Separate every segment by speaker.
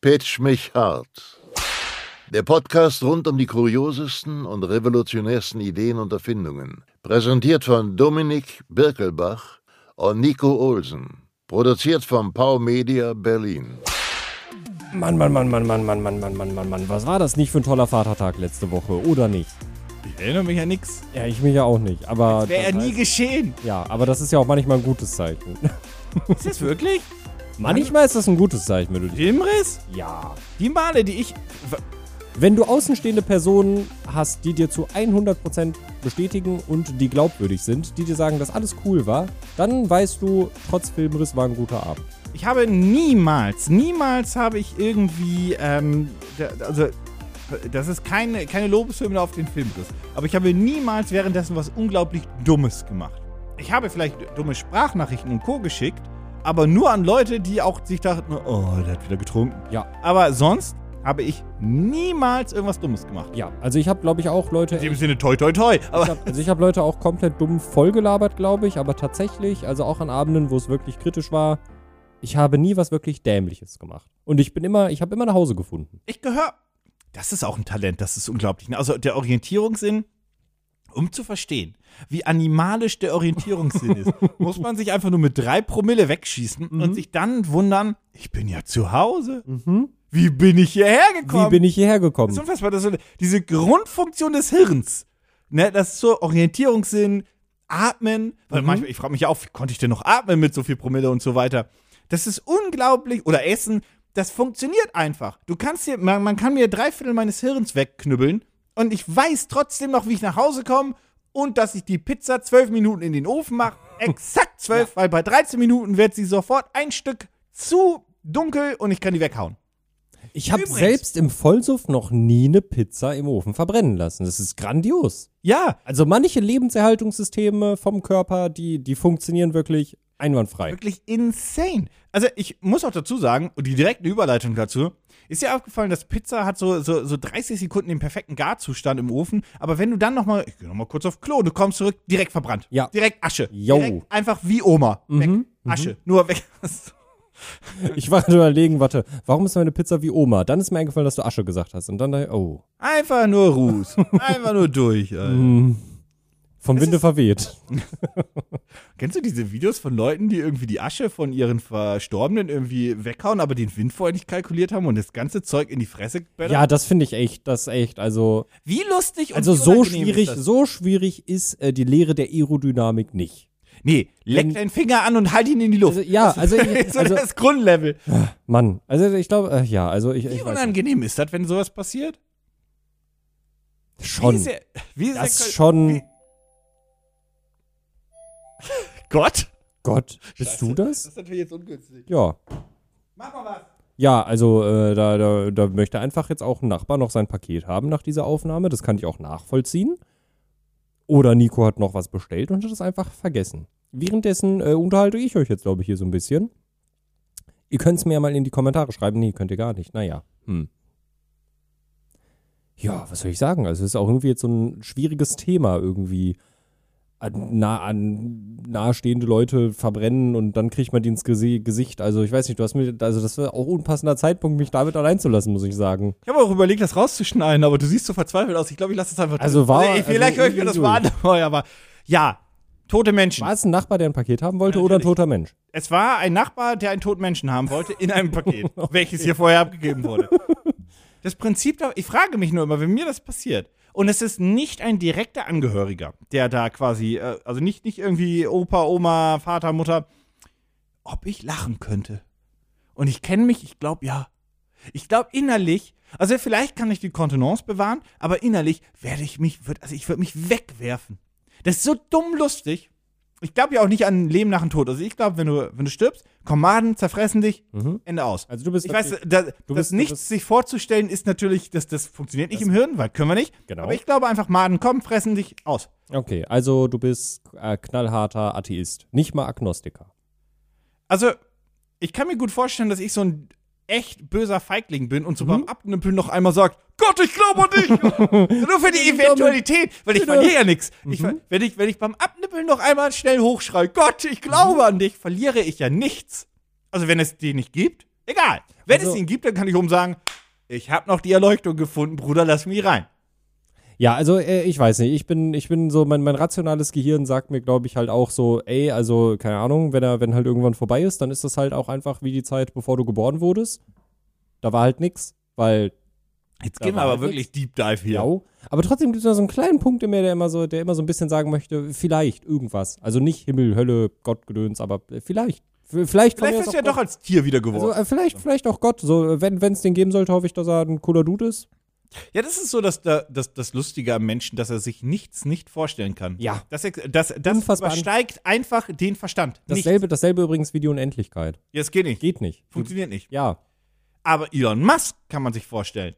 Speaker 1: Pitch mich hart. Der Podcast rund um die kuriosesten und revolutionärsten Ideen und Erfindungen. Präsentiert von Dominik Birkelbach und Nico Olsen. Produziert von Pau Media Berlin.
Speaker 2: Mann, Mann, Mann, Mann, Mann, Mann, Mann, Mann, Mann, Mann, Mann. Was war das nicht für ein toller Vatertag letzte Woche, oder nicht?
Speaker 3: Ich erinnere mich an nichts.
Speaker 2: Ja, ich mich ja auch nicht, aber.
Speaker 3: Wäre ja nie geschehen.
Speaker 2: Ja, aber das ist ja auch manchmal ein gutes Zeichen.
Speaker 3: Ist das wirklich?
Speaker 2: Manchmal ist das ein gutes Zeichen, wenn du dich.
Speaker 3: Filmriss?
Speaker 2: Ja.
Speaker 3: Die Male, die ich.
Speaker 2: Wenn du außenstehende Personen hast, die dir zu 100% bestätigen und die glaubwürdig sind, die dir sagen, dass alles cool war, dann weißt du, trotz Filmriss war ein guter Abend.
Speaker 3: Ich habe niemals, niemals habe ich irgendwie. Ähm, da- also, das ist keine, keine Lobeshymne auf den Filmriss. Aber ich habe niemals währenddessen was unglaublich Dummes gemacht. Ich habe vielleicht dumme Sprachnachrichten und Co. geschickt, aber nur an Leute, die auch sich dachten, oh, der hat wieder getrunken.
Speaker 2: Ja.
Speaker 3: Aber sonst habe ich niemals irgendwas Dummes gemacht.
Speaker 2: Ja, also ich habe, glaube ich, auch Leute.
Speaker 3: In dem Sinne, toi, toi, toi.
Speaker 2: Ich
Speaker 3: Aber
Speaker 2: hab, also ich habe Leute auch komplett dumm vollgelabert, glaube ich, aber tatsächlich, also auch an Abenden, wo es wirklich kritisch war, ich habe nie was wirklich Dämliches gemacht. Und ich bin immer, ich habe immer nach Hause gefunden.
Speaker 3: ich gehöre. Das ist auch ein Talent, das ist unglaublich. ne? Also der Orientierungssinn, um zu verstehen, wie animalisch der Orientierungssinn ist, muss man sich einfach nur mit drei Promille wegschießen
Speaker 2: Mhm.
Speaker 3: und sich dann wundern, ich bin ja zu Hause. Wie bin ich hierher gekommen?
Speaker 2: Wie bin ich hierher
Speaker 3: das
Speaker 2: gekommen?
Speaker 3: ist unfassbar. Das ist so, diese Grundfunktion des Hirns, ne, das ist so Orientierungssinn, Atmen, weil manchmal, ich frage mich ja auch, wie konnte ich denn noch atmen mit so viel Promille und so weiter? Das ist unglaublich, oder Essen, das funktioniert einfach. Du kannst dir, man, man kann mir drei Viertel meines Hirns wegknüppeln und ich weiß trotzdem noch, wie ich nach Hause komme und dass ich die Pizza zwölf Minuten in den Ofen mache. Exakt zwölf, weil bei 13 Minuten wird sie sofort ein Stück zu dunkel und ich kann die weghauen.
Speaker 2: Ich habe
Speaker 3: Übrigens-
Speaker 2: selbst im Vollsuff noch nie eine Pizza im Ofen verbrennen lassen. Das ist grandios.
Speaker 3: Ja,
Speaker 2: Also manche Lebenserhaltungssysteme vom Körper, die, die funktionieren wirklich einwandfrei.
Speaker 3: wirklich insane. Also ich muss auch dazu sagen, und die direkte Überleitung dazu, ist dir aufgefallen, dass Pizza hat so, so, so 30 Sekunden den perfekten Garzustand im Ofen, aber wenn du dann nochmal, ich geh nochmal kurz auf Klo, du kommst zurück, direkt verbrannt.
Speaker 2: Ja. Mhm,
Speaker 3: Direkt Asche.
Speaker 2: Jo.
Speaker 3: Direkt einfach wie Oma. Weg. Asche. Nur weg.
Speaker 2: Ich war gerade überlegen, warte, warum ist meine Pizza wie Oma? Dann ist mir eingefallen, dass du Asche gesagt hast. Und dann, dachte ich, oh,
Speaker 3: Einfach nur Ruß. Einfach nur durch. Alter.
Speaker 2: Mhm. vom Winde verweht.
Speaker 3: Kennst du diese Videos von Leuten, die irgendwie die Asche von ihren Verstorbenen irgendwie weghauen, aber den Wind vorher nicht kalkuliert haben und das ganze Zeug in die Fresse geballert?
Speaker 2: Ja, das finde ich echt, das echt. Also,
Speaker 3: Wie lustig und
Speaker 2: Also
Speaker 3: wie
Speaker 2: so
Speaker 3: unangenehm ist
Speaker 2: schwierig,
Speaker 3: das?
Speaker 2: so schwierig ist äh, die Lehre der Aerodynamik nicht.
Speaker 3: Nee, leck deinen Finger an und halt ihn in die Luft.
Speaker 2: Also, ja, also, ich,
Speaker 3: so
Speaker 2: also
Speaker 3: das Grundlevel.
Speaker 2: Mann, also ich glaube, äh, ja, also ich,
Speaker 3: Wie
Speaker 2: ich weiß
Speaker 3: unangenehm ist das, wenn sowas passiert?
Speaker 2: nicht.
Speaker 3: Wie
Speaker 2: schon,
Speaker 3: sehr, wie sehr
Speaker 2: das
Speaker 3: Kon-
Speaker 2: schon.
Speaker 3: Gott?
Speaker 2: Gott, bist du das?
Speaker 3: ist natürlich jetzt ungünstig.
Speaker 2: Ja,
Speaker 3: Mach mal was.
Speaker 2: ja, also äh, da, da, da möchte einfach jetzt auch ein Nachbar noch sein Paket haben nach dieser Aufnahme. Das kann ich auch nachvollziehen. Oder Nico hat noch was bestellt und hat es einfach vergessen. Währenddessen äh, unterhalte ich euch jetzt, glaube ich, hier so ein bisschen. Ihr könnt es mir ja mal in die Kommentare schreiben. Nee, könnt ihr gar nicht. Naja. Hm. Ja, was soll ich sagen? Also es ist auch irgendwie jetzt so ein schwieriges Thema irgendwie. An, nah, an nahestehende Leute verbrennen und dann kriegt man die ins Gese Gesicht. Also ich weiß nicht, du hast mir, also das wäre auch unpassender Zeitpunkt, mich damit allein zu lassen, muss ich sagen.
Speaker 3: Ich habe auch überlegt, das rauszuschneiden, aber du siehst so verzweifelt aus. Ich glaube, ich lasse es einfach.
Speaker 2: Also war-
Speaker 3: ich, vielleicht
Speaker 2: also
Speaker 3: höre ich mir das mal an, aber ja, tote Menschen.
Speaker 2: War es ein Nachbar, der ein Paket haben wollte
Speaker 3: Ja,
Speaker 2: oder ein
Speaker 3: natürlich.
Speaker 2: toter Mensch?
Speaker 3: Es war ein Nachbar, der einen toten Menschen haben wollte, in einem Paket, welches hier vorher abgegeben wurde. Das Prinzip, da- ich frage mich nur immer, wenn mir das passiert, und es ist nicht ein direkter Angehöriger, der da quasi, äh, also nicht, nicht irgendwie Opa, Oma, Vater, Mutter, ob ich lachen könnte. Und ich kenne mich, ich glaube ja. Ich glaube innerlich, also vielleicht kann ich die Kontenance bewahren, aber innerlich werde ich mich, würd, also ich würde mich wegwerfen. Das ist so dumm lustig. Ich glaube ja auch nicht an Leben nach dem Tod. Also ich glaube, wenn du, wenn du stirbst, Komaden zerfressen dich,
Speaker 2: Mhm.
Speaker 3: Ende aus.
Speaker 2: Also du bist
Speaker 3: Ich
Speaker 2: wirklich-
Speaker 3: weiß, da,
Speaker 2: bist-
Speaker 3: das
Speaker 2: du
Speaker 3: nicht
Speaker 2: bist-
Speaker 3: sich vorzustellen ist natürlich, dass das funktioniert nicht im Hirn, weil können wir nicht.
Speaker 2: Genau.
Speaker 3: Aber ich glaube einfach, Maden kommen, fressen dich aus.
Speaker 2: Okay, also du bist äh, knallharter Atheist, nicht mal Agnostiker.
Speaker 3: Also, ich kann mir gut vorstellen, dass ich so ein echt böser Feigling bin und so
Speaker 2: Mhm.
Speaker 3: beim Abnüppeln noch einmal sagt, Gott, ich glaube an dich! Nur für die Eventualität, weil ich
Speaker 2: Genau.
Speaker 3: verliere ja nichts. Ich
Speaker 2: Mhm.
Speaker 3: ver- Wenn, ich, wenn ich beim Abnippeln noch einmal schnell
Speaker 2: Mhm.
Speaker 3: hochschreie, Gott, ich glaube an dich, verliere ich ja nichts. Also wenn es die nicht gibt, egal. Wenn
Speaker 2: Also-
Speaker 3: es ihn gibt, dann kann ich oben sagen, ich habe noch die Erleuchtung gefunden, Bruder, lass mich rein.
Speaker 2: Ja, also äh, ich weiß nicht, ich bin, ich bin so, mein, mein rationales Gehirn sagt mir, glaube ich, halt auch so, ey, also, keine Ahnung, wenn er, wenn halt irgendwann vorbei ist, dann ist das halt auch einfach wie die Zeit, bevor du geboren wurdest. Da war halt nix, weil,
Speaker 3: Jetzt
Speaker 2: Da
Speaker 3: gehen wir
Speaker 2: war
Speaker 3: aber
Speaker 2: halt
Speaker 3: wirklich Deep Dive hier.
Speaker 2: ja. oh, Aber trotzdem gibt es da so einen kleinen Punkt in mir, der immer so, der immer so ein bisschen sagen möchte, vielleicht irgendwas. Also nicht Himmel, Hölle, Gott, Gedöns, aber äh, vielleicht. F- Vielleicht, von
Speaker 3: Vielleicht
Speaker 2: mir
Speaker 3: bist
Speaker 2: aus
Speaker 3: du ja
Speaker 2: auch
Speaker 3: doch
Speaker 2: Gott.
Speaker 3: als Tier wieder
Speaker 2: also,
Speaker 3: geworden.
Speaker 2: äh, vielleicht, vielleicht auch Gott. So, äh, wenn es den geben sollte, hoffe ich, dass er ein cooler Dude ist. äh,
Speaker 3: ja, das ist so das, das, das Lustige am Menschen, dass er sich nichts nicht vorstellen kann.
Speaker 2: Ja.
Speaker 3: Das, ex- das, das
Speaker 2: Unfassbar.
Speaker 3: übersteigt einfach den Verstand. Nichts.
Speaker 2: Dasselbe, dasselbe übrigens wie die Unendlichkeit.
Speaker 3: Ja, das geht nicht.
Speaker 2: Geht nicht.
Speaker 3: Funktioniert nicht.
Speaker 2: Ja.
Speaker 3: Aber Elon Musk kann man sich vorstellen.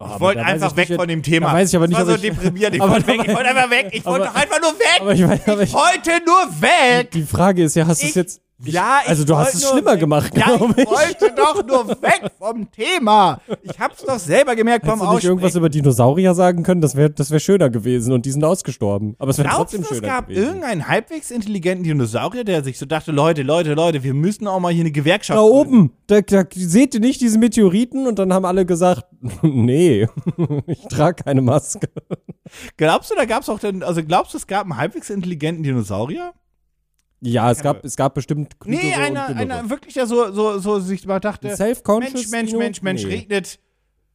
Speaker 3: ich
Speaker 2: aber
Speaker 3: wollte
Speaker 2: da weiß
Speaker 3: einfach
Speaker 2: ich
Speaker 3: weg
Speaker 2: nicht,
Speaker 3: von dem Thema.
Speaker 2: da weiß ich aber
Speaker 3: Das
Speaker 2: nicht,
Speaker 3: war
Speaker 2: ob
Speaker 3: so
Speaker 2: ich-
Speaker 3: deprimierend. Ich
Speaker 2: aber
Speaker 3: wollte
Speaker 2: da
Speaker 3: weg,
Speaker 2: weiß-
Speaker 3: ich wollte einfach weg. Ich wollte
Speaker 2: aber-
Speaker 3: doch einfach nur weg.
Speaker 2: Aber ich weiß, aber ich,
Speaker 3: ich wollte nur weg.
Speaker 2: Die Frage ist ja, hast du es
Speaker 3: Ich-
Speaker 2: jetzt. Ich,
Speaker 3: Ja, ich
Speaker 2: Also, du hast
Speaker 3: wollte
Speaker 2: es
Speaker 3: nur
Speaker 2: schlimmer
Speaker 3: weg.
Speaker 2: gemacht,
Speaker 3: Ja, ich
Speaker 2: glaube ich.
Speaker 3: wollte doch nur weg vom Thema. Ich hab's doch selber gemerkt beim
Speaker 2: Hättest du nicht irgendwas
Speaker 3: Aussprechen.
Speaker 2: über Dinosaurier sagen können? Das wäre das wär schöner gewesen und die sind ausgestorben. Aber es wäre
Speaker 3: Glaubst du,
Speaker 2: trotzdem
Speaker 3: es
Speaker 2: schöner
Speaker 3: gab
Speaker 2: gewesen.
Speaker 3: irgendeinen halbwegs intelligenten Dinosaurier, der sich so dachte, Leute, Leute, Leute, wir müssen auch mal hier eine Gewerkschaft
Speaker 2: da oben, da, da seht ihr nicht diese Meteoriten und dann haben alle gesagt, nee, ich trage keine Maske.
Speaker 3: Glaubst du, da gab's auch denn, also glaubst du, es gab einen halbwegs intelligenten Dinosaurier?
Speaker 2: Ja, es gab, es gab bestimmt klügere
Speaker 3: Nee,
Speaker 2: und
Speaker 3: einer,
Speaker 2: dümmere.
Speaker 3: einer wirklich, der so, so, so sich mal dachte,
Speaker 2: Ein Self-conscious
Speaker 3: Mensch, Mensch,
Speaker 2: Dino?
Speaker 3: Mensch, Mensch,
Speaker 2: Nee.
Speaker 3: regnet. Ich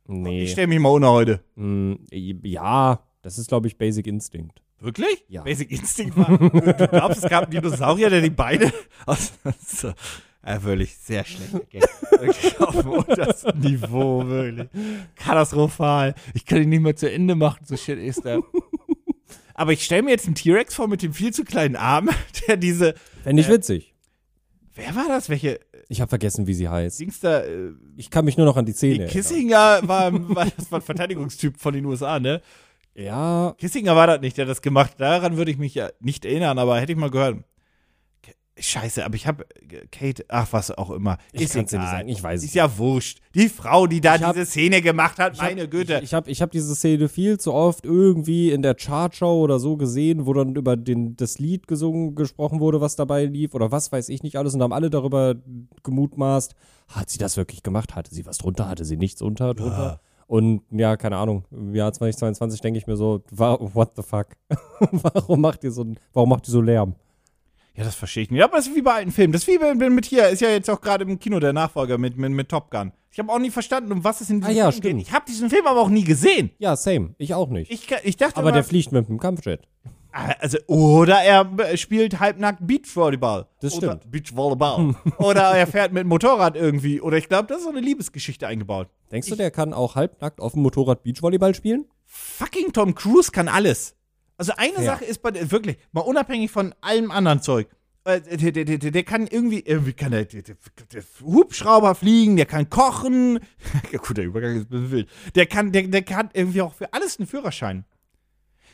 Speaker 2: Nee.
Speaker 3: stelle mich mal ohne heute.
Speaker 2: Hm, ja, das ist, glaube ich, Basic Instinct.
Speaker 3: Wirklich?
Speaker 2: Ja.
Speaker 3: Basic Instinct war. du glaubst, es gab einen Dinosaurier, der die Beine aus. so. Ja, wirklich sehr schlecht. Wirklich auf dem untersten Niveau, wirklich. Katastrophal. Ich kann ihn nicht mehr zu Ende machen, so shit ist er. Aber ich stelle mir jetzt einen T-Rex vor mit dem viel zu kleinen Arm, der diese.
Speaker 2: Fände
Speaker 3: Äh,
Speaker 2: ich witzig.
Speaker 3: Wer war das? Welche
Speaker 2: Ich habe vergessen, wie sie heißt.
Speaker 3: Dings da? Äh,
Speaker 2: Ich kann mich nur noch an die Zähne erinnern.
Speaker 3: Kissinger war, war, das war ein Verteidigungstyp von den USA, ne?
Speaker 2: Ja,
Speaker 3: Kissinger war das nicht, der hat das gemacht. Daran würde ich mich ja nicht erinnern, aber hätte ich mal gehört. K- Scheiße, aber ich habe Kate, ach was auch immer.
Speaker 2: Ich kann's dir nicht
Speaker 3: egal.
Speaker 2: sagen, ich weiß es
Speaker 3: Ist ja wurscht. Die Frau, die da
Speaker 2: Ich hab-
Speaker 3: diese Szene gemacht hat,
Speaker 2: hab-
Speaker 3: meine Güte.
Speaker 2: Ich, ich habe ich hab diese Szene viel zu oft irgendwie in der Chartshow oder so gesehen, wo dann über den, das Lied gesungen, gesprochen wurde, was dabei lief oder was weiß ich nicht alles und haben alle darüber gemutmaßt, hat sie das wirklich gemacht? Hatte sie was drunter? Hatte sie nichts unter? Drunter? Und ja, keine Ahnung, im Jahr 2022 denke ich mir so, wa- what the fuck? warum macht ihr so, n- warum macht ihr so Lärm?
Speaker 3: ja, das verstehe ich nicht. Aber das ist wie bei alten Filmen. Das ist wie bei, mit hier. Ist ja jetzt auch gerade im Kino der Nachfolger mit, mit, mit Top Gun. Ich habe auch nie verstanden, um was es in diesem
Speaker 2: Ah ja,
Speaker 3: Film geht.
Speaker 2: stimmt.
Speaker 3: Ich habe diesen Film aber auch nie gesehen.
Speaker 2: Ja, same, ich auch nicht.
Speaker 3: Ich, ich dachte
Speaker 2: aber
Speaker 3: immer,
Speaker 2: der fliegt mit dem Kampfjet.
Speaker 3: Ah, Also, oder er b- spielt halbnackt Beachvolleyball.
Speaker 2: Das
Speaker 3: oder
Speaker 2: stimmt. Hm.
Speaker 3: Beachvolleyball. oder er fährt mit dem Motorrad irgendwie. Oder ich glaube, das ist so eine Liebesgeschichte eingebaut.
Speaker 2: Denkst du, der kann auch halbnackt auf dem Motorrad Beachvolleyball spielen?
Speaker 3: Fucking Tom Cruise kann alles. Also eine
Speaker 2: Ja.
Speaker 3: Sache ist bei der- wirklich, mal unabhängig von allem anderen Zeug. äh, Der, der, der, der kann irgendwie, irgendwie kann der, der, der, der Hubschrauber fliegen, der kann kochen. Ja, Gut, der Übergang ist ein bisschen wild. Der kann, der, der kann irgendwie auch für alles einen Führerschein.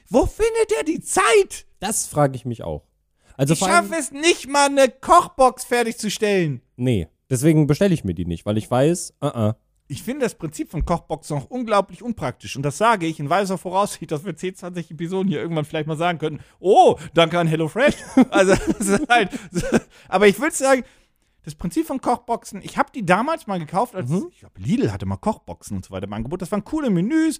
Speaker 3: Wo findet er die Zeit?
Speaker 2: Das frage ich mich auch. Also
Speaker 3: Ich
Speaker 2: vor allem-
Speaker 3: schaffe es nicht mal, eine Kochbox fertigzustellen.
Speaker 2: Nee, deswegen bestelle ich mir die nicht, weil ich weiß, uh -uh,
Speaker 3: Ich finde das Prinzip von Kochboxen auch unglaublich unpraktisch. Und das sage ich in weiser Voraussicht, dass wir 10, 20 Episoden hier irgendwann vielleicht mal sagen könnten, oh, danke an HelloFresh. Also, das ist halt, aber ich will sagen, das Prinzip von Kochboxen, ich habe die damals mal gekauft, als
Speaker 2: Mhm.
Speaker 3: ich glaube, Lidl hatte mal Kochboxen und so weiter im Angebot. Das waren coole Menüs.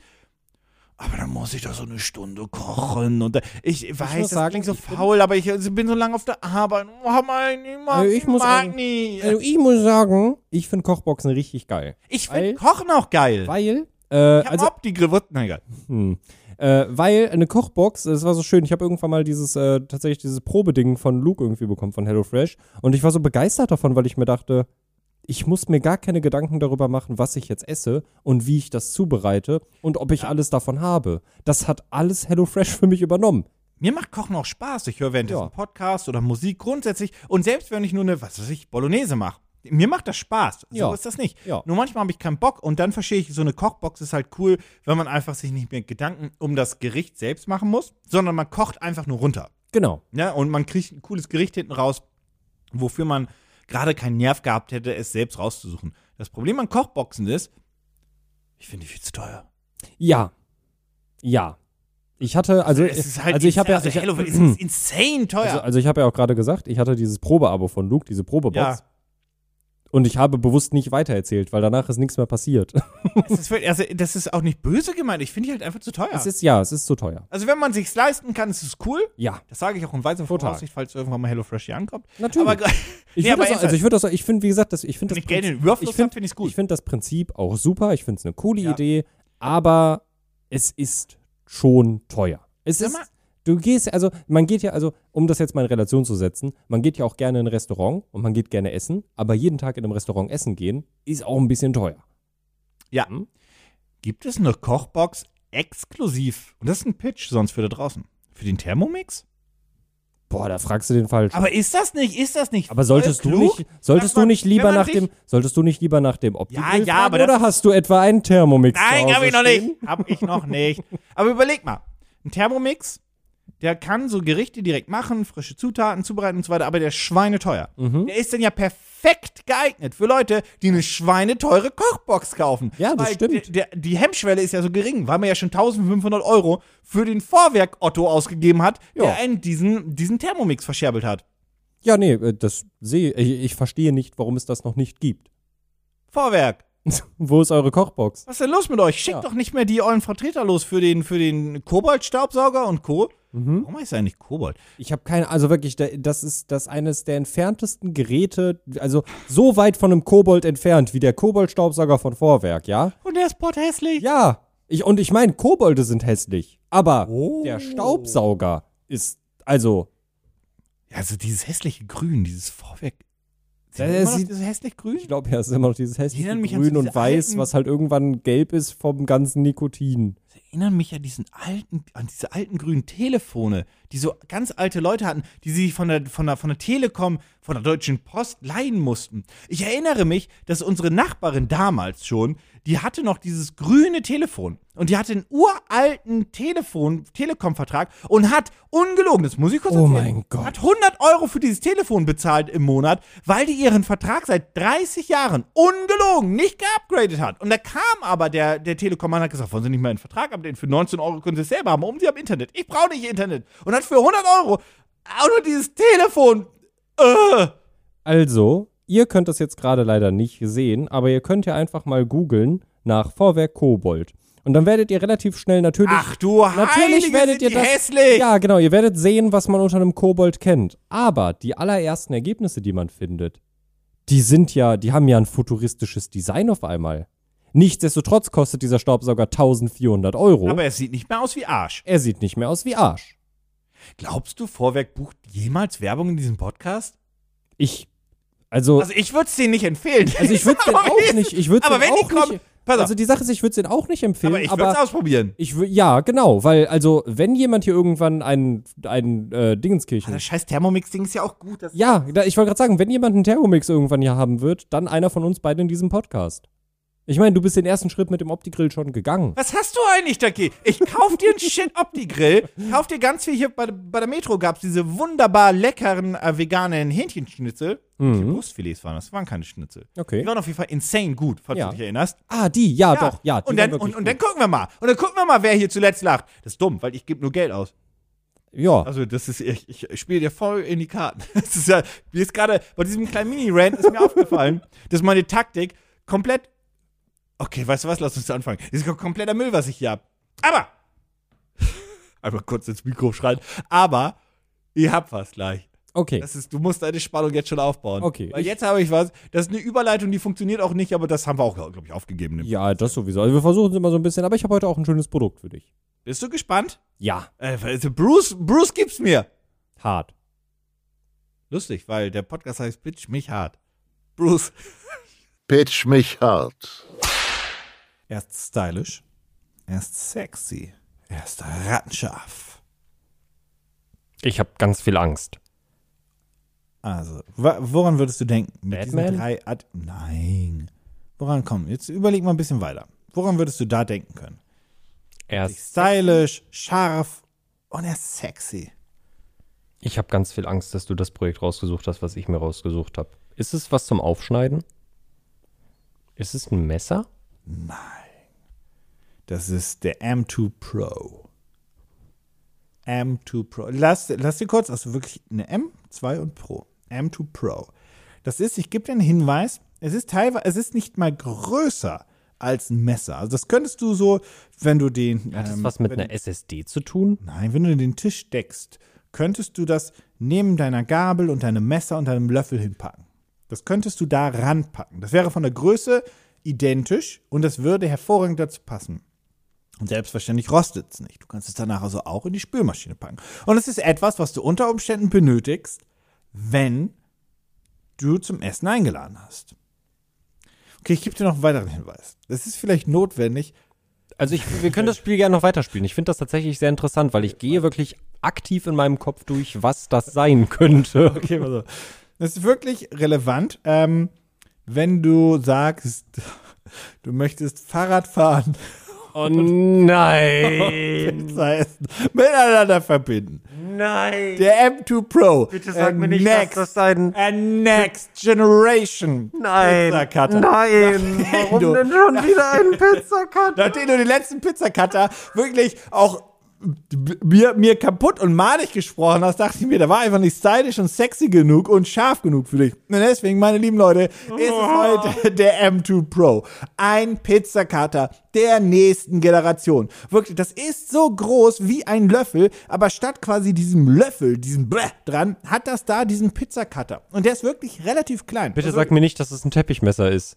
Speaker 3: Aber dann muss ich da so eine Stunde kochen und da, ich weiß,
Speaker 2: muss
Speaker 3: das
Speaker 2: sagen,
Speaker 3: klingt so
Speaker 2: ich bin-
Speaker 3: faul, aber ich also bin so lange auf der Arbeit. Oh, mein, ich mag,
Speaker 2: Also ich
Speaker 3: ich
Speaker 2: muss
Speaker 3: mag
Speaker 2: sagen-
Speaker 3: nie.
Speaker 2: Also ich muss sagen, ich finde Kochboxen richtig geil.
Speaker 3: Ich
Speaker 2: weil-
Speaker 3: finde Kochen auch geil.
Speaker 2: Weil, äh,
Speaker 3: Ich hab
Speaker 2: also,
Speaker 3: Mob die Grillwurst. Na egal.
Speaker 2: hm, äh, weil eine Kochbox, das war so schön, ich habe irgendwann mal dieses, äh, tatsächlich dieses Probeding von Luke irgendwie bekommen, von HelloFresh. Und ich war so begeistert davon, weil ich mir dachte, ich muss mir gar keine Gedanken darüber machen, was ich jetzt esse und wie ich das zubereite und ob ich alles davon habe. Das hat alles HelloFresh für mich übernommen.
Speaker 3: Mir macht Kochen auch Spaß. Ich höre währenddessen
Speaker 2: Ja.
Speaker 3: Podcast oder Musik grundsätzlich. Und selbst wenn ich nur eine, was weiß ich, Bolognese mache. Mir macht das Spaß. So
Speaker 2: Ja.
Speaker 3: ist das nicht.
Speaker 2: Ja.
Speaker 3: Nur manchmal habe ich keinen Bock und dann verstehe ich, so eine Kochbox ist halt cool, wenn man einfach sich nicht mehr Gedanken um das Gericht selbst machen muss, sondern man kocht einfach nur runter.
Speaker 2: Genau.
Speaker 3: Ja, und man kriegt ein cooles Gericht hinten raus, wofür man gerade keinen Nerv gehabt hätte, es selbst rauszusuchen. Das Problem an Kochboxen ist, ich finde die viel zu teuer.
Speaker 2: Ja. Ja. Ich hatte, also,
Speaker 3: es ist halt
Speaker 2: also ich habe ja,
Speaker 3: also
Speaker 2: ich,
Speaker 3: Hello, es ist insane teuer.
Speaker 2: Also, also ich habe ja auch gerade gesagt, ich hatte dieses Probeabo von Luke, diese Probox.
Speaker 3: Ja.
Speaker 2: Und ich habe bewusst nicht weitererzählt, weil danach ist nichts mehr passiert.
Speaker 3: Das ist, wirklich- also, das ist auch nicht böse gemeint. Ich finde die halt einfach zu teuer.
Speaker 2: Es ist ja, es ist zu teuer.
Speaker 3: also, wenn man sich's leisten kann, ist es cool.
Speaker 2: Ja,
Speaker 3: Das sage ich auch in weiser
Speaker 2: Total.
Speaker 3: Voraussicht, falls irgendwann mal HelloFresh hier ankommt.
Speaker 2: natürlich.
Speaker 3: Aber,
Speaker 2: ich
Speaker 3: nee,
Speaker 2: würde
Speaker 3: aber
Speaker 2: das,
Speaker 3: ist
Speaker 2: also ich würde das, ich finde, wie gesagt, das, ich finde das
Speaker 3: wenn ich Geld in den
Speaker 2: ich
Speaker 3: Überfluss
Speaker 2: find-
Speaker 3: habe, finde ich es gut.
Speaker 2: Ich finde das Prinzip auch super. Ich finde es eine coole
Speaker 3: Ja.
Speaker 2: Idee, aber es ist schon teuer. Es
Speaker 3: Sag
Speaker 2: ist.
Speaker 3: mal-
Speaker 2: Du gehst, also man geht ja, also um das jetzt mal in Relation zu setzen, man geht ja auch gerne in ein Restaurant und man geht gerne essen, aber jeden Tag in einem Restaurant essen gehen ist auch ein bisschen teuer.
Speaker 3: ja.
Speaker 2: Hm?
Speaker 3: Gibt es eine Kochbox exklusiv? Und das ist ein Pitch sonst für da draußen. Für den Thermomix?
Speaker 2: Boah, da fragst du den falsch.
Speaker 3: Aber ist das nicht, ist das nicht
Speaker 2: Aber
Speaker 3: voll
Speaker 2: solltest du
Speaker 3: klug?
Speaker 2: nicht, solltest
Speaker 3: dass man-
Speaker 2: du nicht lieber
Speaker 3: wenn man
Speaker 2: nach
Speaker 3: sich-
Speaker 2: dem, solltest du nicht lieber nach dem Optik
Speaker 3: Ja, ja, aber
Speaker 2: oder
Speaker 3: das-
Speaker 2: hast du etwa einen Thermomix?
Speaker 3: Nein,
Speaker 2: zu
Speaker 3: hab
Speaker 2: Hause
Speaker 3: ich noch
Speaker 2: stehen?
Speaker 3: nicht. Hab ich noch nicht. Aber überleg mal. Ein Thermomix, der kann so Gerichte direkt machen, frische Zutaten zubereiten und so weiter, aber der ist schweineteuer.
Speaker 2: Mhm.
Speaker 3: Der ist dann ja perfekt geeignet für Leute, die eine schweineteure Kochbox kaufen.
Speaker 2: Ja, das
Speaker 3: weil
Speaker 2: stimmt.
Speaker 3: Der, der, die Hemmschwelle ist ja so gering, weil man ja schon 1500 Euro für den Vorwerk Otto ausgegeben hat,
Speaker 2: Ja.
Speaker 3: der einen diesen, diesen Thermomix verscherbelt hat.
Speaker 2: Ja, nee, äh, das sehe ich. Ich verstehe nicht, warum es das noch nicht gibt.
Speaker 3: Vorwerk.
Speaker 2: Wo ist eure Kochbox?
Speaker 3: Was ist denn los mit euch? Schickt
Speaker 2: Ja.
Speaker 3: doch nicht mehr die euren Vertreter los für den, für den Koboldstaubsauger und Co.
Speaker 2: Mhm.
Speaker 3: Warum heißt er eigentlich Kobold?
Speaker 2: Ich habe keine, also wirklich, da- das ist das eines der entferntesten Geräte, also so weit von einem Kobold entfernt wie der Koboldstaubsauger von Vorwerk, ja?
Speaker 3: Und der ist potthässlich.
Speaker 2: Ja. Ich, und ich meine, Kobolde sind hässlich, aber
Speaker 3: Oh.
Speaker 2: der Staubsauger ist, also,
Speaker 3: Also dieses hässliche Grün, dieses Vorwerk.
Speaker 2: Ja,
Speaker 3: immer
Speaker 2: der
Speaker 3: noch
Speaker 2: sieht-
Speaker 3: dieses hässlich
Speaker 2: ich
Speaker 3: Grün?
Speaker 2: glaube, er ist immer noch dieses hässliche
Speaker 3: erinnern mich an
Speaker 2: Grün und
Speaker 3: diese
Speaker 2: Weiß,
Speaker 3: alten-
Speaker 2: was halt irgendwann gelb ist vom ganzen Nikotin.
Speaker 3: Ich erinnere mich an diesen alten, an diese alten grünen Telefone, die so ganz alte Leute hatten, die sich von der, von der, von der Telekom, von der Deutschen Post leihen mussten. Ich erinnere mich, dass unsere Nachbarin damals schon, die hatte noch dieses grüne Telefon und die hatte einen uralten Telefon, Telekom-Vertrag und hat ungelogen, das muss ich kurz
Speaker 2: Oh
Speaker 3: erzählen,
Speaker 2: mein Gott.
Speaker 3: hat 100 Euro für dieses Telefon bezahlt im Monat, weil die ihren Vertrag seit 30 Jahren ungelogen nicht geupgradet hat. Und da kam aber der, der Telekom und hat gesagt, wollen Sie nicht mal einen Vertrag updaten? Für 19 Euro können Sie es selber haben, um Sie am Internet. Ich brauche nicht Internet. Und hat für 100 Euro auch nur dieses Telefon. Äh.
Speaker 2: Also, ihr könnt das jetzt gerade leider nicht sehen, aber ihr könnt ja einfach mal googeln nach Vorwerk Kobold. Und dann werdet ihr relativ schnell natürlich.
Speaker 3: Ach du
Speaker 2: natürlich
Speaker 3: Heilige,
Speaker 2: werdet
Speaker 3: sind
Speaker 2: ihr
Speaker 3: die
Speaker 2: das.
Speaker 3: hässlich.
Speaker 2: Ja, genau, ihr werdet sehen, was man unter einem Kobold kennt. Aber die allerersten Ergebnisse, die man findet, die sind ja, die haben ja ein futuristisches Design auf einmal. Nichtsdestotrotz kostet dieser Staubsauger 1400 Euro.
Speaker 3: Aber es sieht nicht mehr aus wie Arsch.
Speaker 2: er sieht nicht mehr aus wie Arsch.
Speaker 3: Glaubst du, Vorwerk bucht jemals Werbung in diesem Podcast?
Speaker 2: Ich, also,
Speaker 3: Also ich würde es denen nicht empfehlen.
Speaker 2: also ich würde den
Speaker 3: Aber
Speaker 2: auch
Speaker 3: wie-
Speaker 2: nicht, ich würde
Speaker 3: Aber
Speaker 2: den
Speaker 3: wenn
Speaker 2: auch
Speaker 3: die kommen,
Speaker 2: nicht,
Speaker 3: pass auf,
Speaker 2: also die Sache ist, ich würde den auch nicht empfehlen,
Speaker 3: aber ich würde es ausprobieren.
Speaker 2: Ich wü- ja, genau, weil also wenn jemand hier irgendwann einen einen äh,
Speaker 3: Ah,
Speaker 2: Dingenskirchen.
Speaker 3: das scheiß Thermomix-Ding ist ja auch gut. Das
Speaker 2: ja, da, ich wollte gerade sagen, wenn jemand einen Thermomix irgendwann hier haben wird, dann einer von uns beiden in diesem Podcast. Ich meine, du bist den ersten Schritt mit dem Opti-Grill schon gegangen.
Speaker 3: Was hast du eigentlich dagegen? Ich kauf dir einen shit Opti-Grill, kauf dir ganz viel hier bei, bei der Metro gab's diese wunderbar leckeren äh, veganen Hähnchenschnitzel. Die Brustfilets waren das, das waren keine Schnitzel.
Speaker 2: Mhm. Okay.
Speaker 3: Die waren auf jeden Fall insane gut, falls
Speaker 2: Ja.
Speaker 3: du dich erinnerst.
Speaker 2: Ah, die, ja, doch, ja. Die
Speaker 3: und,
Speaker 2: war
Speaker 3: dann,
Speaker 2: wirklich
Speaker 3: und, und
Speaker 2: gut.
Speaker 3: dann gucken wir mal. Und dann gucken wir mal, wer hier zuletzt lacht. Das ist dumm, weil ich gebe nur Geld aus.
Speaker 2: ja.
Speaker 3: Also das ist, ich, ich, ich spiele dir voll in die Karten. Das ist ja, mir ist gerade bei diesem kleinen Mini-Rant ist mir aufgefallen, dass meine Taktik komplett, okay, weißt du was, lass uns anfangen. Das ist kompletter Müll, was ich hier hab. Aber, einmal kurz ins Mikro schreien, aber ihr habt was gleich.
Speaker 2: okay.
Speaker 3: Das ist, du musst deine Spannung jetzt schon aufbauen.
Speaker 2: Okay.
Speaker 3: Weil jetzt habe ich was, das ist eine Überleitung, die funktioniert auch nicht, aber das haben wir auch, glaube ich, aufgegeben.
Speaker 2: Ja, das sowieso. Also wir versuchen es immer so ein bisschen, aber ich habe heute auch ein schönes Produkt für dich.
Speaker 3: Bist du gespannt?
Speaker 2: Ja,
Speaker 3: Äh, also Bruce, Bruce gibt's mir.
Speaker 2: hart.
Speaker 3: Lustig, weil der Podcast heißt Bitch mich hart. Bruce.
Speaker 1: Pitch mich hart.
Speaker 3: Er ist stylisch. Er ist sexy. Er ist rattenscharf.
Speaker 2: Ich habe ganz viel Angst.
Speaker 3: Also, wa- woran würdest du denken? Mit
Speaker 2: Batman?
Speaker 3: diesen drei Ad Nein. Woran kommen? Jetzt überleg mal ein bisschen weiter. Woran würdest du da denken können?
Speaker 2: Erst,
Speaker 3: Stylisch, scharf und er ist sexy.
Speaker 2: ich habe ganz viel Angst, dass du das Projekt rausgesucht hast, was ich mir rausgesucht habe. Ist es was zum Aufschneiden? Ist es ein Messer?
Speaker 3: Das ist der M2 Pro. M2 Pro. Lass, lass dir kurz, also wirklich eine M, 2 und Pro. M2 Pro. Das ist, ich gebe dir einen Hinweis, Es ist teilweise, es ist nicht mal größer als ein Messer. Also das könntest du so, wenn du den.
Speaker 2: Hat das
Speaker 3: ähm,
Speaker 2: was mit
Speaker 3: wenn,
Speaker 2: einer SSD zu tun?
Speaker 3: Nein, wenn du den Tisch deckst, könntest du das neben deiner Gabel und deinem Messer und deinem Löffel hinpacken. Das könntest du da ranpacken. Das wäre von der Größe identisch und das würde hervorragend dazu passen. Und selbstverständlich rostet es nicht. Du kannst es danach also auch in die Spülmaschine packen. Und es ist etwas, was du unter Umständen benötigst, wenn du zum Essen eingeladen hast. Okay, ich gebe dir noch einen weiteren Hinweis. Es ist vielleicht notwendig,
Speaker 2: Also ich, wir können das Spiel gerne noch weiterspielen. Ich finde das tatsächlich sehr interessant, weil ich gehe wirklich aktiv in meinem Kopf durch, was das sein könnte. Okay, also.
Speaker 3: Das ist wirklich relevant, ähm, wenn du sagst, du möchtest Fahrrad fahren
Speaker 2: Oh nein!
Speaker 3: das heißt, miteinander verbinden.
Speaker 2: nein!
Speaker 3: Der M2 Pro.
Speaker 2: Bitte sag mir nicht,
Speaker 3: next,
Speaker 2: dass das ein-
Speaker 3: ein Next Generation Pizzacutter.
Speaker 2: Nein! Warum
Speaker 3: du-
Speaker 2: denn schon wieder ein Pizzacutter?
Speaker 3: Nachdem du den letzten Pizzacutter wirklich auch b- mir, mir kaputt und madig gesprochen hast, dachte ich mir, der war einfach nicht stylisch und sexy genug und scharf genug für dich. Und deswegen, meine lieben Leute, ist es heute der M2 Pro. Ein Pizzacutter der nächsten Generation. Wirklich, das ist so groß wie ein Löffel, aber statt quasi diesem Löffel, diesem Bleh dran, hat das da diesen Pizzacutter. Und der ist wirklich relativ klein.
Speaker 2: Bitte sag mir nicht, dass es ein Teppichmesser ist.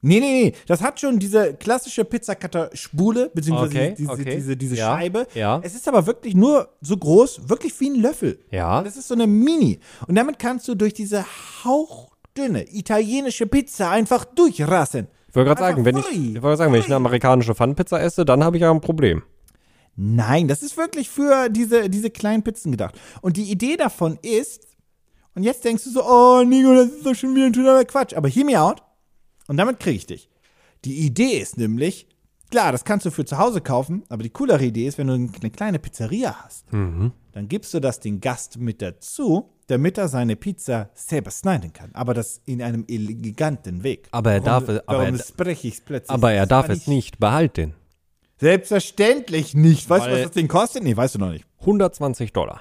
Speaker 3: Nee, nee, nee. Das hat schon diese klassische Pizzacutter-Spule, beziehungsweise
Speaker 2: Okay,
Speaker 3: diese,
Speaker 2: okay.
Speaker 3: diese, diese
Speaker 2: Ja,
Speaker 3: Scheibe.
Speaker 2: ja.
Speaker 3: Es ist aber wirklich nur so groß, wirklich wie ein Löffel.
Speaker 2: Ja.
Speaker 3: Und Das ist so eine Mini. Und damit kannst du durch diese hauchdünne italienische Pizza einfach durchrassen.
Speaker 2: Ich wollte gerade sagen,
Speaker 3: Einfach
Speaker 2: wenn ich,
Speaker 3: frei.
Speaker 2: ich wollte grad sagen, wenn ich eine amerikanische Pfannenpizza esse, dann habe ich ja ein Problem.
Speaker 3: Nein, das ist wirklich für diese, diese kleinen Pizzen gedacht. Und die Idee davon ist, und jetzt denkst du so, oh Nico, das ist doch schon wieder ein totaler Quatsch. Aber hear me out. Und damit kriege ich dich. Die Idee ist nämlich, klar, das kannst du für zu Hause kaufen, aber die coolere Idee ist, wenn du eine kleine Pizzeria hast,
Speaker 2: Mhm.
Speaker 3: dann gibst du das den Gast mit dazu, damit er seine Pizza selber schneiden kann. Aber das in einem eleganten Weg.
Speaker 2: Aber er darf es-
Speaker 3: warum,
Speaker 2: aber er
Speaker 3: Warum
Speaker 2: da-
Speaker 3: spreche ich plötzlich?
Speaker 2: Aber er
Speaker 3: Das
Speaker 2: darf
Speaker 3: war
Speaker 2: es nicht. Behalt den.
Speaker 3: Selbstverständlich nicht. Weißt du, was
Speaker 2: Weil-
Speaker 3: das Ding kostet? Nee, weißt du noch nicht.
Speaker 2: 120 Dollar.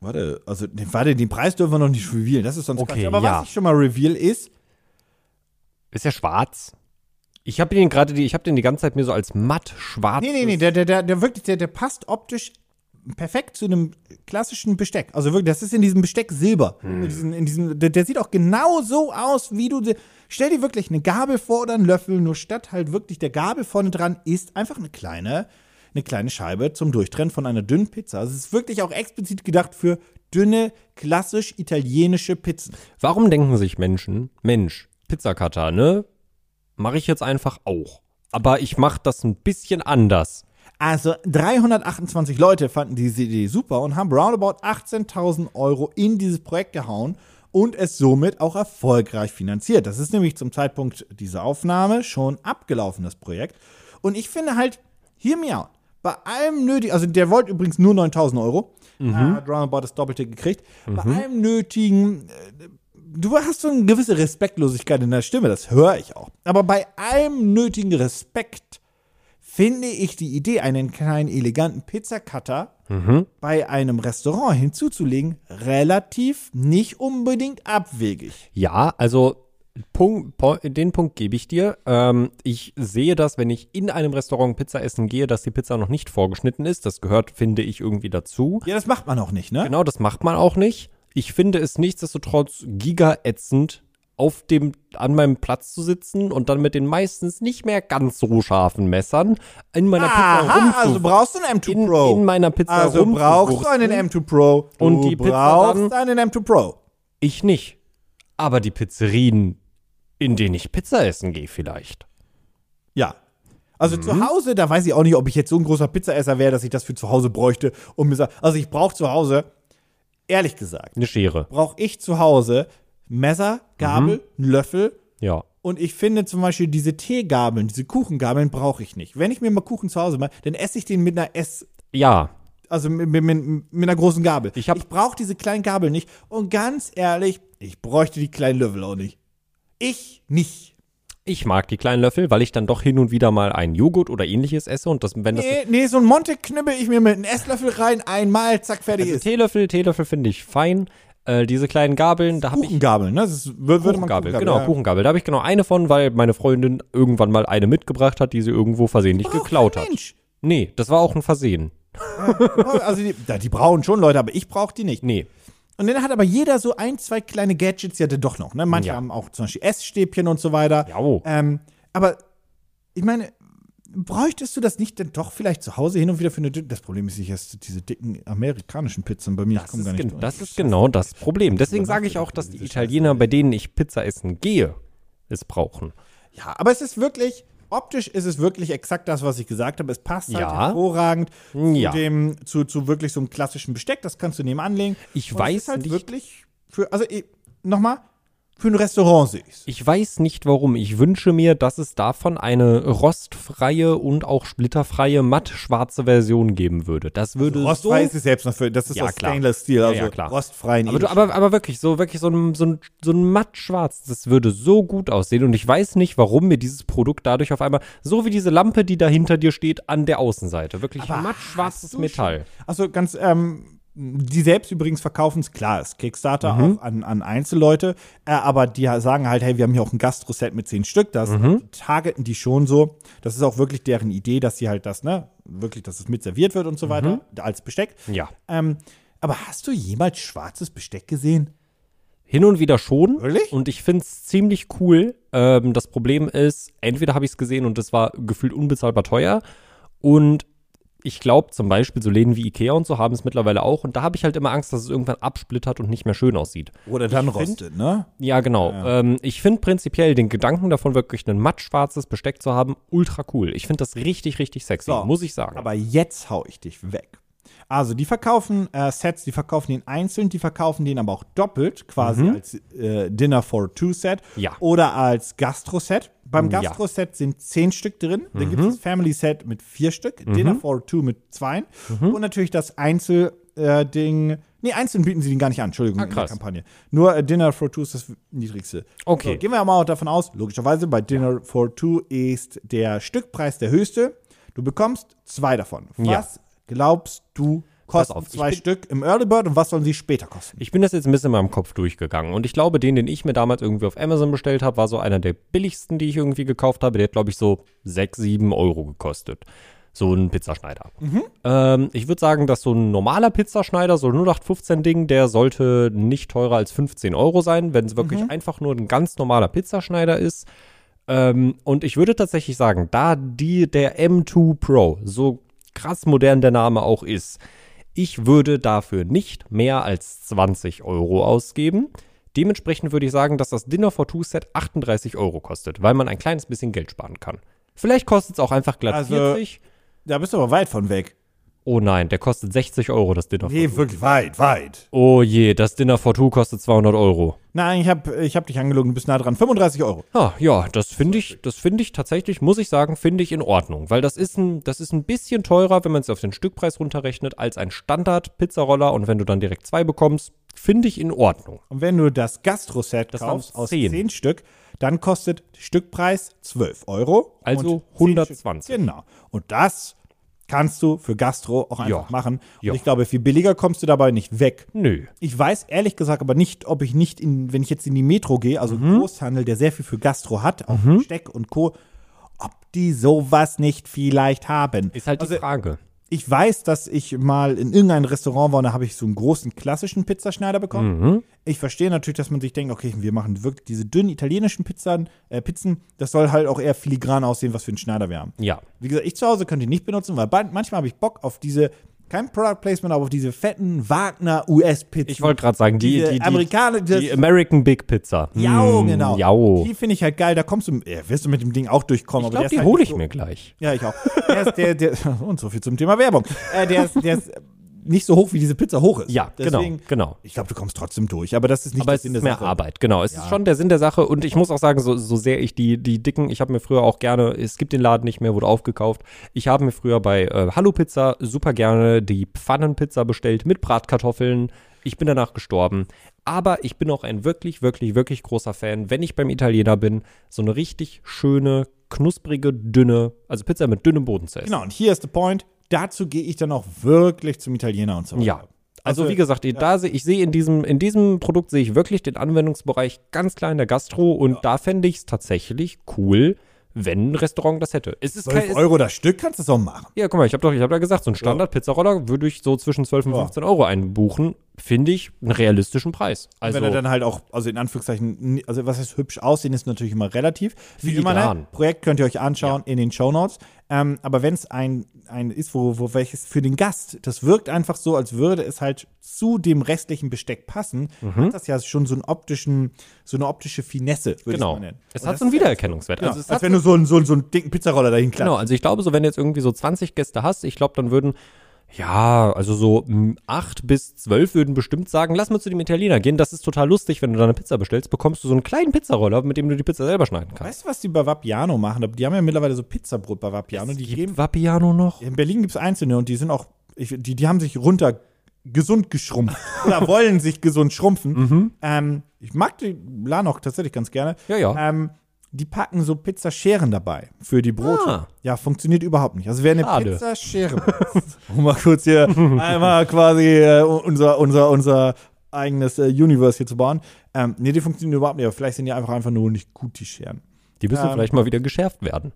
Speaker 3: Warte, also, nee, warte, den Preis dürfen wir noch nicht revealen. Das ist sonst
Speaker 2: Okay,
Speaker 3: Quatsch. Aber
Speaker 2: ja.
Speaker 3: was ich schon mal reveal ist,
Speaker 2: Ist ja schwarz. Ich habe den gerade, die- ich habe den die ganze Zeit mir so als matt schwarz.
Speaker 3: nee, nee, nee, der, der, der, der wirklich, der, der passt optisch perfekt zu einem klassischen Besteck. Also wirklich, das ist in diesem Besteck Silber. In diesem, in diesem, der, der sieht auch genau so aus, wie du. Stell dir wirklich eine Gabel vor oder einen Löffel, nur statt halt wirklich der Gabel vorne dran ist einfach eine kleine, eine kleine Scheibe zum Durchtrennen von einer dünnen Pizza. Also es ist wirklich auch explizit gedacht für dünne, klassisch italienische Pizzen.
Speaker 2: Warum denken sich Menschen, Mensch, Pizzacutter, ne? Mache ich jetzt einfach auch. Aber ich mache das ein bisschen anders.
Speaker 3: Also 328 Leute fanden diese Idee super und haben roundabout 18.000 Euro in dieses Projekt gehauen und es somit auch erfolgreich finanziert. Das ist nämlich zum Zeitpunkt dieser Aufnahme schon abgelaufen, das Projekt. Und ich finde halt, hear me out, bei allem nötigen, also der wollte übrigens nur 9.000 Euro, Ah, hat roundabout das Doppelte gekriegt, bei allem nötigen äh, du hast so eine gewisse Respektlosigkeit in der Stimme, das höre ich auch. Aber bei allem nötigen Respekt finde ich die Idee, einen kleinen eleganten Pizzacutter
Speaker 2: Mhm.
Speaker 3: bei einem Restaurant hinzuzulegen, relativ nicht unbedingt abwegig.
Speaker 2: Ja, also Punkt, po, den Punkt gebe ich dir. Ähm, ich sehe das, wenn ich in einem Restaurant Pizza essen gehe, dass die Pizza noch nicht vorgeschnitten ist. Das gehört, finde ich, irgendwie dazu.
Speaker 3: Ja, das macht man auch nicht, ne?
Speaker 2: Genau, das macht man auch nicht. Ich finde es nichtsdestotrotz gigaätzend, auf dem, an meinem Platz zu sitzen und dann mit den meistens nicht mehr ganz so scharfen Messern in meiner Pizza
Speaker 3: Aha,
Speaker 2: rumzu
Speaker 3: also brauchst du einen M2
Speaker 2: in,
Speaker 3: Pro.
Speaker 2: in meiner Pizza
Speaker 3: also brauchst du
Speaker 2: rumzuwursten.
Speaker 3: einen M2 Pro. Du
Speaker 2: Und die Pizza
Speaker 3: brauchst einen M2 Pro.
Speaker 2: Ich nicht. Aber die Pizzerien, in denen ich Pizza essen gehe, vielleicht.
Speaker 3: Ja. Also
Speaker 2: Mhm.
Speaker 3: zu Hause, da weiß ich auch nicht, ob ich jetzt so ein großer Pizzaesser wäre, dass ich das für zu Hause bräuchte. Und mir sagt, also ich brauche zu Hause, ehrlich gesagt,
Speaker 2: Eine Schere.
Speaker 3: brauche ich zu Hause Messer, Gabel,
Speaker 2: Mhm.
Speaker 3: Löffel.
Speaker 2: Ja.
Speaker 3: Und ich finde zum Beispiel diese Teegabeln, diese Kuchengabeln brauche ich nicht. Wenn ich mir mal Kuchen zu Hause mache, dann esse ich den mit einer Ess,
Speaker 2: Ja,
Speaker 3: also mit, mit, mit, mit einer großen Gabel.
Speaker 2: Ich hab-
Speaker 3: brauche diese kleinen Gabeln nicht. Und ganz ehrlich, ich bräuchte die kleinen Löffel auch nicht. Ich nicht.
Speaker 2: Ich mag die kleinen Löffel, weil ich dann doch hin und wieder mal einen Joghurt oder ähnliches esse und das, wenn das
Speaker 3: Nee, nee, so ein Monte knibbel ich mir mit einem Esslöffel rein, einmal, zack, fertig
Speaker 2: also
Speaker 3: ist.
Speaker 2: Teelöffel, Teelöffel finde ich fein. Äh, diese kleinen Gabeln, da habe ich
Speaker 3: Kuchengabel, ne? Das ist, wür- würde man
Speaker 2: Kuchengabel,
Speaker 3: Kuchengabel,
Speaker 2: genau,
Speaker 3: ja.
Speaker 2: Kuchengabel. Da habe ich genau eine von, weil meine Freundin irgendwann mal eine mitgebracht hat, die sie irgendwo versehentlich geklaut hat.
Speaker 3: Mensch.
Speaker 2: Nee, das war auch ein Versehen.
Speaker 3: Also die, da, die brauchen schon Leute, aber ich brauche die nicht.
Speaker 2: Nee.
Speaker 3: Und dann hat aber jeder so ein, zwei kleine Gadgets ja dann doch noch. Ne? Manche
Speaker 2: Ja.
Speaker 3: haben auch zum Beispiel Essstäbchen und so weiter.
Speaker 2: Jau.
Speaker 3: Ähm, aber ich meine, bräuchtest du das nicht denn doch vielleicht zu Hause hin und wieder für eine. Das Problem ist, ich esse diese dicken amerikanischen Pizzen bei mir. ich
Speaker 2: Das
Speaker 3: komm
Speaker 2: ist,
Speaker 3: gar nicht
Speaker 2: gen-
Speaker 3: durch.
Speaker 2: das ist genau das Problem. Deswegen sage ich auch, dass die Italiener, bei denen ich Pizza essen gehe, es brauchen.
Speaker 3: Ja, aber es ist wirklich. Optisch ist es wirklich exakt das, was ich gesagt habe. Es passt halt
Speaker 2: Ja.
Speaker 3: hervorragend
Speaker 2: Ja.
Speaker 3: zu, dem, zu, zu wirklich so einem klassischen Besteck. Das kannst du nebenan legen.
Speaker 2: Ich
Speaker 3: Und es
Speaker 2: weiß
Speaker 3: ist halt
Speaker 2: nicht-
Speaker 3: wirklich für, also nochmal, für ein Restaurant sehe ich es.
Speaker 2: Ich weiß nicht warum. Ich wünsche mir, dass es davon eine rostfreie und auch splitterfreie mattschwarze Version geben würde. Das würde
Speaker 3: Also Rostfrei
Speaker 2: so
Speaker 3: ist es selbst noch für, das ist
Speaker 2: Ja,
Speaker 3: aus
Speaker 2: klar.
Speaker 3: Stainless Steel,
Speaker 2: Ja,
Speaker 3: also
Speaker 2: ja, klar.
Speaker 3: rostfreien
Speaker 2: Aber, du, aber, aber wirklich, so, wirklich so ein, so, ein, so ein mattschwarz, das würde so gut aussehen. Und ich weiß nicht, warum mir dieses Produkt dadurch auf einmal, so wie diese Lampe, die da hinter dir steht, an der Außenseite. Wirklich mattschwarzes Metall.
Speaker 3: Also ganz, ähm, die selbst übrigens verkaufen es, klar, ist Kickstarter
Speaker 2: Mhm.
Speaker 3: auch an, an Einzelleute, äh, aber die sagen halt, hey, wir haben hier auch ein Gastro-Set mit zehn Stück, das
Speaker 2: Mhm.
Speaker 3: targeten die schon so. Das ist auch wirklich deren Idee, dass sie halt das, ne, wirklich, dass es mit serviert wird und so weiter, als Besteck.
Speaker 2: Mhm. Ja.
Speaker 3: Ähm, aber hast du jemals schwarzes Besteck gesehen?
Speaker 2: Hin und wieder schon.
Speaker 3: Wirklich?
Speaker 2: Und ich finde es ziemlich cool. Ähm, das Problem ist, entweder habe ich es gesehen und es war gefühlt unbezahlbar teuer. Und ich glaube zum Beispiel, so Läden wie Ikea und so haben es mittlerweile auch. Und da habe ich halt immer Angst, dass es irgendwann absplittert und nicht mehr schön aussieht.
Speaker 3: Oder dann rostet, ne?
Speaker 2: Ja, genau. Ähm, ich finde prinzipiell den Gedanken davon, wirklich ein mattschwarzes Besteck zu haben, ultra cool. Ich finde das richtig, richtig sexy,
Speaker 3: So.
Speaker 2: muss ich sagen.
Speaker 3: Aber jetzt hau ich dich weg. Also, die verkaufen äh, Sets, die verkaufen den einzeln, die verkaufen den aber auch doppelt, quasi als äh, Dinner for Two Set
Speaker 2: Mhm. Ja.
Speaker 3: oder als Gastro-Set. Beim
Speaker 2: Ja. Mhm.
Speaker 3: Gastro-Set sind zehn Stück drin, dann gibt es das Family-Set mit vier Stück, Dinner for Two mit zwei
Speaker 2: Mhm.
Speaker 3: und natürlich das Einzel- äh, Ding. Nee, einzeln bieten sie den gar nicht an, Entschuldigung, in der
Speaker 2: Ah, krass.
Speaker 3: Kampagne. Nur äh, Dinner for Two ist das niedrigste.
Speaker 2: Okay.
Speaker 3: So, gehen wir mal davon aus, logischerweise bei Dinner for Two ist der Stückpreis der höchste. Du bekommst zwei davon.
Speaker 2: Ja.
Speaker 3: Was glaubst du kosten
Speaker 2: auf, ich
Speaker 3: zwei
Speaker 2: bin-
Speaker 3: Stück im Early Bird und was sollen sie später kosten?
Speaker 2: ich bin das jetzt ein bisschen in meinem Kopf durchgegangen. Und ich glaube, den, den ich mir damals irgendwie auf Amazon bestellt habe, war so einer der billigsten, die ich irgendwie gekauft habe. Der hat, glaube ich, so 6, 7 Euro gekostet. So ein Pizzaschneider.
Speaker 3: Mhm.
Speaker 2: Ähm, ich würde sagen, dass so ein normaler Pizzaschneider, so ein 0815-Ding, der sollte nicht teurer als 15 Euro sein, wenn es wirklich
Speaker 3: Mhm.
Speaker 2: einfach nur ein ganz normaler Pizzaschneider ist. Ähm, und ich würde tatsächlich sagen, da die, der M2 Pro, so krass modern der Name auch ist, ich würde dafür nicht mehr als 20 Euro ausgeben. Dementsprechend würde ich sagen, dass das Dinner for Two Set 38 Euro kostet, weil man ein kleines bisschen Geld sparen kann. Vielleicht kostet es auch einfach glatt
Speaker 3: Also-
Speaker 2: 40.
Speaker 3: Da bist du aber weit von weg.
Speaker 2: Oh nein, der kostet 60 Euro, das Dinner for Two.
Speaker 3: Nee, wirklich weit, weit.
Speaker 2: Oh je, das Dinner for Two kostet 200 Euro.
Speaker 3: Nein, ich habe ich hab dich angelogen, du bist nah dran. 35 Euro.
Speaker 2: Ah, ja, das finde ich, das finde ich tatsächlich, muss ich sagen, finde ich in Ordnung, weil das ist ein, das ist ein bisschen teurer, wenn man es auf den Stückpreis runterrechnet, als ein Standard-Pizzaroller und wenn du dann direkt zwei bekommst, finde ich in Ordnung.
Speaker 3: Und wenn du das Gastro-Set
Speaker 2: waren
Speaker 3: kaufst aus
Speaker 2: zehn.
Speaker 3: 10 Stück, dann kostet Stückpreis 12 Euro.
Speaker 2: Also
Speaker 3: Und zehn
Speaker 2: 120.
Speaker 3: Stück- Genau. Und das kannst du für Gastro auch
Speaker 2: Ja.
Speaker 3: einfach machen. Und
Speaker 2: Ja.
Speaker 3: ich glaube, viel billiger kommst du dabei nicht weg.
Speaker 2: Nö.
Speaker 3: Ich weiß ehrlich gesagt aber nicht, ob ich nicht, in, wenn ich jetzt in die Metro gehe, also
Speaker 2: Mhm.
Speaker 3: im Großhandel, der sehr viel für Gastro hat, auch Steck und Co., ob die sowas nicht vielleicht haben.
Speaker 2: Ist halt
Speaker 3: also,
Speaker 2: die Frage.
Speaker 3: ich weiß, dass ich mal in irgendein Restaurant war und da habe ich so einen großen klassischen Pizzaschneider bekommen.
Speaker 2: Mhm.
Speaker 3: Ich verstehe natürlich, dass man sich denkt, okay, wir machen wirklich diese dünnen italienischen Pizzen, äh, Pizzen. Das soll halt auch eher filigran aussehen, was für einen Schneider wir haben.
Speaker 2: Ja.
Speaker 3: Wie gesagt, ich zu Hause könnte ihn nicht benutzen, weil ban- manchmal habe ich Bock auf diese, kein Product Placement, aber auf diese fetten Wagner US-Pizzen.
Speaker 2: Ich wollte gerade sagen, die,
Speaker 3: Diese
Speaker 2: die, die,
Speaker 3: Amerikaner, das-
Speaker 2: die American Big Pizza. Hm,
Speaker 3: Jau, genau.
Speaker 2: Jau.
Speaker 3: Die finde ich halt geil. Da kommst du, ja, wirst du mit dem Ding auch
Speaker 2: Ich
Speaker 3: durchkommen. aber der
Speaker 2: glaube,
Speaker 3: ist
Speaker 2: die
Speaker 3: halt
Speaker 2: hole
Speaker 3: nicht
Speaker 2: ich
Speaker 3: so-
Speaker 2: mir gleich.
Speaker 3: Ja, ich auch. Der ist, der, der, und so viel zum Thema Werbung. Äh, der ist, der ist äh, nicht so hoch, wie diese Pizza hoch ist.
Speaker 2: Ja, genau,
Speaker 3: Deswegen,
Speaker 2: genau.
Speaker 3: Ich glaube, du kommst trotzdem durch, aber das ist nicht
Speaker 2: Aber
Speaker 3: das
Speaker 2: es
Speaker 3: Sinn
Speaker 2: ist mehr
Speaker 3: der Sache.
Speaker 2: Arbeit, genau. Es ist schon der Sinn der Sache und ich muss auch sagen, so, so sehr ich die, die dicken, ich habe mir früher auch gerne, es gibt den Laden nicht mehr, wurde aufgekauft. Ich habe mir früher bei äh, Hallo Pizza super gerne die Pfannenpizza bestellt mit Bratkartoffeln. Ich bin danach gestorben. Aber ich bin auch ein wirklich, wirklich, wirklich großer Fan, wenn ich beim Italiener bin, so eine richtig schöne, knusprige, dünne, also Pizza mit dünnem Boden zu essen.
Speaker 3: Genau, und hier ist der Point. Dazu gehe ich dann auch wirklich zum Italiener und so weiter.
Speaker 2: Ja. Also,
Speaker 4: Also,
Speaker 2: wie gesagt, da sehe ich sehe in diesem, in diesem Produkt sehe ich wirklich den Anwendungsbereich ganz klar in der Gastro und da fände ich es tatsächlich cool, wenn ein Restaurant das hätte. Es ist kein,
Speaker 3: 12
Speaker 2: es,
Speaker 3: Euro das Stück kannst du es auch machen.
Speaker 2: ja, guck mal, ich habe doch, ich habe da gesagt, so einen Standard-Pizzaroller würde ich so zwischen 12 und
Speaker 3: Ja.
Speaker 2: 15 Euro einbuchen, finde ich einen realistischen Preis. Also
Speaker 3: wenn er dann halt auch, also in Anführungszeichen, ni- also was heißt hübsch aussehen, ist natürlich immer relativ. Wie immer,
Speaker 2: Filigran.
Speaker 3: ne? Projekt könnt ihr euch anschauen in den Shownotes. Ähm, aber wenn es ein, ein ist, wo, wo welches für den Gast, das wirkt einfach so, als würde es halt zu dem restlichen Besteck passen,
Speaker 2: Mhm.
Speaker 3: hat das ja schon so einen optischen, so eine optische Finesse, würde ich
Speaker 2: genau.
Speaker 3: mal nennen.
Speaker 2: Es
Speaker 3: Und
Speaker 2: hat
Speaker 3: das
Speaker 2: so einen
Speaker 3: ist ja-
Speaker 2: Wiedererkennungswert.
Speaker 3: Ja,
Speaker 2: Also es
Speaker 3: als
Speaker 2: hat
Speaker 3: wenn du so einen, so, einen- so einen dicken Pizzaroller dahin klappst.
Speaker 2: Genau, also ich glaube, so wenn du jetzt irgendwie so 20 Gäste hast, ich glaube, dann würden, ja, also so mm, acht bis zwölf würden bestimmt sagen, lass mal zu dem Italiener gehen. Das ist total lustig, wenn du da eine Pizza bestellst, bekommst du so einen kleinen Pizzaroller, mit dem du die Pizza selber schneiden kannst.
Speaker 3: Weißt du, was die Bavapiano machen? Die haben ja mittlerweile so Pizzabrot Bavapiano. Die geben,
Speaker 2: Vapiano noch?
Speaker 3: in Berlin gibt es einzelne und die sind auch, ich, die, die haben sich runter gesund geschrumpft oder wollen sich gesund schrumpfen.
Speaker 2: Mhm.
Speaker 3: Ähm, ich mag die Lanok tatsächlich ganz gerne.
Speaker 2: Ja, ja.
Speaker 3: Ähm, die packen so Pizzascheren dabei für die Brote.
Speaker 2: Ah.
Speaker 3: Ja, funktioniert überhaupt nicht. Also wer eine
Speaker 2: Schade.
Speaker 3: Pizzaschere besitzt, um mal kurz hier einmal quasi äh, unser, unser, unser eigenes äh, Universe hier zu bauen. Ähm, nee, die funktionieren überhaupt nicht. Aber vielleicht sind die einfach, einfach nur nicht gut, die Scheren.
Speaker 2: Die müssen
Speaker 3: ähm,
Speaker 2: vielleicht mal wieder geschärft werden.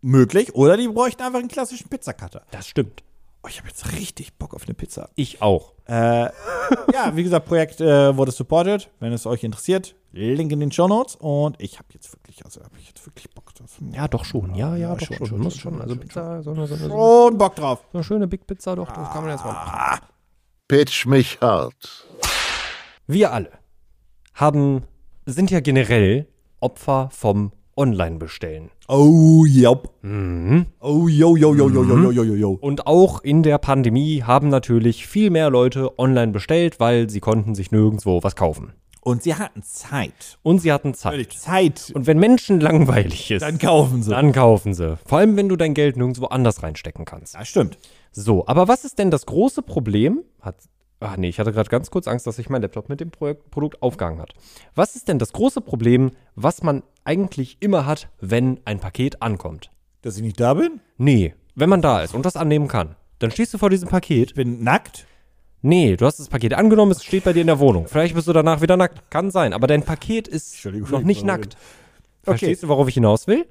Speaker 3: Möglich. Oder die bräuchten einfach einen klassischen Pizzacutter.
Speaker 2: Das stimmt.
Speaker 3: Oh, ich habe jetzt richtig Bock auf eine Pizza.
Speaker 2: Ich auch.
Speaker 3: Äh, ja, wie gesagt, Projekt äh, wurde supported. Wenn es euch interessiert, Link in den Show Notes. Und ich habe jetzt wirklich, also habe ich jetzt wirklich Bock drauf.
Speaker 2: Ja, doch schon. Ja, ja, doch schon.
Speaker 3: schon, schon,
Speaker 2: Muss
Speaker 3: schon,
Speaker 2: schon. Also
Speaker 3: schon,
Speaker 2: Pizza, so eine, so eine, so eine,
Speaker 3: Und Bock drauf.
Speaker 2: so eine schöne Big Pizza, doch, das kann man jetzt mal machen.
Speaker 1: Pitch mich hart.
Speaker 3: Ah.
Speaker 2: Wir alle haben, sind ja generell Opfer vom Online-Bestellen.
Speaker 3: Oh, yep.
Speaker 2: Mhm.
Speaker 3: Oh, yo, yo, yo, yo, yo, yo, yo, yo, yo.
Speaker 2: Und auch in der Pandemie haben natürlich viel mehr Leute online bestellt, weil sie konnten sich nirgendwo was kaufen.
Speaker 3: Und sie hatten Zeit.
Speaker 2: Und sie hatten Zeit.
Speaker 3: Zeit. um
Speaker 2: Und wenn Menschen langweilig ist,
Speaker 3: Dann kaufen sie.
Speaker 2: dann kaufen sie. Vor allem, wenn du dein Geld nirgendwo anders reinstecken kannst.
Speaker 3: Ja, stimmt.
Speaker 2: So, aber was ist denn das große Problem? Hat, ach nee, ich hatte gerade ganz kurz Angst, dass sich mein Laptop mit dem Projekt, Produkt aufgehangen hat. Was ist denn das große Problem, was man eigentlich immer hat, wenn ein Paket ankommt?
Speaker 3: Dass ich nicht da bin?
Speaker 2: Nee, wenn man da ist und das annehmen kann. Dann stehst du vor diesem Paket
Speaker 3: Bin nackt?
Speaker 2: Nee, du hast das Paket angenommen, es steht bei dir in der Wohnung. Vielleicht bist du danach wieder nackt. Kann sein. Aber dein Paket ist
Speaker 3: Entschuldigung,
Speaker 2: noch nicht
Speaker 3: ich war
Speaker 2: nackt. Verstehst du, worauf ich hinaus will?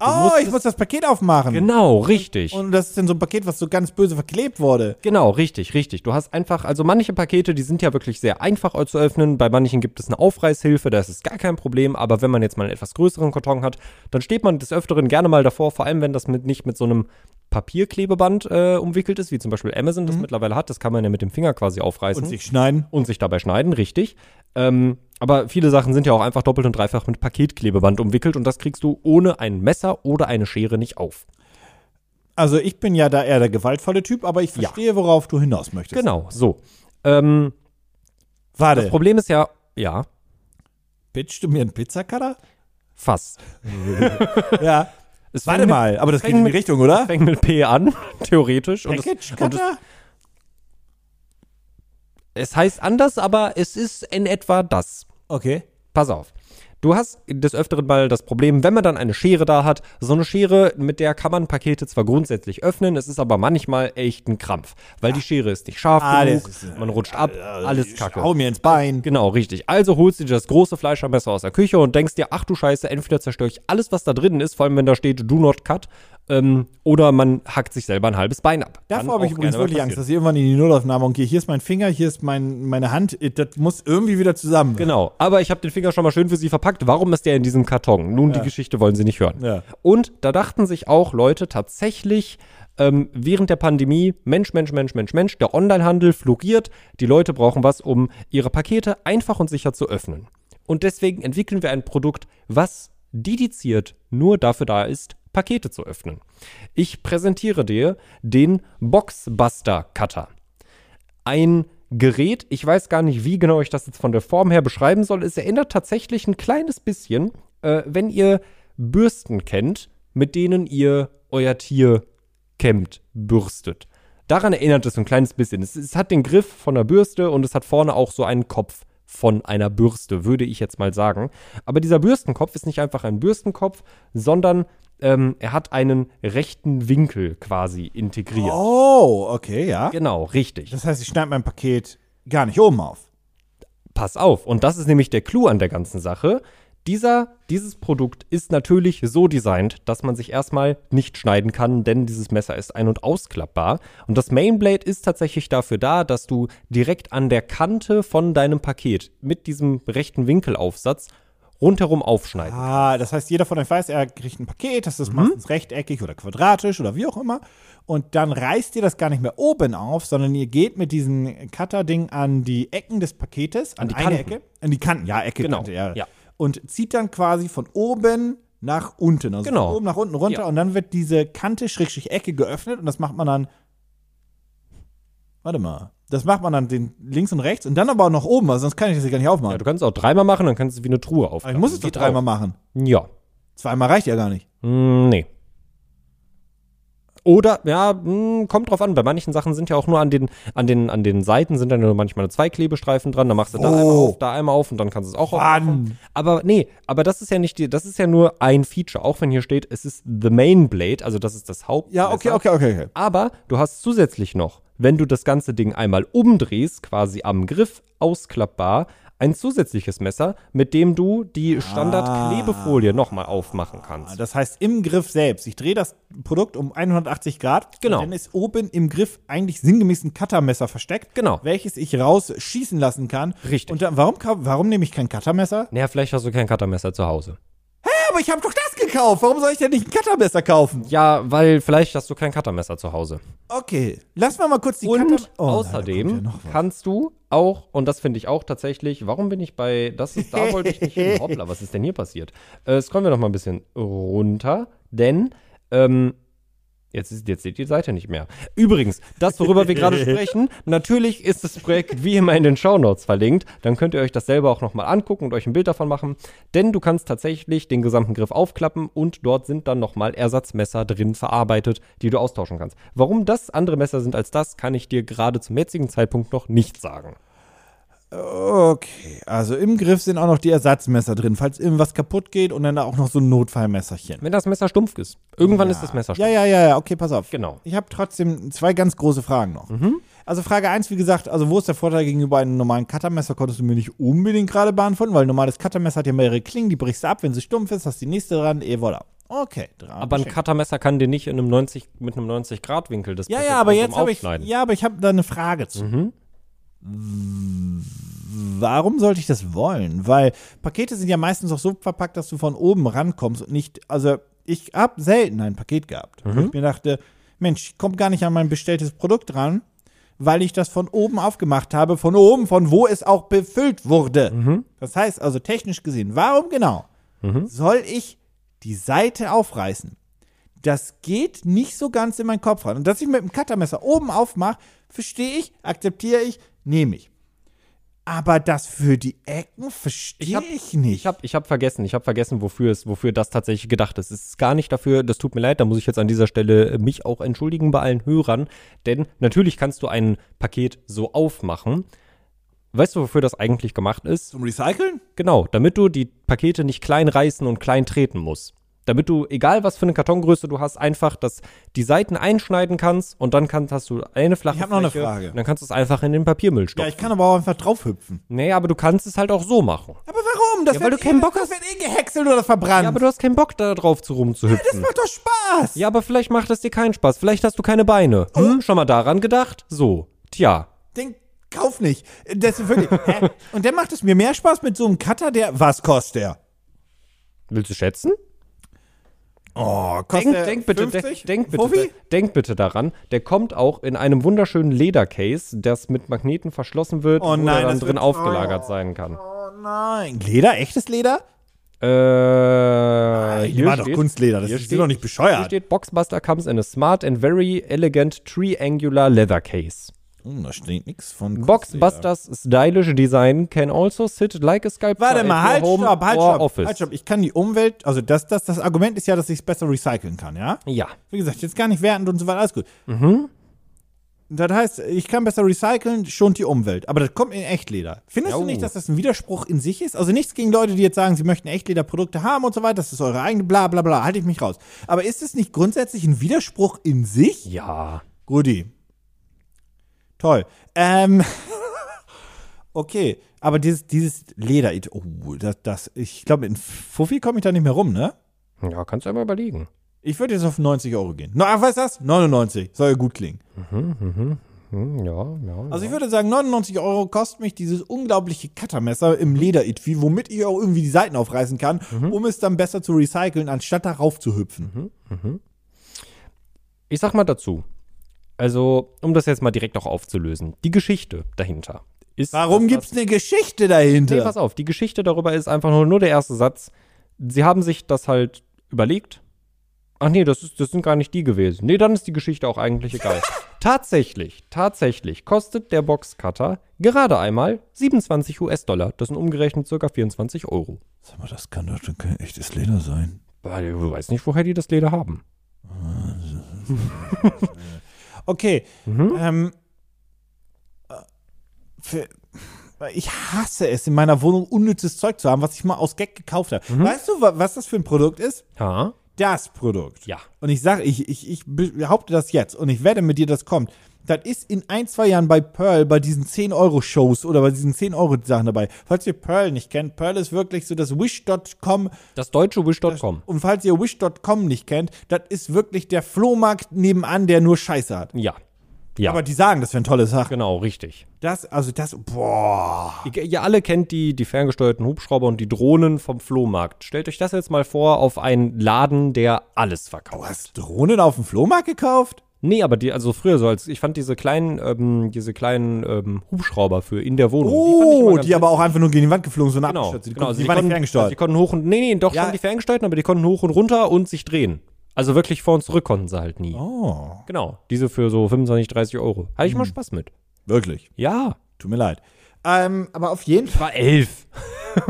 Speaker 3: Oh, ich muss das Paket aufmachen.
Speaker 2: Genau, richtig.
Speaker 3: Und das ist dann so ein Paket, was so ganz böse verklebt wurde.
Speaker 2: Genau, richtig, richtig. Du hast einfach, also manche Pakete, die sind ja wirklich sehr einfach zu öffnen. Bei manchen gibt es eine Aufreißhilfe, da ist es gar kein Problem. Aber wenn man jetzt mal einen etwas größeren Karton hat, dann steht man des Öfteren gerne mal davor, vor allem wenn das mit, nicht mit so einem Papierklebeband äh, umwickelt ist, wie zum Beispiel Amazon das mittlerweile hat. Das kann man ja mit dem Finger quasi aufreißen.
Speaker 3: Und sich schneiden.
Speaker 2: Mhm. und sich dabei schneiden, richtig. Ähm, aber viele Sachen sind ja auch einfach doppelt und dreifach mit Paketklebeband umwickelt und das kriegst du ohne ein Messer oder eine Schere nicht auf.
Speaker 3: Also ich bin ja da eher der gewaltvolle Typ, aber ich verstehe, worauf du hinaus möchtest.
Speaker 2: Genau, so. Ähm, das
Speaker 3: Warte,
Speaker 2: Problem ist ja, ja,
Speaker 3: pitchst du mir einen Pizzacutter?
Speaker 2: fast.
Speaker 3: ja.
Speaker 2: Es
Speaker 3: Warte
Speaker 2: fängt
Speaker 3: mal, aber das geht
Speaker 2: fängt
Speaker 3: in die
Speaker 2: mit-
Speaker 3: Richtung, oder?
Speaker 2: Mit, fängt mit P an, theoretisch. Und es,
Speaker 3: Package
Speaker 2: und es,
Speaker 3: Cutter?
Speaker 2: es heißt anders, aber es ist in etwa das.
Speaker 3: Okay.
Speaker 2: Pass auf. Du hast des Öfteren mal das Problem, wenn man dann eine Schere da hat, so eine Schere, mit der kann man Pakete zwar grundsätzlich öffnen, es ist aber manchmal echt ein Krampf, weil die Schere ist nicht scharf
Speaker 3: Alles äh,
Speaker 2: genug, man rutscht ab, alles kacke.
Speaker 3: Hau mir ins Bein.
Speaker 2: Genau, richtig. Also holst du dir das große Fleischermesser aus der Küche und denkst dir, ach du Scheiße, entweder zerstöre ich alles, was da drinnen ist, vor allem wenn da steht Do not cut, ähm, oder man hackt sich selber ein halbes Bein ab. Kann
Speaker 3: Davor habe ich
Speaker 2: auch
Speaker 3: übrigens
Speaker 2: gerne mal
Speaker 3: wirklich Angst,
Speaker 2: passieren.
Speaker 3: dass ich irgendwann in die Nullaufnahme und gehe. Hier ist mein Finger, hier ist mein, meine Hand. Äh, Das muss irgendwie wieder zusammen.
Speaker 2: Genau, aber ich habe den Finger schon mal schön für Sie verpackt. Warum ist der in diesem Karton? Nun, die Geschichte wollen Sie nicht hören.
Speaker 3: Ja.
Speaker 2: Und da dachten sich auch Leute tatsächlich ähm, während der Pandemie, Mensch, Mensch, Mensch, Mensch, Mensch, der Onlinehandel floriert, die Leute brauchen was, um ihre Pakete einfach und sicher zu öffnen. Und deswegen entwickeln wir ein Produkt, was dediziert nur dafür da ist, Pakete zu öffnen. Ich präsentiere dir den Boxbuster Cutter ein Gerät. Ich weiß gar nicht, wie genau ich das jetzt von der Form her beschreiben soll. Es erinnert tatsächlich ein kleines bisschen, äh, wenn ihr Bürsten kennt, mit denen ihr euer Tier kämmt, bürstet. Daran erinnert es so ein kleines bisschen. Es, es hat den Griff von der Bürste und es hat vorne auch so einen Kopf von einer Bürste, würde ich jetzt mal sagen. Aber dieser Bürstenkopf ist nicht einfach ein Bürstenkopf, sondern ähm, er hat einen rechten Winkel quasi integriert.
Speaker 3: Oh, okay, ja.
Speaker 2: Genau, richtig.
Speaker 3: Das heißt, ich schneide mein Paket gar nicht oben auf.
Speaker 2: Pass auf, und das ist nämlich der Clou an der ganzen Sache. Dieser, dieses Produkt ist natürlich so designt, dass man sich erstmal nicht schneiden kann, denn dieses Messer ist ein- und ausklappbar. Und das Mainblade ist tatsächlich dafür da, dass du direkt an der Kante von deinem Paket mit diesem rechten Winkelaufsatz rundherum aufschneiden.
Speaker 3: Ah, das heißt, jeder von euch weiß, er kriegt ein Paket, das
Speaker 2: Mhm.
Speaker 3: ist meistens rechteckig oder quadratisch oder wie auch immer. Und dann reißt ihr das gar nicht mehr oben auf, sondern ihr geht mit diesem Cutter-Ding an die Ecken des Paketes, an,
Speaker 2: die
Speaker 3: eine
Speaker 2: Kanten.
Speaker 3: Ecke. An die Kanten, ja, Ecke,
Speaker 2: Genau,
Speaker 3: Kante, ja.
Speaker 2: ja.
Speaker 3: Und zieht dann quasi von oben nach unten. Also
Speaker 2: Genau.
Speaker 3: von oben nach unten runter
Speaker 2: Ja.
Speaker 3: und dann wird diese Kante, Schrägstrich, Ecke geöffnet und das macht man dann. Warte mal. Das macht man dann den links und rechts und dann aber auch noch oben, weil sonst kann ich das hier gar nicht aufmachen.
Speaker 2: Ja, du kannst es auch dreimal machen, dann kannst du es wie eine Truhe
Speaker 3: Aber
Speaker 2: aufklappen.
Speaker 3: Ah, ich muss es doch
Speaker 2: Geht
Speaker 3: dreimal
Speaker 2: auch.
Speaker 3: machen.
Speaker 2: Ja.
Speaker 3: Zweimal reicht ja gar nicht.
Speaker 2: Mm, Nee. Oder, ja, mm, kommt drauf an. Bei manchen Sachen sind ja auch nur an den, an den, an den Seiten sind dann nur manchmal zwei Klebestreifen dran. Dann machst du da
Speaker 3: Oh.
Speaker 2: einmal auf, da einmal auf und dann kannst du es auch aufmachen.
Speaker 3: Mann.
Speaker 2: Aber nee, aber das ist ja nicht die, das ist ja nur ein Feature. Auch wenn hier steht, es ist the main blade, also das ist das Haupt.
Speaker 3: Ja, okay, okay, okay, okay.
Speaker 2: Aber du hast zusätzlich noch, wenn du das ganze Ding einmal umdrehst, quasi am Griff ausklappbar, ein zusätzliches Messer, mit dem du
Speaker 3: Ah.
Speaker 2: die Standardklebefolie nochmal aufmachen kannst.
Speaker 3: Das heißt, im Griff selbst. Ich drehe das Produkt um 180 Grad.
Speaker 2: Genau.
Speaker 3: Und Dann ist oben im Griff eigentlich sinngemäß ein Cuttermesser versteckt.
Speaker 2: Genau.
Speaker 3: Welches ich rausschießen lassen kann.
Speaker 2: Richtig.
Speaker 3: Und dann, warum, ka- warum nehme ich kein Cuttermesser?
Speaker 2: Naja, vielleicht hast du kein Cuttermesser zu Hause.
Speaker 3: Aber ich habe doch das gekauft. Warum soll ich denn nicht ein Cuttermesser kaufen?
Speaker 2: Ja, weil vielleicht hast du kein Cuttermesser zu Hause.
Speaker 3: Okay. Lass mal mal kurz die
Speaker 2: Und
Speaker 3: Cutter- Oh, nein, da
Speaker 2: außerdem
Speaker 3: kommt ja noch was.
Speaker 2: kannst du auch, und das finde ich auch tatsächlich, warum bin ich bei, das ist, da wollte ich nicht hin. Hoppla, was ist denn hier passiert? Äh, scrollen wir noch mal ein bisschen runter, denn, ähm, Jetzt, ist, jetzt seht ihr die Seite nicht mehr. Übrigens, das, worüber wir gerade sprechen, natürlich ist das Projekt wie immer in den Shownotes verlinkt. Dann könnt ihr euch das selber auch nochmal angucken und euch ein Bild davon machen. Denn du kannst tatsächlich den gesamten Griff aufklappen und dort sind dann nochmal Ersatzmesser drin verarbeitet, die du austauschen kannst. Warum das andere Messer sind als das, kann ich dir gerade zum jetzigen Zeitpunkt noch nicht sagen.
Speaker 3: Okay. Also im Griff sind auch noch die Ersatzmesser drin, falls irgendwas kaputt geht und dann da auch noch so ein Notfallmesserchen.
Speaker 2: Wenn das Messer stumpf ist. Irgendwann ist das Messer stumpf.
Speaker 3: Ja, ja, ja, ja, okay, pass auf.
Speaker 2: Genau. Mhm.
Speaker 3: Ich habe trotzdem zwei ganz große Fragen noch. Also Frage eins, wie gesagt, also wo ist der Vorteil gegenüber einem normalen Cuttermesser, konntest du mir nicht unbedingt gerade beantworten, weil ein normales Cuttermesser hat ja mehrere Klingen, die brichst du ab, wenn sie stumpf ist, hast die nächste dran, eh, voilà. Okay, dran.
Speaker 2: Aber ein Cuttermesser kann dir nicht in einem 90, mit einem 90-Grad-Winkel das
Speaker 3: ja,
Speaker 2: perfekt
Speaker 3: ja, aber
Speaker 2: rundum
Speaker 3: jetzt habe ich,
Speaker 2: aufschneiden.
Speaker 3: ja, aber ich habe da eine Frage zu. Warum sollte ich das wollen? Weil Pakete sind ja meistens auch so verpackt, dass du von oben rankommst und nicht, also ich habe selten ein Paket gehabt. wo Ich mir dachte, Mensch, ich komme gar nicht an mein bestelltes Produkt ran, weil ich das von oben aufgemacht habe, von oben, von wo es auch befüllt wurde. Das heißt also technisch gesehen, warum genau
Speaker 2: Hm?
Speaker 3: soll ich die Seite aufreißen? das geht nicht so ganz in meinen Kopf rein. Und dass ich mit dem Cuttermesser oben aufmache, verstehe ich, akzeptiere ich, nehme ich. Aber das für die Ecken
Speaker 2: Ich
Speaker 3: verstehe
Speaker 2: hab-
Speaker 3: ich, nicht.
Speaker 2: Ich habe ich hab vergessen, ich habe vergessen, wofür es, wofür das tatsächlich gedacht ist. Es ist gar nicht dafür, das tut mir leid, da muss ich jetzt an dieser Stelle äh, mich auch entschuldigen bei allen Hörern, denn natürlich kannst du ein Paket so aufmachen. Weißt du, wofür das eigentlich gemacht ist?
Speaker 3: Zum Recyceln?
Speaker 2: Genau, damit du die Pakete nicht klein reißen und klein treten musst. Damit du, egal was für eine Kartongröße du hast, einfach das, die Seiten einschneiden kannst und dann kannst, hast du eine flache
Speaker 3: Ich hab noch eine
Speaker 2: Fläche,
Speaker 3: Frage.
Speaker 2: und Dann kannst du es einfach in den Papiermüll
Speaker 3: Ja,
Speaker 2: stopfen.
Speaker 3: ich kann aber auch einfach draufhüpfen.
Speaker 2: nee, aber du kannst es halt auch so machen.
Speaker 3: Aber warum? Das
Speaker 2: Ja, weil
Speaker 3: wird
Speaker 2: du keinen
Speaker 3: eh-
Speaker 2: Bock
Speaker 3: Das wird eh gehäckselt oder verbrannt.
Speaker 2: Ja, aber du hast keinen Bock da drauf zu rumzuhüpfen.
Speaker 3: macht doch Spaß.
Speaker 2: Ja, aber vielleicht macht es dir keinen Spaß. Vielleicht hast du keine Beine.
Speaker 3: Oh.
Speaker 2: Hm? Schon mal daran gedacht? So. Tja.
Speaker 3: Den kauf nicht. Das ist wirklich, hä? Und dann macht es mir mehr Spaß mit so einem Cutter, der, was kostet der?
Speaker 2: Willst du schätzen?
Speaker 3: Oh,
Speaker 2: Denk,
Speaker 3: kostet der
Speaker 2: denk bitte,
Speaker 3: 50?
Speaker 2: denk, denk, bitte
Speaker 3: Profi?
Speaker 2: denk bitte daran. Der kommt auch in einem wunderschönen Ledercase, das mit Magneten verschlossen wird
Speaker 3: Oh
Speaker 2: und
Speaker 3: nein,
Speaker 2: dann
Speaker 3: das
Speaker 2: drin
Speaker 3: wird-
Speaker 2: aufgelagert sein kann.
Speaker 3: Oh nein. Leder? Echtes Leder?
Speaker 2: Äh,
Speaker 3: Hier war doch Kunstleder, das
Speaker 2: hier
Speaker 3: ist
Speaker 2: steht-
Speaker 3: doch nicht
Speaker 2: Hier
Speaker 3: bescheuert.
Speaker 2: steht, Boxbuster comes in a smart and very elegant triangular leather case.
Speaker 3: Hm, da steht nichts von
Speaker 2: Boxbusters stylish design can also sit like a sculpture
Speaker 3: Warte
Speaker 2: at
Speaker 3: mal,
Speaker 2: your
Speaker 3: halt,
Speaker 2: home
Speaker 3: stopp, halt,
Speaker 2: or
Speaker 3: stopp,
Speaker 2: office.
Speaker 3: halt, stopp. Ich kann die Umwelt, also das, das, das Argument ist ja, dass ich es besser recyceln kann, ja?
Speaker 2: Ja.
Speaker 3: Wie gesagt, jetzt gar nicht wertend und so weiter, alles gut. Das heißt, ich kann besser recyceln, schont die Umwelt. Aber das kommt in Echtleder. Findest
Speaker 2: Jau.
Speaker 3: du nicht, dass das ein Widerspruch in sich ist? Also nichts gegen Leute, die jetzt sagen, sie möchten Echtlederprodukte haben und so weiter, das ist eure eigene, bla bla bla, halte ich mich raus. Aber ist es nicht grundsätzlich ein Widerspruch in sich?
Speaker 2: Ja.
Speaker 3: Rudi. Toll. Ähm, okay, aber dieses, dieses Leder, oh, das, das, ich glaube, in Fuffi komme ich da nicht mehr rum, ne?
Speaker 2: Ja, kannst du einmal überlegen.
Speaker 3: Ich würde jetzt auf 90 Euro gehen. Na, was ist das? 99. Soll ja gut klingen.
Speaker 2: Hm, ja, ja.
Speaker 3: Also ich würde sagen, 99 Euro kostet mich dieses unglaubliche Cuttermesser im Lederetui, womit ich auch irgendwie die Seiten aufreißen kann,
Speaker 2: Mhm.
Speaker 3: um es dann besser zu recyceln, anstatt darauf zu hüpfen.
Speaker 2: ich sag mal dazu. Also, um das jetzt mal direkt auch aufzulösen. Die Geschichte dahinter ist.
Speaker 3: Warum
Speaker 2: dass das-
Speaker 3: gibt's eine Geschichte dahinter?
Speaker 2: Nee, pass auf, die Geschichte darüber ist einfach nur, nur der erste Satz. Sie haben sich das halt überlegt. Ach nee, das, ist, das sind gar nicht die gewesen. Nee, dann ist die Geschichte auch eigentlich egal. tatsächlich, tatsächlich kostet der Boxcutter gerade einmal 27 US-Dollar. Das sind umgerechnet circa 24 Euro.
Speaker 3: Sag mal, das kann doch kein echtes Leder sein.
Speaker 2: Weil Ich weiß nicht, woher die das Leder haben.
Speaker 3: Okay. Ähm, äh, für, ich hasse es, in meiner Wohnung unnützes Zeug zu haben, was ich mal aus Gag gekauft habe. Weißt du, wa- was das für ein Produkt ist?
Speaker 2: Ja.
Speaker 3: Das Produkt.
Speaker 2: Ja.
Speaker 3: Und ich sage, ich, ich, ich behaupte das jetzt und ich wette mit dir, das kommt. Das ist in ein, zwei Jahren bei Pearl, bei diesen 10-Euro-Shows oder bei diesen 10-Euro-Sachen dabei. Falls ihr Pearl nicht kennt, Pearl ist wirklich so das Wish.com
Speaker 2: Das deutsche Wish.com.
Speaker 3: und falls ihr Wish.com nicht kennt, das ist wirklich der Flohmarkt nebenan, der nur Scheiße hat.
Speaker 2: Ja. Ja.
Speaker 3: Aber die sagen, das wäre eine tolle Sache.
Speaker 2: genau, richtig.
Speaker 3: Das, also das, boah.
Speaker 2: Ihr, ihr alle kennt die, die ferngesteuerten Hubschrauber und die Drohnen vom Flohmarkt. Stellt euch das jetzt mal vor auf einen Laden, der alles verkauft.
Speaker 3: Hast Drohnen auf dem Flohmarkt gekauft?
Speaker 2: Nee, aber die, also früher so als, ich fand diese kleinen, ähm, diese kleinen ähm, Hubschrauber für in der Wohnung. die fand ich immer
Speaker 3: Oh,
Speaker 2: ganz
Speaker 3: die, aber auch einfach nur gegen die Wand geflogen, so eine
Speaker 2: Genau,
Speaker 3: Abschütze. Die,
Speaker 2: genau
Speaker 3: konnten-
Speaker 2: also
Speaker 3: die, waren nicht
Speaker 2: also die
Speaker 3: ferngesteuert.
Speaker 2: konnten hoch und, nee, nee, doch
Speaker 3: Ja.
Speaker 2: schon die ferngesteuerten, aber die konnten hoch und runter und sich drehen. Also wirklich vor und zurück konnten sie halt nie.
Speaker 3: Oh, Hm.
Speaker 2: Genau, diese für so 25, 30 Euro. Hatte ich mal Spaß mit.
Speaker 3: wirklich.
Speaker 2: Ja,
Speaker 3: Tut mir leid. Ähm, aber auf jeden Fall.
Speaker 2: war elf.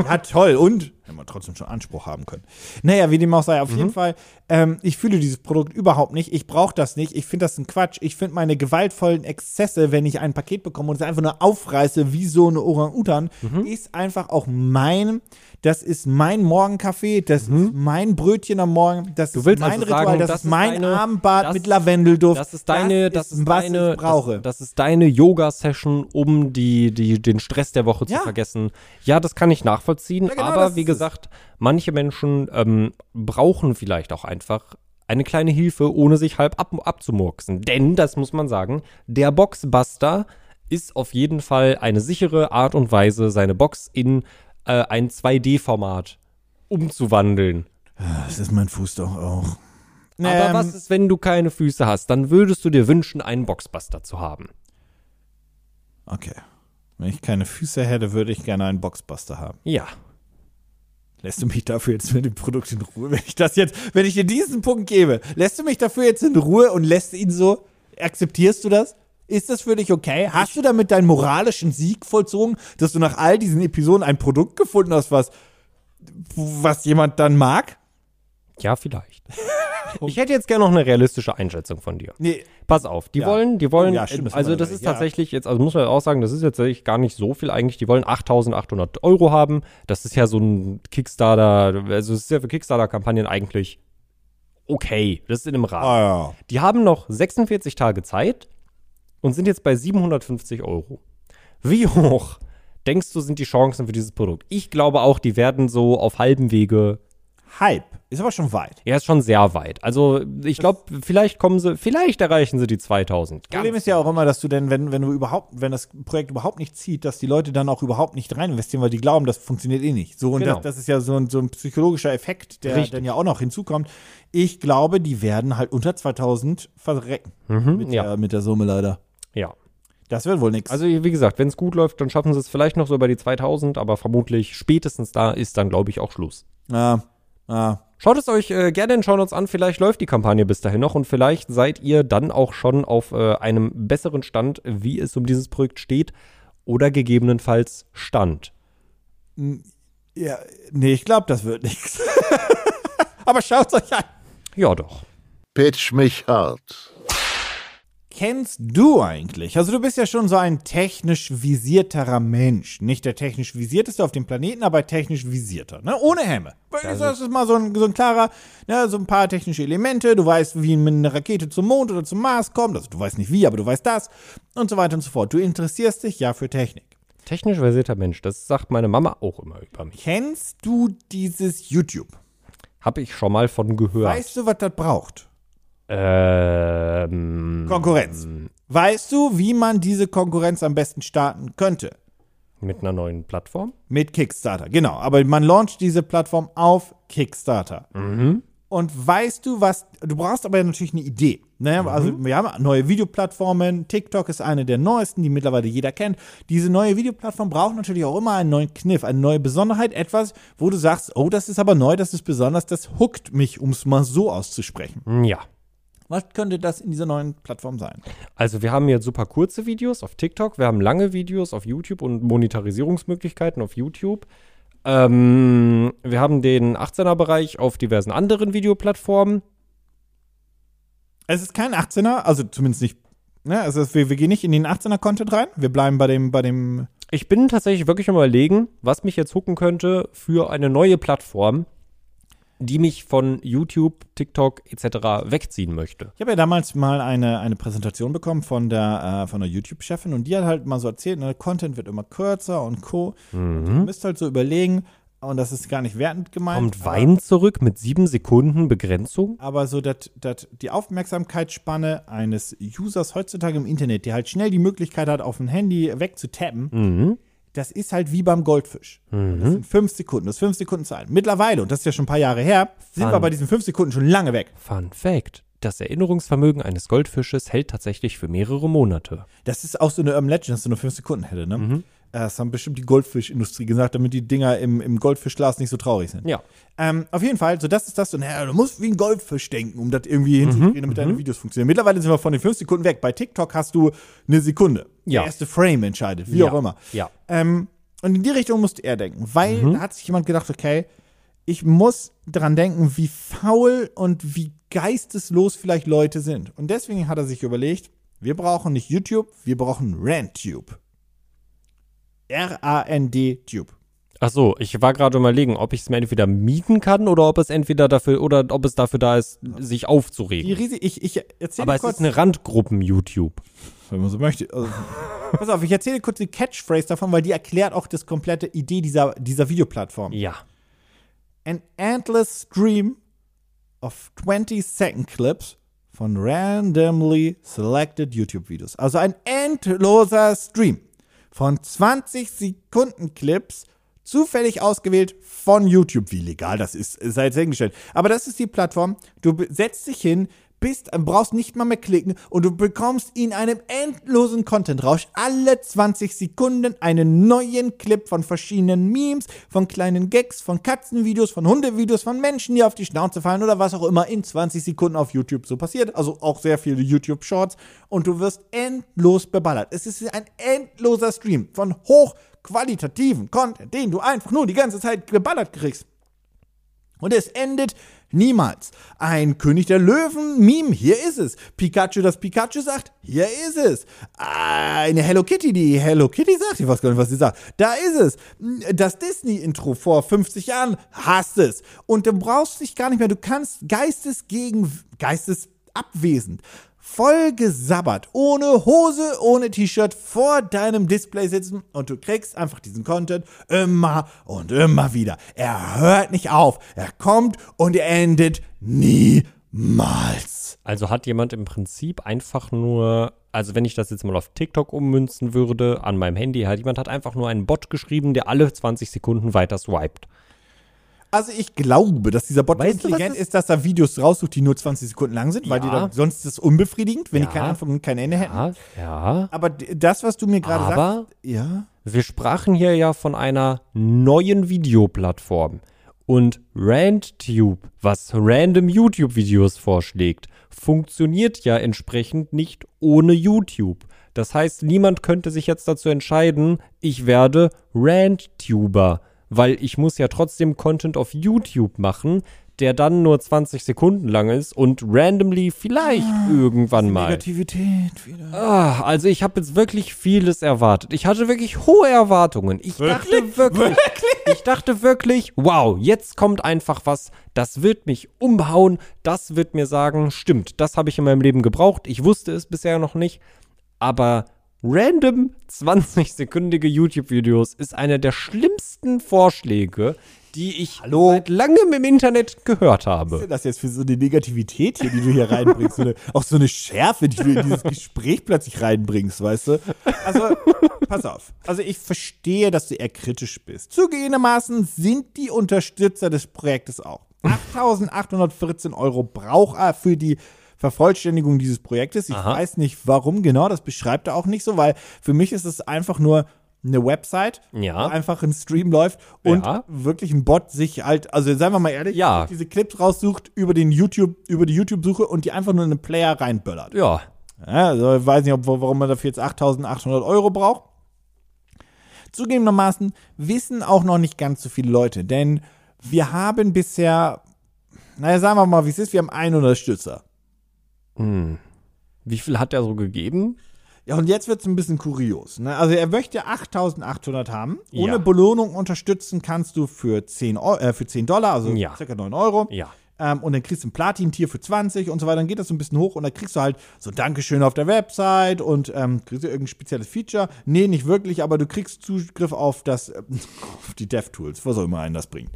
Speaker 3: Ja, toll. Und wenn man trotzdem schon Anspruch haben können. Naja, wie dem auch sei, auf jeden Fall. Ähm, ich fühle dieses Produkt überhaupt nicht. Ich brauche das nicht. Ich finde das ein Quatsch. Ich finde meine gewaltvollen Exzesse, wenn ich ein Paket bekomme und es einfach nur aufreiße wie so eine Orang-Utan, ist einfach auch mein. Das ist mein Morgenkaffee. Das ist mein Brötchen am Morgen. Das
Speaker 2: Du willst
Speaker 3: ist mein
Speaker 2: also
Speaker 3: Ritual.
Speaker 2: sagen,
Speaker 3: das,
Speaker 2: das
Speaker 3: ist
Speaker 2: ist
Speaker 3: mein
Speaker 2: deine-
Speaker 3: Armbad
Speaker 2: das-
Speaker 3: mit Lavendelduft.
Speaker 2: Das ist deine, das ist,
Speaker 3: was
Speaker 2: deine,
Speaker 3: ich brauche.
Speaker 2: Das, das ist deine Yoga-Session, um die, die, den Stress der Woche
Speaker 3: Ja.
Speaker 2: zu vergessen. Ja, das kann ich nachvollziehen,
Speaker 3: Ja, genau das
Speaker 2: aber wie
Speaker 3: ist es.
Speaker 2: gesagt, manche Menschen ähm, brauchen vielleicht auch einfach eine kleine Hilfe, ohne sich halb ab, abzumurksen. Denn, das muss man sagen, der Boxbuster ist auf jeden Fall eine sichere Art und Weise, seine Box in äh, ein 2D-Format umzuwandeln.
Speaker 3: das ist mein Fuß doch auch. Ähm,
Speaker 2: Aber was ist, wenn du keine Füße hast? Dann würdest du dir wünschen, einen Boxbuster zu haben.
Speaker 3: Okay. Wenn ich keine Füße hätte, würde ich gerne einen Boxbuster haben.
Speaker 2: Ja.
Speaker 3: Lässt du mich dafür jetzt mit dem Produkt in Ruhe? Wenn ich das jetzt, wenn ich dir diesen Punkt gebe, lässt du mich dafür jetzt in Ruhe und lässt ihn so? Akzeptierst du das? Ist das für dich okay? Hast du damit deinen moralischen Sieg vollzogen, dass du nach all diesen Episoden ein Produkt gefunden hast, was, was jemand dann mag?
Speaker 2: Ja, vielleicht. ich hätte jetzt gerne noch eine realistische Einschätzung von dir.
Speaker 3: Nee.
Speaker 2: Pass auf, die
Speaker 3: Ja.
Speaker 2: wollen, die wollen,
Speaker 3: Oh ja, stimmt, das
Speaker 2: also
Speaker 3: haben wir
Speaker 2: das
Speaker 3: noch
Speaker 2: ist
Speaker 3: nicht, ja.
Speaker 2: tatsächlich jetzt, also muss man auch sagen, das ist jetzt tatsächlich gar nicht so viel eigentlich. Die wollen 8.800 Euro haben. Das ist ja so ein Kickstarter, also es ist ja für Kickstarter-Kampagnen eigentlich okay. Das ist in einem Rahmen.
Speaker 3: Ah,
Speaker 2: Die haben noch 46 Tage Zeit und sind jetzt bei 750 Euro. Wie hoch denkst du, sind die Chancen für dieses Produkt? Ich glaube auch, die werden so auf halbem Wege.
Speaker 3: Hype. Ist aber schon weit.
Speaker 2: Er ist schon sehr weit. Also ich glaube, vielleicht kommen sie, vielleicht erreichen sie die 2000.
Speaker 3: Problem
Speaker 2: Ganz- genau.
Speaker 3: ist ja auch immer, dass du denn, wenn, wenn du überhaupt, wenn das Projekt überhaupt nicht zieht, dass die Leute dann auch überhaupt nicht rein investieren, weil die glauben, das funktioniert eh nicht. So, und
Speaker 2: Genau.
Speaker 3: das, das ist ja so ein, so ein psychologischer Effekt, der
Speaker 2: Richtig.
Speaker 3: dann ja auch noch hinzukommt. Ich glaube, die werden halt unter 2000 verrecken. mit,
Speaker 2: Mhm, ja.
Speaker 3: der, mit der Summe leider.
Speaker 2: ja.
Speaker 3: Das wird wohl nichts.
Speaker 2: Also wie gesagt, wenn es gut läuft, dann schaffen sie es vielleicht noch so über die 2000, aber vermutlich spätestens da ist dann, glaube ich, auch Schluss.
Speaker 3: ah, ah.
Speaker 2: Schaut es euch äh, gerne in Shownotes an, vielleicht läuft die Kampagne bis dahin noch und vielleicht seid ihr dann auch schon auf äh, einem besseren Stand, wie es um dieses Projekt steht oder gegebenenfalls stand.
Speaker 3: Ja, nee, ich glaube, das wird nichts. Aber schaut euch an.
Speaker 2: Ja doch.
Speaker 1: Pitch mich hart.
Speaker 3: kennst du eigentlich? Also du bist ja schon so ein technisch visierterer Mensch. Nicht der technisch visierteste auf dem Planeten, aber technisch visierter, ne? Ohne Hemme. Weil Das ist mal so ein, so ein klarer, ne, so ein paar technische Elemente. Du weißt, wie man eine Rakete zum Mond oder zum Mars kommt. Also du weißt nicht wie, aber du weißt das. Und so weiter und so fort. Du interessierst dich ja für Technik.
Speaker 2: Technisch versierter Mensch, das sagt meine Mama auch immer über mich.
Speaker 3: Kennst du dieses YouTube?
Speaker 2: Habe ich schon mal von gehört.
Speaker 3: Weißt du, was das braucht?
Speaker 2: Ähm,
Speaker 3: Konkurrenz. Weißt du, wie man diese Konkurrenz am besten starten könnte?
Speaker 2: mit einer neuen Plattform?
Speaker 3: Mit Kickstarter, genau. Aber man launcht diese Plattform auf Kickstarter. Und weißt du, was. Du brauchst aber natürlich eine Idee. Ne? Also, wir haben neue Videoplattformen. TikTok ist eine der neuesten, die mittlerweile jeder kennt. Diese neue Videoplattform braucht natürlich auch immer einen neuen Kniff, eine neue Besonderheit. Etwas, wo du sagst, oh, das ist aber neu, das ist besonders, das hookt mich, um es mal so auszusprechen.
Speaker 2: Ja.
Speaker 3: Was könnte das in dieser neuen Plattform sein?
Speaker 2: Also wir haben jetzt super kurze Videos auf TikTok, wir haben lange Videos auf YouTube und Monetarisierungsmöglichkeiten auf YouTube. Ähm, wir haben den 18er-Bereich auf diversen anderen Videoplattformen.
Speaker 3: Es ist kein 18er, also zumindest nicht. Ne? Also es- wir, wir gehen nicht in den 18er-Content rein. Wir bleiben bei dem, bei dem.
Speaker 2: Ich bin tatsächlich wirklich am überlegen, was mich jetzt hooken könnte für eine neue Plattform, die mich von YouTube, TikTok etc. wegziehen möchte.
Speaker 3: Ich habe ja damals mal eine, eine Präsentation bekommen von der, äh, von der YouTube-Chefin und die hat halt mal so erzählt, ne, Content wird immer kürzer und Co. Und ihr müsst halt so überlegen, und das ist gar nicht wertend gemeint.
Speaker 2: Mhm. Kommt Wein zurück mit sieben Sekunden Begrenzung?
Speaker 3: aber so dass dass die Aufmerksamkeitsspanne eines Users heutzutage im Internet, der halt schnell die Möglichkeit hat, auf dem Handy wegzutappen,
Speaker 2: Mhm.
Speaker 3: das ist halt wie beim Goldfisch. Das sind fünf Sekunden, das ist fünf Sekunden Zahlen. Mittlerweile, und das ist ja schon ein paar Jahre her, sind wir
Speaker 2: Fun.
Speaker 3: bei diesen fünf Sekunden schon lange weg.
Speaker 2: Fun Fact. Das Erinnerungsvermögen eines Goldfisches hält tatsächlich für mehrere Monate.
Speaker 3: Das ist auch so eine Urban Legend, dass du nur fünf Sekunden hätte, ne?
Speaker 2: Mhm.
Speaker 3: Äh, Das haben bestimmt die Goldfischindustrie gesagt, damit die Dinger im, im Goldfischglas nicht so traurig sind.
Speaker 2: Ja.
Speaker 3: Ähm, auf jeden Fall, so das ist das. Und naja, du musst wie ein Goldfisch denken, um das irgendwie
Speaker 2: Mhm.
Speaker 3: hinzukriegen, damit deine Videos funktionieren. Mittlerweile sind wir von den fünf Sekunden weg. Bei TikTok hast du eine Sekunde.
Speaker 2: Ja.
Speaker 3: Der erste Frame entscheidet, wie
Speaker 2: ja.
Speaker 3: auch immer.
Speaker 2: Ja.
Speaker 3: Ähm, und in die Richtung musste er denken, weil
Speaker 2: Mhm.
Speaker 3: da hat sich jemand gedacht, okay, ich muss dran denken, wie faul und wie geisteslos vielleicht Leute sind. Und deswegen hat er sich überlegt, wir brauchen nicht YouTube, wir brauchen RanTube. R-A-N-D-Tube.
Speaker 2: Ach so, ich war gerade überlegen, ob ich es mir entweder mieten kann oder ob es entweder dafür oder ob es dafür da ist, sich
Speaker 3: Die
Speaker 2: aufzuregen.
Speaker 3: riesige, ich, ich erzähle
Speaker 2: Mhm. Aber es
Speaker 3: kurz,
Speaker 2: ist eine Randgruppen-YouTube.
Speaker 3: wenn man so möchte. Also, pass auf, ich erzähle kurz die Catchphrase davon, weil die erklärt auch das komplette Idee dieser, dieser Videoplattform.
Speaker 2: Ja.
Speaker 3: an endless stream of 20 second clips von randomly selected YouTube Videos. Also ein endloser Stream von 20 Sekunden Clips zufällig ausgewählt von YouTube. Wie legal das ist, sei jetzt hingestellt. Aber das ist die Plattform. Du be- setzt dich hin, bist, brauchst nicht mal mehr klicken und du bekommst in einem endlosen Content-Rausch alle 20 Sekunden einen neuen Clip von verschiedenen Memes, von kleinen Gags, von Katzenvideos, von Hundevideos, von Menschen, die auf die Schnauze fallen oder was auch immer in 20 Sekunden auf YouTube so passiert. Also auch sehr viele YouTube-Shorts und du wirst endlos beballert. Es ist ein endloser Stream von hochqualitativen Content, den du einfach nur die ganze Zeit geballert kriegst. Und es endet niemals. Ein König der Löwen-Meme, hier ist es. Pikachu, das Pikachu sagt, hier ist es. Eine Hello Kitty, die Hello Kitty sagt, ich weiß gar nicht, was sie sagt, da ist es. Das Disney-Intro vor 50 Jahren, hast es. Und du brauchst dich gar nicht mehr, du kannst Geistes gegen, Geistes abwesend, voll gesabbert, ohne Hose, ohne T-Shirt vor deinem Display sitzen und du kriegst einfach diesen Content immer und immer wieder. Er hört nicht auf, er kommt und er endet niemals.
Speaker 2: Also hat jemand im Prinzip einfach nur, also wenn ich das jetzt mal auf TikTok ummünzen würde, an meinem Handy halt, jemand hat einfach nur einen Bot geschrieben, der alle 20 Sekunden weiter swiped.
Speaker 3: Also ich glaube, dass dieser Bot so
Speaker 2: Weißt du, was
Speaker 3: intelligent
Speaker 2: das-
Speaker 3: ist, dass er Videos raussucht, die nur 20 Sekunden lang sind, weil die
Speaker 2: Ja.
Speaker 3: dann sonst ist es unbefriedigend, wenn
Speaker 2: Ja.
Speaker 3: die keinen Anfang und kein Ende hätten.
Speaker 2: Ja, ja.
Speaker 3: Aber d- das, was du mir gerade
Speaker 2: Aber-
Speaker 3: sagst, ja.
Speaker 2: Wir sprachen hier ja von einer neuen Videoplattform. Und RandTube, was random YouTube-Videos vorschlägt, funktioniert ja entsprechend nicht ohne YouTube. Das heißt, niemand könnte sich jetzt dazu entscheiden, ich werde RandTuber, weil ich muss ja trotzdem Content auf YouTube machen, der dann nur 20 Sekunden lang ist und randomly vielleicht irgendwann mal.
Speaker 3: Negativität wieder.
Speaker 2: Ah, also ich habe jetzt wirklich vieles erwartet. Ich hatte wirklich hohe Erwartungen. Ich dachte wirklich, ich dachte wirklich, wow, jetzt kommt einfach was, das wird mich umhauen, das wird mir sagen, stimmt, das habe ich in meinem Leben gebraucht. Ich wusste es bisher noch nicht, aber random 20-sekündige YouTube-Videos ist einer der schlimmsten Vorschläge, die ich seit langem im Internet gehört habe.
Speaker 3: Das jetzt für so eine Negativität hier, die du hier reinbringst, so eine, auch so eine Schärfe, die du in dieses Gespräch plötzlich reinbringst, weißt du? Also, pass auf. Also, ich verstehe, dass du eher kritisch bist. Zugegebenermaßen sind die Unterstützer des Projektes auch. 8.814 Euro braucht er für die Vervollständigung dieses Projektes. Ich weiß nicht, warum genau, das beschreibt er auch nicht so, weil für mich ist es einfach nur eine Website,
Speaker 2: Ja.
Speaker 3: wo einfach ein Stream läuft und
Speaker 2: Ja.
Speaker 3: wirklich ein Bot sich halt, also seien wir mal ehrlich,
Speaker 2: Ja.
Speaker 3: diese Clips raussucht über den YouTube, über die YouTube-Suche und die einfach nur in einen Player reinböllert.
Speaker 2: Ja,
Speaker 3: Ja, also ich weiß nicht, ob, warum man dafür jetzt 8.800 Euro braucht. Zugegebenermaßen wissen auch noch nicht ganz so viele Leute, denn wir haben bisher, naja, sagen wir mal, wie es ist, wir haben einen Unterstützer.
Speaker 2: wie viel hat er so gegeben?
Speaker 3: Ja, und jetzt wird's ein bisschen kurios. Ne? Also er möchte 8.800 haben. Ohne
Speaker 2: Ja.
Speaker 3: Belohnung unterstützen kannst du für 10, Eu- äh, für 10 Dollar, also
Speaker 2: Ja.
Speaker 3: circa 9 Euro.
Speaker 2: Ja.
Speaker 3: Ähm, und dann kriegst du ein Platin-Tier für 20 und so weiter. Dann geht das so ein bisschen hoch und dann kriegst du halt so Dankeschön auf der Website und ähm, kriegst du irgendein spezielles Feature. Nee, nicht wirklich, aber du kriegst Zugriff auf das, äh, auf die DevTools, was auch immer einen das bringt.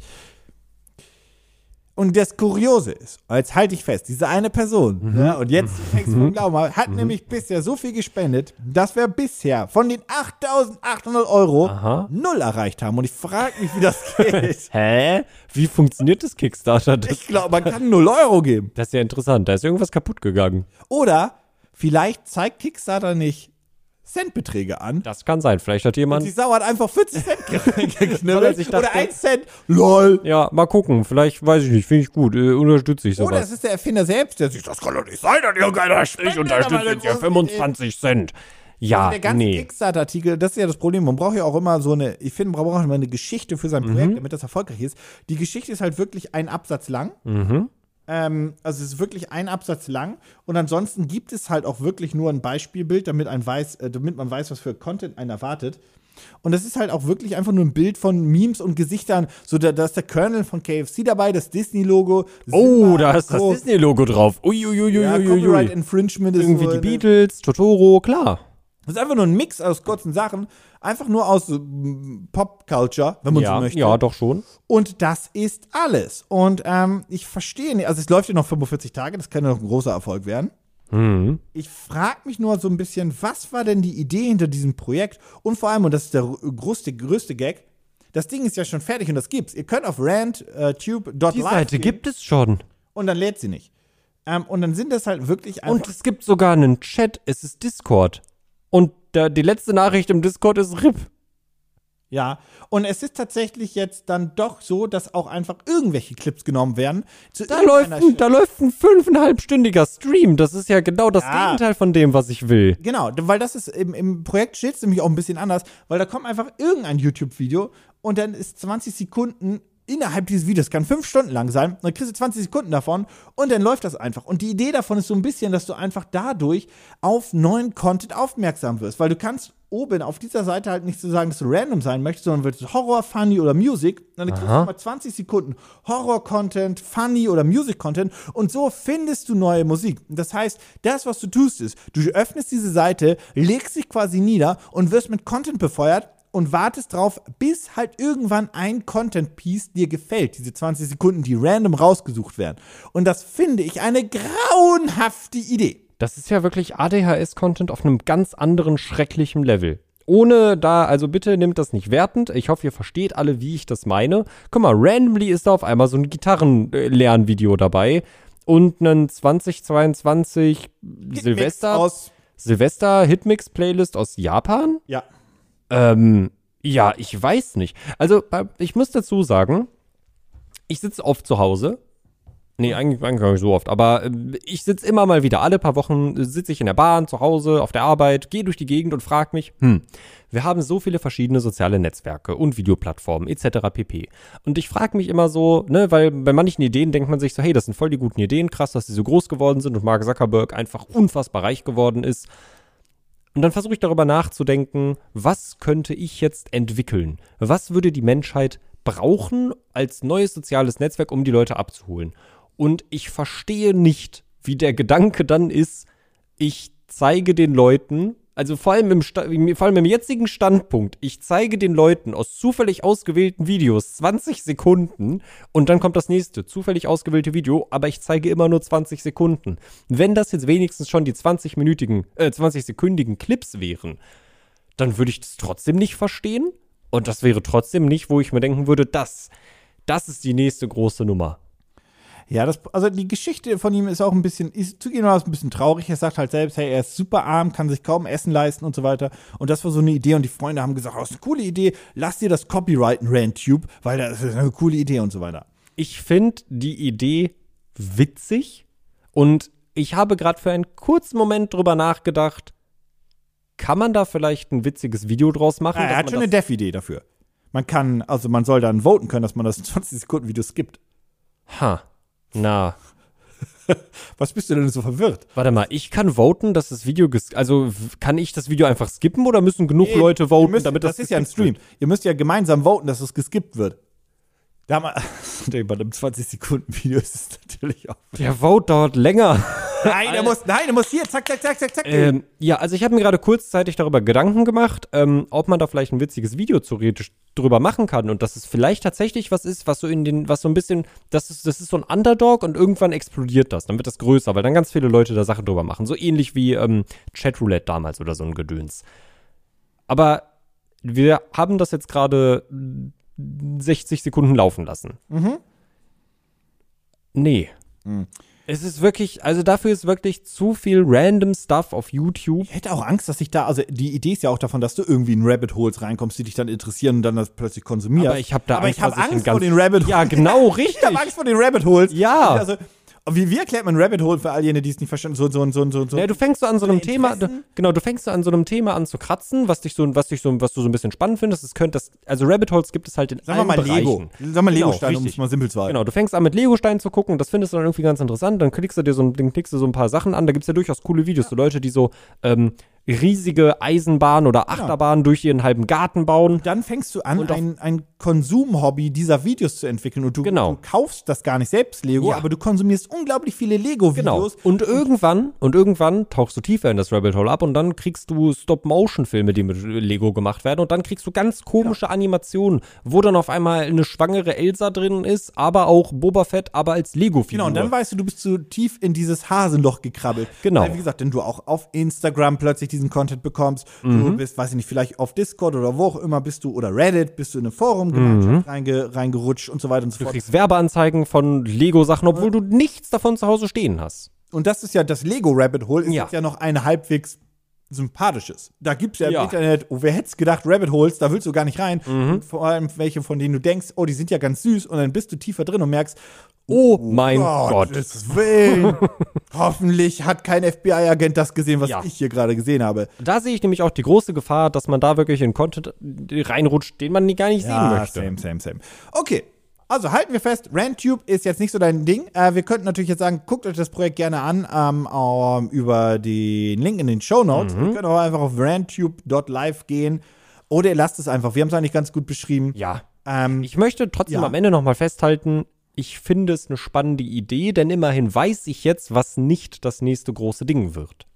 Speaker 3: Und das Kuriose ist, jetzt halte ich fest, diese eine Person, ne, und jetzt fängst du vom Glauben ab, hat nämlich bisher so viel gespendet, dass wir bisher von den 8.800 Euro null erreicht haben. Und ich frage mich, wie das geht.
Speaker 2: Hä? Wie funktioniert das Kickstarter? Das,
Speaker 3: ich glaube, man kann null Euro geben.
Speaker 2: das ist ja interessant. Da ist irgendwas kaputt gegangen.
Speaker 3: Oder vielleicht zeigt Kickstarter nicht Centbeträge an.
Speaker 2: Das kann sein. Vielleicht hat
Speaker 3: Die
Speaker 2: jemand.
Speaker 3: Sau hat einfach 40 Cent
Speaker 2: Weil er
Speaker 3: geknüppelt
Speaker 2: sich genau. dachte-
Speaker 3: oder 1 Cent. LOL.
Speaker 2: Ja, mal gucken. Vielleicht weiß ich nicht. Finde ich gut. Äh, unterstütze ich
Speaker 3: Oder
Speaker 2: sowas.
Speaker 3: es Oh, ist der Erfinder selbst, der sich, das kann doch nicht sein, dass irgendeiner spendet.
Speaker 2: ich unterstütze
Speaker 3: aber
Speaker 2: jetzt ja
Speaker 3: große Also
Speaker 2: 25 Cent. Ja,
Speaker 3: Der ganze
Speaker 2: Ah, nee.
Speaker 3: Kickstarter-Artikel, das ist ja das Problem. Man braucht ja auch immer so eine, ich finde, man braucht immer eine Geschichte für
Speaker 2: Mhm.
Speaker 3: sein Projekt, damit das erfolgreich ist. Die Geschichte ist halt wirklich ein Absatz lang.
Speaker 2: Mhm.
Speaker 3: Ähm, also es ist wirklich ein Absatz lang. Und ansonsten gibt es halt auch wirklich nur ein Beispielbild, damit, ein weiß, äh, damit man weiß, was für Content einen erwartet. Und das ist halt auch wirklich einfach nur ein Bild von Memes und Gesichtern. So, da, da ist der Colonel von KFC dabei, das Disney-Logo.
Speaker 2: Oh,
Speaker 3: Simba,
Speaker 2: da ist das
Speaker 3: Co.
Speaker 2: Disney-Logo drauf. Uiuiuiuiui.
Speaker 3: Ja, Copyright Infringement ist
Speaker 2: Irgendwie
Speaker 3: so ne?
Speaker 2: die
Speaker 3: eine-
Speaker 2: Beatles, Totoro, klar.
Speaker 3: das ist einfach nur ein Mix aus kurzen Sachen, einfach nur aus mm, Pop-Culture, wenn man so
Speaker 2: Ja,
Speaker 3: möchte.
Speaker 2: ja, doch schon.
Speaker 3: Und das ist alles. Und ähm, ich verstehe nicht, also es läuft ja noch 45 Tage, das kann ja noch ein großer Erfolg werden.
Speaker 2: Mhm.
Speaker 3: Ich frage mich nur so ein bisschen, was war denn die Idee hinter diesem Projekt? Und vor allem, und das ist der r- größte, größte Gag, das Ding ist ja schon fertig und das gibt's. Ihr könnt auf randtube.live
Speaker 2: Die Seite gibt es schon.
Speaker 3: und dann lädt sie nicht. Ähm, und dann sind das halt wirklich einfach
Speaker 2: Und es gibt sogar einen Chat. Es ist Discord. Und da, die letzte Nachricht im Discord ist RIP.
Speaker 3: Ja, und es ist tatsächlich jetzt dann doch so, dass auch einfach irgendwelche Clips genommen werden. Zu
Speaker 2: Da läuft, ein, da läuft ein fünfeinhalbstündiger Stream. Das ist ja genau das
Speaker 3: Ja.
Speaker 2: Gegenteil von dem, was ich will.
Speaker 3: Genau, d- weil das ist im, im Projekt steht es nämlich auch ein bisschen anders, weil da kommt einfach irgendein YouTube-Video und dann ist 20 Sekunden innerhalb dieses Videos, kann fünf Stunden lang sein, und dann kriegst du 20 Sekunden davon und dann läuft das einfach. Und die Idee davon ist so ein bisschen, dass du einfach dadurch auf neuen Content aufmerksam wirst, weil du kannst oben auf dieser Seite halt nicht so sagen, dass du random sein möchtest, sondern wird es Horror, Funny oder Music. Und dann kriegst du mal 20 Sekunden Horror-Content, Funny oder Music-Content und so findest du neue Musik. Das heißt, das, was du tust, ist, du öffnest diese Seite, legst dich quasi nieder und wirst mit Content befeuert und wartest drauf, bis halt irgendwann ein Content-Piece dir gefällt. Diese 20 Sekunden, die random rausgesucht werden. Und das finde ich eine grauenhafte Idee.
Speaker 2: Das ist ja wirklich ADHS-Content auf einem ganz anderen schrecklichen Level. Ohne da, also bitte nehmt das nicht wertend. Ich hoffe, ihr versteht alle, wie ich das meine. Guck mal, randomly ist da auf einmal so ein Gitarrenlernvideo dabei und ein 2022 Silvester
Speaker 3: Aus,
Speaker 2: Silvester Hitmix Playlist aus Japan.
Speaker 3: ja.
Speaker 2: Ähm, ja, ich weiß nicht. Also, bei- ich muss dazu sagen, ich sitze oft zu Hause Nee, eigentlich, eigentlich gar nicht so oft. Aber äh, ich sitze immer mal wieder, alle paar Wochen sitze ich in der Bahn, zu Hause, auf der Arbeit, gehe durch die Gegend und frage mich, hm, wir haben so viele verschiedene soziale Netzwerke und Videoplattformen etc. pp. Und ich frage mich immer so, ne, weil bei manchen Ideen denkt man sich so, hey, das sind voll die guten Ideen, krass, dass die so groß geworden sind und Mark Zuckerberg einfach unfassbar reich geworden ist. Und dann versuche ich darüber nachzudenken, was könnte ich jetzt entwickeln? Was würde die Menschheit brauchen als neues soziales Netzwerk, um die Leute abzuholen? Und ich verstehe nicht, wie der Gedanke dann ist, ich zeige den Leuten, also vor allem im, Sta- vor allem im jetzigen Standpunkt, ich zeige den Leuten aus zufällig ausgewählten Videos 20 Sekunden und dann kommt das nächste zufällig ausgewählte Video, aber ich zeige immer nur 20 Sekunden. Wenn das jetzt wenigstens schon die 20-minütigen, äh, 20-sekündigen Clips wären, dann würde ich das trotzdem nicht verstehen. Und das wäre trotzdem nicht, wo ich mir denken würde, das, das ist die nächste große Nummer.
Speaker 3: Ja, das, also die Geschichte von ihm ist auch ein bisschen, ist zugegebenermaßen ein bisschen traurig. Er sagt halt selbst, hey, er ist super arm, kann sich kaum Essen leisten und so weiter. Und das war so eine Idee und die Freunde haben gesagt, oh, ist eine coole Idee, lass dir das copyrighten, Rantube, weil das ist eine coole Idee und so weiter.
Speaker 2: Ich finde die Idee witzig und ich habe gerade für einen kurzen Moment drüber nachgedacht, kann man da vielleicht ein witziges Video draus machen?
Speaker 3: Ah,
Speaker 2: dass
Speaker 3: er
Speaker 2: man
Speaker 3: hat schon
Speaker 2: das-
Speaker 3: eine Dev-Idee dafür. Man kann, also man soll dann voten können, dass man das 20 Sekunden Video skippt.
Speaker 2: Ha. Na,
Speaker 3: Was bist du denn so verwirrt?
Speaker 2: warte mal, ich kann voten, dass das Video ges also w- kann ich das Video einfach skippen oder müssen genug Leute
Speaker 3: Ihr
Speaker 2: voten,
Speaker 3: müsst,
Speaker 2: damit das
Speaker 3: das ist ja ein
Speaker 2: geskippt
Speaker 3: Stream. Ihr müsst ja gemeinsam voten, dass es geskippt wird. Da mal, bei einem 20 Sekunden Video ist es natürlich auch
Speaker 2: wird? Der Vote dauert länger.
Speaker 3: Nein, der muss, nein, der muss hier, zack, zack, zack, zack, zack.
Speaker 2: Ähm, ja, also ich habe mir gerade kurzzeitig darüber Gedanken gemacht, ähm, ob man da vielleicht ein witziges Video theoretisch drüber machen kann und dass es vielleicht tatsächlich was ist, was so in den, was so ein bisschen, das ist, das ist so ein Underdog und irgendwann explodiert das, dann wird das größer, weil dann ganz viele Leute da Sachen drüber machen, so ähnlich wie ähm, Chatroulette damals oder so ein Gedöns. Aber wir haben das jetzt gerade 60 Sekunden laufen lassen. Nee. Es ist wirklich, also dafür ist wirklich zu viel random Stuff auf YouTube.
Speaker 3: ich hätte auch Angst, dass ich da, also die Idee ist ja auch davon, dass du irgendwie in Rabbit Holes reinkommst, die dich dann interessieren und dann das plötzlich konsumierst.
Speaker 2: Aber ich habe da
Speaker 3: Aber ich
Speaker 2: Angst,
Speaker 3: hab
Speaker 2: dass ich
Speaker 3: Angst
Speaker 2: den
Speaker 3: vor
Speaker 2: ganzen-
Speaker 3: den Rabbit Holes.
Speaker 2: Ja, genau,
Speaker 3: ich habe
Speaker 2: richtig.
Speaker 3: Angst vor den Rabbit Holes.
Speaker 2: Ja.
Speaker 3: Also, wie, wie erklärt man Rabbit Hole für all jene, die es nicht verstanden so, so, so, so, so.
Speaker 2: Ja, du fängst so an so einem Thema,
Speaker 3: Interessen?
Speaker 2: du, genau, du fängst so an so einem Thema an zu kratzen, was dich so, was dich so, was du so ein bisschen spannend findest. Es könnte das, also Rabbit Holes gibt es halt in
Speaker 3: Sagen wir
Speaker 2: allen
Speaker 3: mal Lego.
Speaker 2: Bereichen.
Speaker 3: Sagen wir
Speaker 2: Genau,
Speaker 3: Lego-Stein, um
Speaker 2: richtig.
Speaker 3: es mal simpel zu halten.
Speaker 2: Genau, du fängst an mit Legosteinen zu gucken, das findest du dann irgendwie ganz interessant, dann klickst du dir so, ein- dann klickst du so ein paar Sachen an, da gibt's ja durchaus coole Videos, so Leute, die so ähm, riesige Eisenbahnen
Speaker 3: Genau.
Speaker 2: oder Achterbahnen durch ihren halben Garten bauen.
Speaker 3: Dann fängst du an,
Speaker 2: Und auf-
Speaker 3: ein, ein Konsumhobby dieser Videos zu entwickeln. Und du,
Speaker 2: Genau.
Speaker 3: du kaufst das gar nicht selbst, Lego,
Speaker 2: Ja. Genau.
Speaker 3: aber du konsumierst unglaublich viele Lego-Videos.
Speaker 2: Und irgendwann, und irgendwann tauchst du tiefer in das Rabbit Hole ab und dann kriegst du Stop-Motion-Filme, die mit Lego gemacht werden und dann kriegst du ganz komische Animationen, wo dann auf einmal eine schwangere Elsa drin ist, aber auch Boba Fett, aber als Lego-Figur.
Speaker 3: Genau, und dann weißt du, du bist zu tief in dieses Hasenloch gekrabbelt.
Speaker 2: Genau.
Speaker 3: Weil, wie gesagt, wenn du auch auf Instagram plötzlich diesen Content bekommst,
Speaker 2: Mhm.
Speaker 3: du bist, weiß ich nicht, vielleicht auf Discord oder wo auch immer bist du, oder Reddit, bist du in eine Forum-Gemeinschaft reinge, reingerutscht und so weiter und so
Speaker 2: Mhm. du
Speaker 3: fort.
Speaker 2: kriegst Werbeanzeigen von Lego-Sachen, obwohl du nichts davon zu Hause stehen hast.
Speaker 3: Und das ist ja, das Lego-Rabbit Hole ist
Speaker 2: Ja.
Speaker 3: jetzt ja noch ein halbwegs sympathisches. Da gibt's ja im
Speaker 2: Ja. Mhm.
Speaker 3: Internet, oh, wer hätt's gedacht, Rabbit Holes, da willst du gar nicht rein. Und vor allem welche, von denen du denkst, oh, die sind ja ganz süß und dann bist du tiefer drin und merkst,
Speaker 2: Oh mein Gott.
Speaker 3: Gottes Willen. Hoffentlich hat kein FBI-Agent das gesehen, was
Speaker 2: Ja.
Speaker 3: ich hier gerade gesehen habe.
Speaker 2: Da sehe ich nämlich auch die große Gefahr, dass man da wirklich in Content reinrutscht, den man gar nicht sehen möchte.
Speaker 3: same, same, same. Okay. Also halten wir fest, RandTube ist jetzt nicht so dein Ding. Äh, wir könnten natürlich jetzt sagen, guckt euch das Projekt gerne an ähm, ähm, über den Link in den Show Notes.
Speaker 2: Mhm.
Speaker 3: Ihr könnt auch einfach auf randtube.live gehen oder ihr lasst es einfach. Wir haben es eigentlich ganz gut beschrieben.
Speaker 2: Ja.
Speaker 3: Ähm,
Speaker 2: Ich möchte trotzdem
Speaker 3: Ja.
Speaker 2: am Ende nochmal festhalten, ich finde es eine spannende Idee, denn immerhin weiß ich jetzt, was nicht das nächste große Ding wird.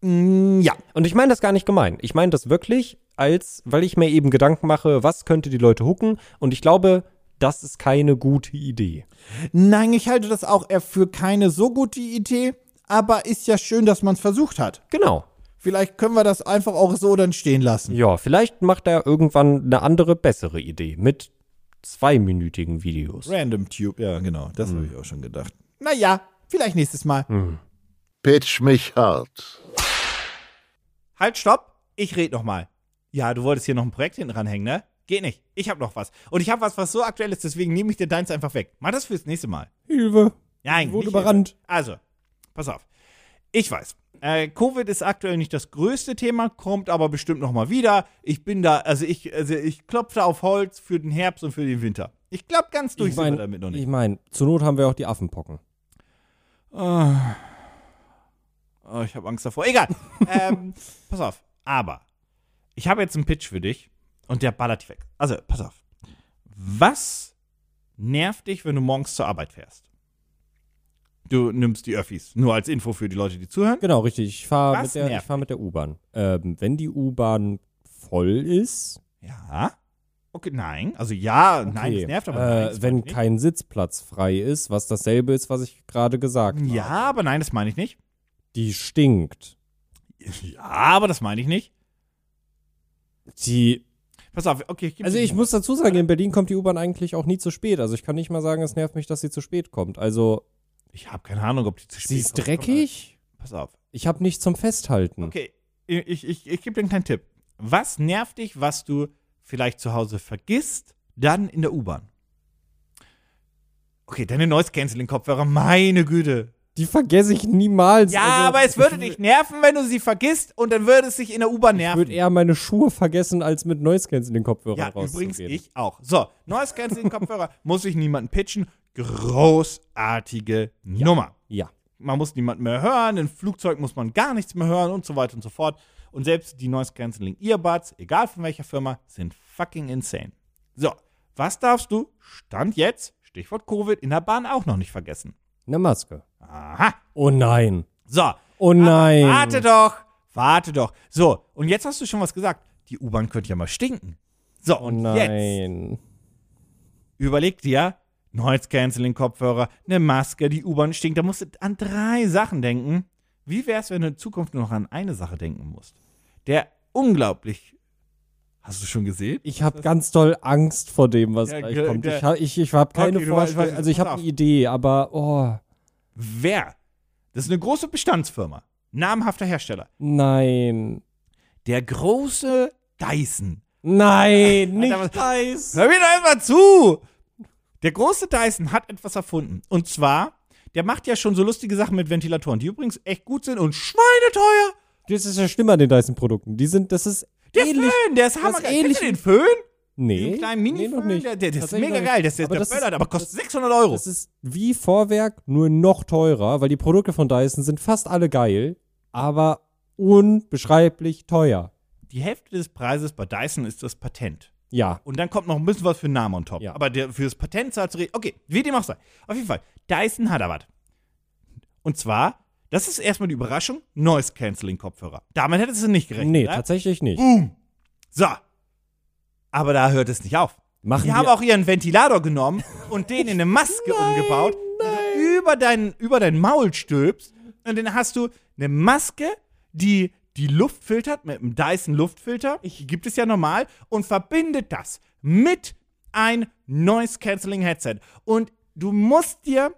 Speaker 3: Mm, ja.
Speaker 2: Und ich meine das gar nicht gemein. Ich meine das wirklich als, weil ich mir eben Gedanken mache, was könnte die Leute hucken? Und ich glaube, das ist keine gute Idee.
Speaker 3: Nein, ich halte das auch eher für keine so gute Idee, aber ist ja schön, dass man es versucht hat.
Speaker 2: Genau.
Speaker 3: Vielleicht können wir das einfach auch so dann stehen lassen.
Speaker 2: Ja, vielleicht macht er irgendwann eine andere, bessere Idee mit zweiminütigen Videos.
Speaker 3: Random Tube, ja, genau. Das
Speaker 2: Hm.
Speaker 3: habe ich auch schon gedacht. Naja, vielleicht nächstes Mal.
Speaker 1: Pitch mich hart.
Speaker 5: Halt, stopp, ich red noch mal. Ja, du wolltest hier noch ein Projekt hinten ranhängen, ne? Geht nicht. Ich hab noch was. Und ich hab was, was so aktuell ist, deswegen nehme ich dir deins einfach weg. Mach das fürs nächste Mal.
Speaker 2: Hilfe.
Speaker 3: Nein.
Speaker 2: Wurde
Speaker 3: nicht
Speaker 2: überrannt.
Speaker 3: jeder. Also, pass auf. Ich weiß. Äh, Covid ist aktuell nicht das größte Thema, kommt aber bestimmt nochmal wieder. Ich bin da, also ich, also ich klopfte auf Holz für den Herbst und für den Winter. Ich glaube, ganz durch
Speaker 2: ich
Speaker 3: sind
Speaker 2: meine,
Speaker 3: wir damit noch
Speaker 2: ich
Speaker 3: nicht.
Speaker 2: mein, zur Not haben wir auch die Affenpocken.
Speaker 3: Ah. Oh, ich habe Angst davor. Egal. ähm, pass auf. Aber ich habe jetzt einen Pitch für dich und der ballert dich weg. Also, pass auf. Was nervt dich, wenn du morgens zur Arbeit fährst? Du nimmst die Öffis. Nur als Info für die Leute, die zuhören.
Speaker 2: Genau, richtig. Ich fahre
Speaker 3: Was
Speaker 2: mit der, ich
Speaker 3: nervt
Speaker 2: fahr mit der U-Bahn. Ähm, wenn die U-Bahn voll ist,
Speaker 3: Ja. Okay, nein. Also ja, nein,
Speaker 2: okay.
Speaker 3: das nervt aber nein, das
Speaker 2: äh, wenn
Speaker 3: meine ich
Speaker 2: kein Sitzplatz frei ist, was dasselbe ist, was ich gerade gesagt
Speaker 3: nicht.
Speaker 2: habe.
Speaker 3: Ja, aber nein, das meine ich nicht.
Speaker 2: Die stinkt.
Speaker 3: Ja, aber das meine ich nicht.
Speaker 2: Die
Speaker 3: Pass auf, okay. geb
Speaker 2: Also
Speaker 3: dir
Speaker 2: ich
Speaker 3: die-
Speaker 2: muss dazu sagen, in Berlin kommt die U-Bahn eigentlich auch nie zu spät. Also ich kann nicht mal sagen, es nervt mich, dass sie zu spät kommt. Also
Speaker 3: Ich habe keine Ahnung, ob die zu spät
Speaker 2: sie ist
Speaker 3: kommt.
Speaker 2: dreckig.
Speaker 3: Pass auf.
Speaker 2: Ich habe nichts zum Festhalten.
Speaker 3: Okay, ich, ich, ich gebe dir einen kleinen Tipp. Was nervt dich, was du vielleicht zu Hause vergisst, dann in der U-Bahn? Okay, deine Noise-Canceling-Kopfhörer, meine Güte.
Speaker 2: Die vergesse ich niemals.
Speaker 3: Ja,
Speaker 2: also,
Speaker 3: aber es würde dich nerven, wenn du sie vergisst und dann würde es sich in der U-Bahn
Speaker 2: Ich
Speaker 3: nerven.
Speaker 2: würde eher meine Schuhe vergessen, als mit Noise in den Kopfhörern
Speaker 3: ja,
Speaker 2: rauszugehen.
Speaker 3: übrigens ich auch. So, Noise-Canceling-Kopfhörer muss ich niemanden pitchen. Großartige Nummer.
Speaker 2: Ja.
Speaker 3: man muss niemand mehr hören, im Flugzeug muss man gar nichts mehr hören und so weiter und so fort. Und selbst die Noise Cancelling Earbuds, egal von welcher Firma, sind fucking insane. So, was darfst du, Stand jetzt, Stichwort Covid, in der Bahn auch noch nicht vergessen?
Speaker 2: Eine Maske.
Speaker 3: Aha.
Speaker 2: Oh nein.
Speaker 3: So.
Speaker 2: Oh nein.
Speaker 3: Warte doch, warte doch. So, und jetzt hast du schon was gesagt. Die U-Bahn könnte ja mal stinken. So,
Speaker 2: Oh
Speaker 3: und jetzt
Speaker 2: nein.
Speaker 3: überleg dir, Noise Canceling Kopfhörer, eine Maske, die U-Bahn stinkt. Da musst du an drei Sachen denken. Wie wär's, wenn du in Zukunft nur noch an eine Sache denken musst? Der unglaublich. Hast du schon gesehen?
Speaker 2: Ich habe ganz doll Angst vor dem, was
Speaker 3: Ja,
Speaker 2: gleich
Speaker 3: ge-
Speaker 2: kommt.
Speaker 3: ge-
Speaker 2: Ich, ha- ich, ich habe keine
Speaker 3: Okay, du weißt-
Speaker 2: Vorstellung.
Speaker 3: weißt-
Speaker 2: Also ich
Speaker 3: pass
Speaker 2: habe
Speaker 3: auf.
Speaker 2: eine Idee, aber oh
Speaker 3: Wer? Das ist eine große Bestandsfirma. Namhafter Hersteller.
Speaker 2: nein.
Speaker 3: Der große Dyson.
Speaker 2: Nein, nicht
Speaker 3: was-
Speaker 2: Eis.
Speaker 3: Hör mir doch einfach zu! Der große Dyson hat etwas erfunden. Und zwar, der macht ja schon so lustige Sachen mit Ventilatoren, die übrigens echt gut sind und schweineteuer.
Speaker 2: Das ist ja schlimmer an den Dyson-Produkten. Die sind, das ist
Speaker 3: Der
Speaker 2: ähnlich.
Speaker 3: Föhn, der ist hammer.
Speaker 2: ähnlich-
Speaker 3: Kennst du den Föhn?
Speaker 2: Nee,
Speaker 3: Diesen kleinen
Speaker 2: nee, noch
Speaker 3: Mini-Föhn,
Speaker 2: nicht.
Speaker 3: der, der, der ist
Speaker 2: Tatsächlich
Speaker 3: mega
Speaker 2: noch nicht.
Speaker 3: geil, der ist der
Speaker 2: aber das
Speaker 3: Föllert,
Speaker 2: ist,
Speaker 3: aber kostet
Speaker 2: das,
Speaker 3: 600 Euro.
Speaker 2: Das ist wie Vorwerk, nur noch teurer, weil die Produkte von Dyson sind fast alle geil, aber unbeschreiblich teuer.
Speaker 3: Die Hälfte des Preises bei Dyson ist das Patent.
Speaker 2: Ja,
Speaker 3: Und dann kommt noch ein bisschen was für den Namen on top.
Speaker 2: Ja.
Speaker 3: Aber der, für das Patent zahlst du re- Okay, wie dem auch sei. Auf jeden Fall, Dyson hat er was. Und zwar, das ist erstmal die Überraschung, Noise-Canceling-Kopfhörer. Damit hättest du nicht gerechnet.
Speaker 2: nee,
Speaker 3: ne?
Speaker 2: tatsächlich nicht.
Speaker 3: So. Aber da hört es nicht auf.
Speaker 2: Machen
Speaker 3: die haben
Speaker 2: wir-
Speaker 3: auch ihren Ventilator genommen und den in eine Maske umgebaut, die du über dein, über dein Maul stülpst. Und dann hast du eine Maske, die die Luft filtert, mit einem Dyson-Luftfilter, die gibt es ja normal, und verbindet das mit ein Noise-Canceling-Headset. Und du musst dir,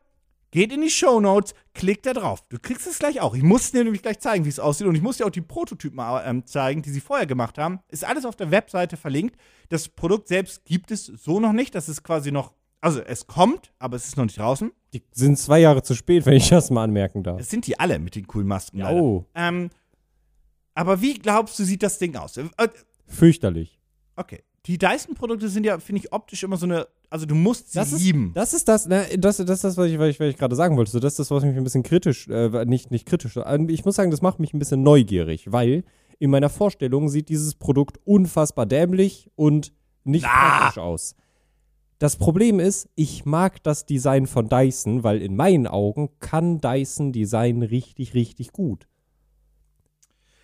Speaker 3: geht in die Show Notes, klickt da drauf. Du kriegst es gleich auch. Ich muss dir nämlich gleich zeigen, wie es aussieht. Und ich muss dir auch die Prototypen ähm, zeigen, die sie vorher gemacht haben. Ist alles auf der Webseite verlinkt. Das Produkt selbst gibt es so noch nicht. Das ist quasi noch, also es kommt, aber es ist noch nicht draußen.
Speaker 2: Die sind zwei Jahre zu spät, wenn ich das mal anmerken darf.
Speaker 3: Das sind die alle mit den coolen Masken.
Speaker 2: Ja,
Speaker 3: leider.
Speaker 2: oh.
Speaker 3: Ähm, aber wie glaubst du, sieht das Ding aus? Äh, äh,
Speaker 2: Fürchterlich.
Speaker 3: Okay. Die Dyson-Produkte sind ja, finde ich, optisch immer so eine. Also du musst sie
Speaker 2: Das ist,
Speaker 3: lieben.
Speaker 2: das ist das, ne, das, das ist das, was ich, was ich, was ich gerade sagen wollte. So, das ist das, was mich ein bisschen kritisch, äh, nicht, nicht kritisch, äh, ich muss sagen, das macht mich ein bisschen neugierig, weil in meiner Vorstellung sieht dieses Produkt unfassbar dämlich und nicht praktisch aus. Das Problem ist, ich mag das Design von Dyson, weil in meinen Augen kann Dyson Design richtig, richtig gut.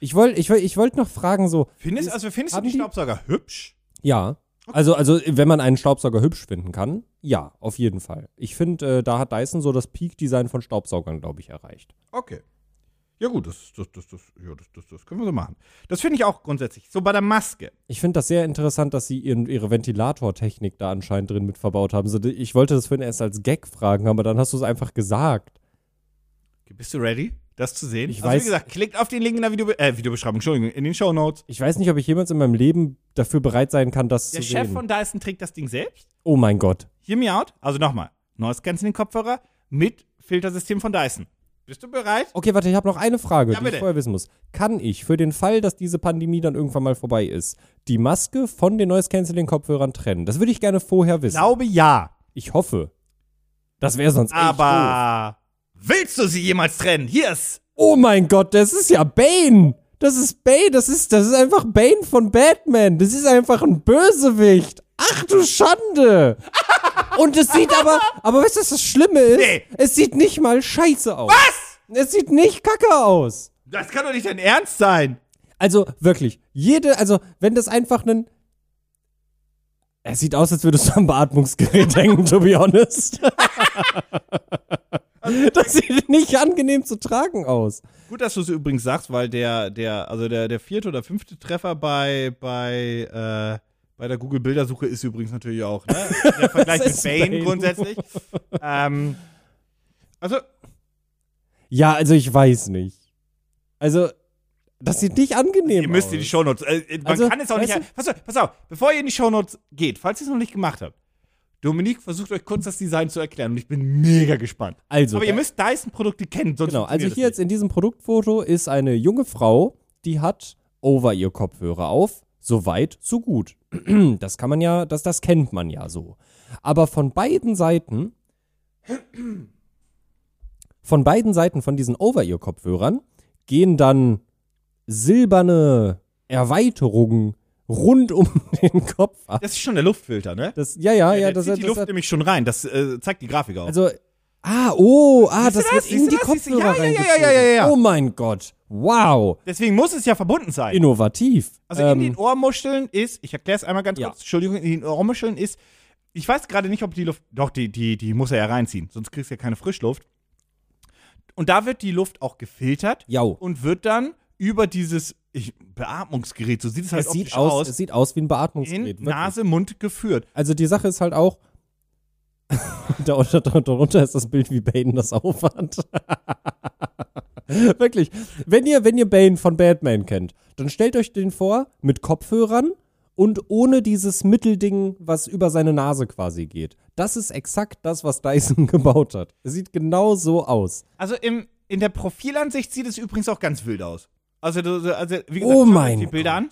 Speaker 2: Ich wollte ich wollt, ich wollt noch fragen, so,
Speaker 3: findest,
Speaker 2: ist-
Speaker 3: also findest du
Speaker 2: haben
Speaker 3: die
Speaker 2: die-
Speaker 3: Staubsauger hübsch?
Speaker 2: ja. Also, also, wenn man einen Staubsauger hübsch finden kann, ja, auf jeden Fall. Ich finde, äh, da hat Dyson so das Peak-Design von Staubsaugern, glaube ich, erreicht.
Speaker 3: Okay. Ja, gut, das, das, das, das, ja, das, das, das können wir so machen. Das finde ich auch grundsätzlich. So bei der Maske.
Speaker 2: Ich finde das sehr interessant, dass sie ihren, ihre Ventilatortechnik da anscheinend drin mit verbaut haben. So, die- ich wollte das vorhin erst als Gag fragen, aber dann hast du es einfach gesagt.
Speaker 3: Bist du ready, das zu sehen?
Speaker 2: Ich
Speaker 3: also,
Speaker 2: weiß-
Speaker 3: wie gesagt, klickt auf den Link in der Video, äh, Videobeschreibung, Entschuldigung, in den Show Notes.
Speaker 2: Ich weiß nicht, ob ich jemals in meinem Leben dafür bereit sein kann, das
Speaker 3: Der
Speaker 2: zu
Speaker 3: Chef
Speaker 2: sehen.
Speaker 3: von Dyson trägt das Ding selbst.
Speaker 2: oh mein Gott.
Speaker 3: Hear me out. Also nochmal. Noise Canceling Kopfhörer mit Filtersystem von Dyson. Bist du bereit?
Speaker 2: Okay, warte, ich habe noch eine Frage,
Speaker 3: Ja,
Speaker 2: die ich
Speaker 3: bitte.
Speaker 2: vorher wissen muss. Kann ich für den Fall, dass diese Pandemie dann irgendwann mal vorbei ist, die Maske von den Noise Cancelling Kopfhörern trennen? Das würde ich gerne vorher wissen.
Speaker 6: glaube ja.
Speaker 2: Ich hoffe. Das wäre sonst echt doof.
Speaker 3: Aber willst du sie jemals trennen? Hier ist.
Speaker 2: Oh mein Gott, das ist ja Bane. Das ist Bane, das ist das ist einfach Bane von Batman. Das ist einfach ein Bösewicht. Ach du Schande. Und es sieht aber aber weißt du, was das schlimme ist?
Speaker 3: Nee.
Speaker 2: Es sieht nicht mal scheiße aus. Was? Es sieht nicht kacke aus.
Speaker 3: Das kann doch nicht dein Ernst sein.
Speaker 2: Also wirklich, jede, also wenn das einfach ein. Es sieht aus, als würdest du am Beatmungsgerät hängen, to be honest. das sieht nicht angenehm zu tragen aus.
Speaker 3: Gut, dass du es übrigens sagst, weil der, der, also der, der vierte oder fünfte Treffer bei, bei, äh, bei der Google-Bildersuche ist übrigens natürlich auch, ne? Der Vergleich
Speaker 2: Das
Speaker 3: mit
Speaker 2: ist
Speaker 3: Bane,
Speaker 2: Bane.
Speaker 3: grundsätzlich. ähm, also,
Speaker 2: Ja, also ich weiß nicht. Also, das sieht nicht angenehm
Speaker 3: ihr müsst
Speaker 2: aus.
Speaker 3: in die Shownotes. Äh, man
Speaker 2: Also,
Speaker 3: kann es auch nicht.
Speaker 2: weißt
Speaker 3: Pass auf, pass auf, bevor ihr in die Shownotes geht, falls ihr es noch nicht gemacht habt, Dominik versucht euch kurz das Design zu erklären und ich bin mega gespannt.
Speaker 2: also,
Speaker 3: Aber ihr
Speaker 2: da-
Speaker 3: müsst Dyson-Produkte kennen, sonst
Speaker 2: Genau, also
Speaker 3: funktioniert
Speaker 2: hier
Speaker 3: das
Speaker 2: jetzt in diesem Produktfoto ist eine junge Frau, die hat over ihr Kopfhörer auf. So weit, so gut. Das kann man ja, das, das kennt man ja so. Aber von beiden Seiten, von beiden Seiten von diesen Over-Ear-Kopfhörern gehen dann silberne Erweiterungen rund um den Kopf ab.
Speaker 3: nicht. Das ist schon der Luftfilter, ne?
Speaker 2: Das, ja, ja, ja,
Speaker 3: der
Speaker 2: das,
Speaker 3: zieht
Speaker 2: das,
Speaker 3: die Luft nämlich schon rein. Das äh, zeigt die Grafik auch.
Speaker 2: also, ah, oh, ah, das,
Speaker 3: das?
Speaker 2: wird
Speaker 3: Siehst
Speaker 2: in
Speaker 3: du
Speaker 2: die
Speaker 3: das? Siehst du-
Speaker 2: Kopfhörer
Speaker 3: ja, ja, ja,
Speaker 2: reingezogen.
Speaker 3: ja, ja, ja.
Speaker 2: Oh mein Gott. Wow.
Speaker 3: Deswegen muss es ja verbunden sein.
Speaker 2: Innovativ. Ähm,
Speaker 3: Also in den Ohrmuscheln ist, ich erkläre es einmal ganz
Speaker 2: Ja.
Speaker 3: kurz, Entschuldigung, in den Ohrmuscheln ist, ich weiß gerade nicht, ob die Luft, doch, die, die, die muss er ja reinziehen, sonst kriegst du ja keine Frischluft. Und da wird die Luft auch gefiltert
Speaker 2: Jau.
Speaker 3: und wird dann über dieses ich, Beatmungsgerät, so sieht es halt
Speaker 2: Es sieht,
Speaker 3: optisch
Speaker 2: aus,
Speaker 3: aus,
Speaker 2: es sieht aus wie ein
Speaker 3: in
Speaker 2: Beatmungsgerät. wirklich.
Speaker 3: Nase, Mund geführt.
Speaker 2: Also die Sache ist halt auch. da unter, da- darunter ist das Bild, wie Bane das aufhat. Wirklich. Wenn ihr, wenn ihr Bane von Batman kennt, dann stellt euch den vor mit Kopfhörern und ohne dieses Mittelding, was über seine Nase quasi geht. Das ist exakt das, was Dyson gebaut hat. Es sieht genau so aus.
Speaker 3: Also im, in der Profilansicht sieht es übrigens auch ganz wild aus. Also, du- du- also wie gesagt,
Speaker 2: Oh
Speaker 3: schaut euch
Speaker 2: mein
Speaker 3: die Bilder
Speaker 2: Gott.
Speaker 3: an.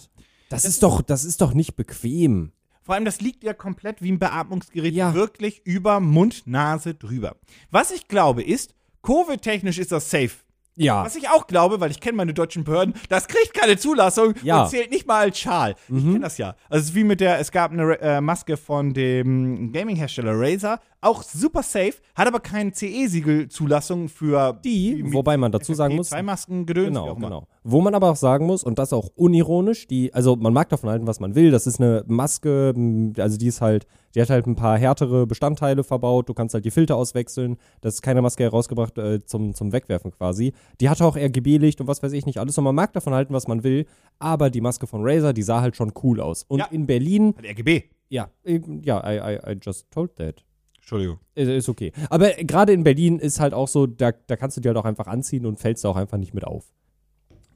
Speaker 2: Das ist doch, das ist doch nicht bequem.
Speaker 3: Vor allem, das liegt ja komplett wie ein Beatmungsgerät
Speaker 2: Ja.
Speaker 3: wirklich über Mund, Nase drüber. Was ich glaube ist, Covid-technisch ist das safe.
Speaker 2: Ja.
Speaker 3: Was ich auch glaube, weil ich kenne meine deutschen Behörden, das kriegt keine Zulassung
Speaker 2: Ja. Mhm.
Speaker 3: und zählt nicht mal als Schal. Ich kenne das ja. Also es ist wie mit der, es gab eine Ra- äh, Maske von dem Gaming-Hersteller Razer, auch super safe, hat aber keine CE-Siegel-Zulassung für
Speaker 2: die,
Speaker 3: mit
Speaker 2: wobei man dazu sagen muss,
Speaker 3: zwei Masken gedöns. wie
Speaker 2: genau,
Speaker 3: auch immer.
Speaker 2: genau. Wo man aber auch sagen muss, und das auch unironisch, die, also man mag davon halten, was man will, das ist eine Maske, m, also die ist halt, die hat halt ein paar härtere Bestandteile verbaut, du kannst halt die Filter auswechseln, das ist keine Maske herausgebracht äh, zum, zum Wegwerfen quasi. Die hatte auch RGB-Licht und was weiß ich nicht alles, und man mag davon halten, was man will, aber die Maske von Razer, die sah halt schon cool aus. Und
Speaker 3: Ja.
Speaker 2: in Berlin,
Speaker 3: Hat RGB.
Speaker 2: ja, eben, ja, I, I, I just told that.
Speaker 3: Entschuldigung.
Speaker 2: Ist ist okay. Aber gerade in Berlin ist halt auch so, da, da kannst du die halt auch einfach anziehen und fällst da auch einfach nicht mit auf.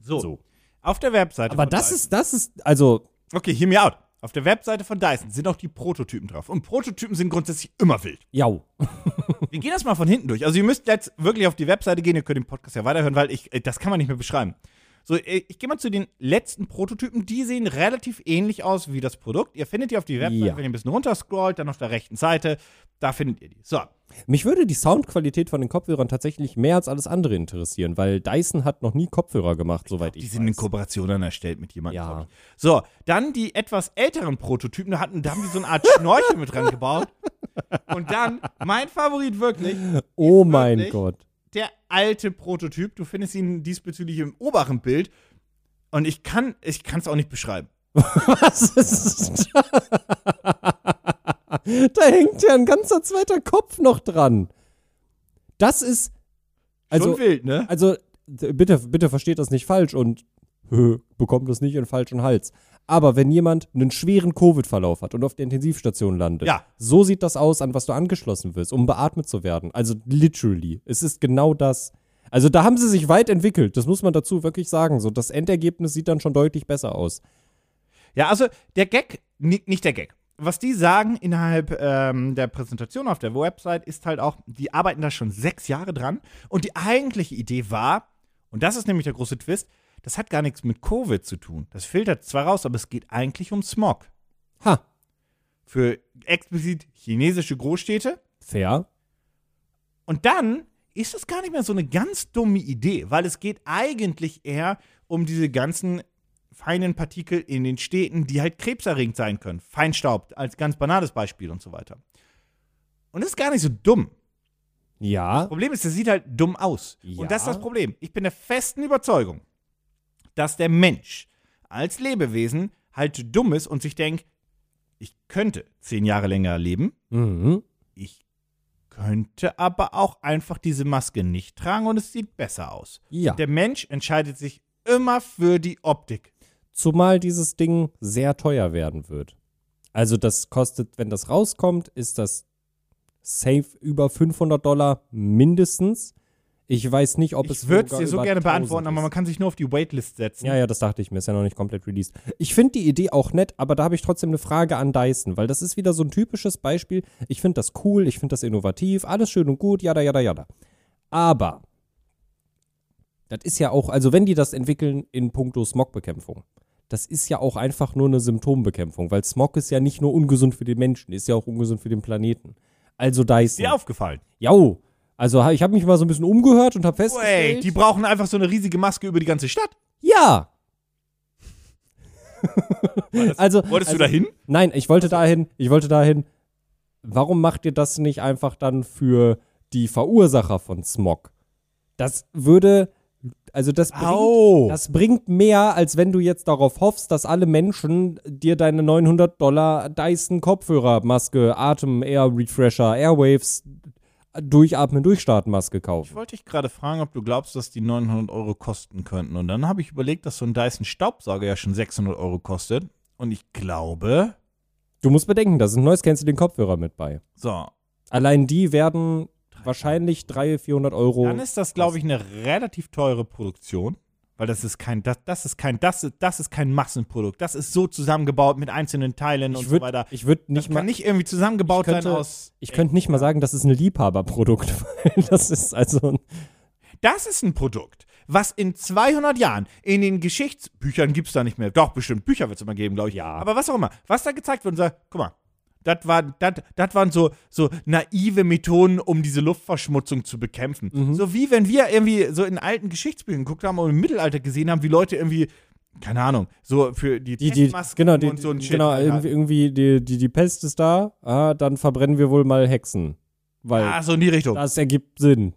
Speaker 3: So.
Speaker 2: So.
Speaker 3: Auf der Webseite.
Speaker 2: Aber
Speaker 3: von
Speaker 2: das
Speaker 3: Dyson-
Speaker 2: ist, das ist, also,
Speaker 3: Okay, hear me out. Auf der Webseite von Dyson sind auch die Prototypen drauf. Und Prototypen sind grundsätzlich immer wild.
Speaker 2: jau.
Speaker 3: Wir gehen das mal von hinten durch. Also ihr müsst jetzt wirklich auf die Webseite gehen, ihr könnt den Podcast ja weiterhören, weil ich äh, das kann man nicht mehr beschreiben. So, äh, ich gehe mal zu den letzten Prototypen. Die sehen relativ ähnlich aus wie das Produkt. Ihr findet die auf die Webseite,
Speaker 2: Ja.
Speaker 3: wenn ihr ein bisschen runterscrollt, dann auf der rechten Seite. Da findet ihr die. So,
Speaker 2: Mich würde die Soundqualität von den Kopfhörern tatsächlich mehr als alles andere interessieren, weil Dyson hat noch nie Kopfhörer gemacht, soweit ich
Speaker 3: die
Speaker 2: weiß.
Speaker 3: sind in Kooperation dann erstellt mit jemandem.
Speaker 2: Ja.
Speaker 3: glaub ich. So, dann die etwas älteren Prototypen. Da, hatten, da haben die so eine Art Schnorchel mit dran gebaut. Und dann, mein Favorit wirklich,
Speaker 2: oh mein
Speaker 3: wirklich-
Speaker 2: Gott.
Speaker 3: der alte Prototyp. Du findest ihn diesbezüglich im oberen Bild. Und ich kann ich kann es auch nicht beschreiben.
Speaker 2: Was ist das? da hängt ja ein ganzer zweiter Kopf noch dran. Das ist, also,
Speaker 3: Schon wild, ne?
Speaker 2: also, d- bitte, bitte versteht das nicht falsch und hö, bekommt es nicht in den falschen Hals. Aber wenn jemand einen schweren Covid-Verlauf hat und auf der Intensivstation landet,
Speaker 3: Ja.
Speaker 2: so sieht das aus, an was du angeschlossen wirst, um beatmet zu werden. Also literally. Es ist genau das. Also da haben sie sich weit entwickelt, das muss man dazu wirklich sagen. So, das Endergebnis sieht dann schon deutlich besser aus.
Speaker 3: Ja, also der Gag, ni- nicht der Gag. was die sagen innerhalb ähm, der Präsentation auf der Website ist halt auch, die arbeiten da schon sechs Jahre dran. Und die eigentliche Idee war, und das ist nämlich der große Twist, das hat gar nichts mit Covid zu tun. Das filtert zwar raus, aber es geht eigentlich um Smog.
Speaker 2: Ha,
Speaker 3: Für explizit chinesische Großstädte.
Speaker 2: fair.
Speaker 3: Und dann ist das gar nicht mehr so eine ganz dumme Idee, weil es geht eigentlich eher um diese ganzen feinen Partikel in den Städten, die halt krebserregend sein können. Feinstaub als ganz banales Beispiel und so weiter. Und das ist gar nicht so dumm.
Speaker 2: Ja,
Speaker 3: Problem ist, der sieht halt dumm aus.
Speaker 2: Ja.
Speaker 3: Und das ist das Problem. Ich bin der festen Überzeugung, dass der Mensch als Lebewesen halt dumm ist und sich denkt, ich könnte zehn Jahre länger leben,
Speaker 2: mhm.
Speaker 3: ich könnte aber auch einfach diese Maske nicht tragen und es sieht besser aus.
Speaker 2: ja.
Speaker 3: Der Mensch entscheidet sich immer für die Optik.
Speaker 2: Zumal dieses Ding sehr teuer werden wird. Also das kostet, wenn das rauskommt, ist das safe über 500 Dollar mindestens. Ich weiß nicht, ob es
Speaker 3: ich würde es
Speaker 2: sogar
Speaker 3: dir so
Speaker 2: über
Speaker 3: gerne
Speaker 2: 1000
Speaker 3: beantworten, aber
Speaker 2: ist.
Speaker 3: man kann sich nur auf die Waitlist setzen.
Speaker 2: Ja, ja, das dachte ich mir. Ist ja noch nicht komplett released. Ich finde die Idee auch nett, aber da habe ich trotzdem eine Frage an Dyson, weil das ist wieder so ein typisches Beispiel. Ich finde das cool, ich finde das innovativ, alles schön und gut, jada, jada, jada. Aber das ist ja auch, also wenn die das entwickeln in puncto Smogbekämpfung, das ist ja auch einfach nur eine Symptombekämpfung, weil Smog ist ja nicht nur ungesund für den Menschen, ist ja auch ungesund für den Planeten. Also
Speaker 3: Ist
Speaker 2: Dyson.
Speaker 3: dir aufgefallen?
Speaker 2: Jau. Also ha- ich habe mich mal so ein bisschen umgehört und habe festgestellt.
Speaker 3: Wait, die brauchen einfach so eine riesige Maske über die ganze Stadt.
Speaker 2: ja. also also,
Speaker 3: Wolltest du dahin?
Speaker 2: Nein, ich wollte dahin, ich wollte dahin, warum macht ihr das nicht einfach dann für die Verursacher von Smog? Das würde, also das bringt,
Speaker 3: Au.
Speaker 2: das bringt mehr, als wenn du jetzt darauf hoffst, dass alle Menschen dir deine 900 Dollar Dyson Kopfhörermaske, Atem, Air Refresher, Airwaves, Durchatmen, Durchstartmaske
Speaker 3: Ich
Speaker 2: kaufen.
Speaker 3: wollte dich gerade fragen, ob du glaubst, dass die 900 Euro kosten könnten. Und dann habe ich überlegt, dass so ein Dyson Staubsauger ja schon 600 Euro kostet. Und ich glaube,
Speaker 2: Du musst bedenken, da sind neues Cancel den Kopfhörer mit bei.
Speaker 3: so,
Speaker 2: Allein die werden wahrscheinlich 300, 400 Euro.
Speaker 3: dann ist das, glaube ich, eine relativ teure Produktion. Weil das ist kein, das, das ist kein, das, ist- das ist kein Massenprodukt. Das ist so zusammengebaut mit einzelnen Teilen und
Speaker 2: ich
Speaker 3: so
Speaker 2: würde
Speaker 3: weiter.
Speaker 2: ich würd
Speaker 3: Das
Speaker 2: nicht mal
Speaker 3: kann nicht irgendwie zusammengebaut
Speaker 2: ich könnte-
Speaker 3: sein aus.
Speaker 2: Ich könnte nicht mal sagen, das ist ein Liebhaberprodukt, weil das ist also ein
Speaker 3: Das ist ein Produkt, was in 200 Jahren in den Geschichtsbüchern gibt es da nicht mehr. Doch, bestimmt. Bücher wird es immer geben, glaube ich. Ja. Aber was auch immer. Was da gezeigt wird und sagt, guck mal, das war, dat- dat waren so, so naive Methoden, um diese Luftverschmutzung zu bekämpfen.
Speaker 2: Mhm.
Speaker 3: So wie wenn wir irgendwie so in alten Geschichtsbüchern geguckt haben und im Mittelalter gesehen haben, wie Leute irgendwie, keine Ahnung, so für die,
Speaker 2: die, die,
Speaker 3: Testmasken
Speaker 2: genau, die,
Speaker 3: und so ein Shit. halt
Speaker 2: genau
Speaker 3: Alter.
Speaker 2: irgendwie, irgendwie die, die, die Pest ist da, ah, dann verbrennen wir wohl mal Hexen, weil
Speaker 3: Ah, so in die Richtung.
Speaker 2: das ergibt Sinn.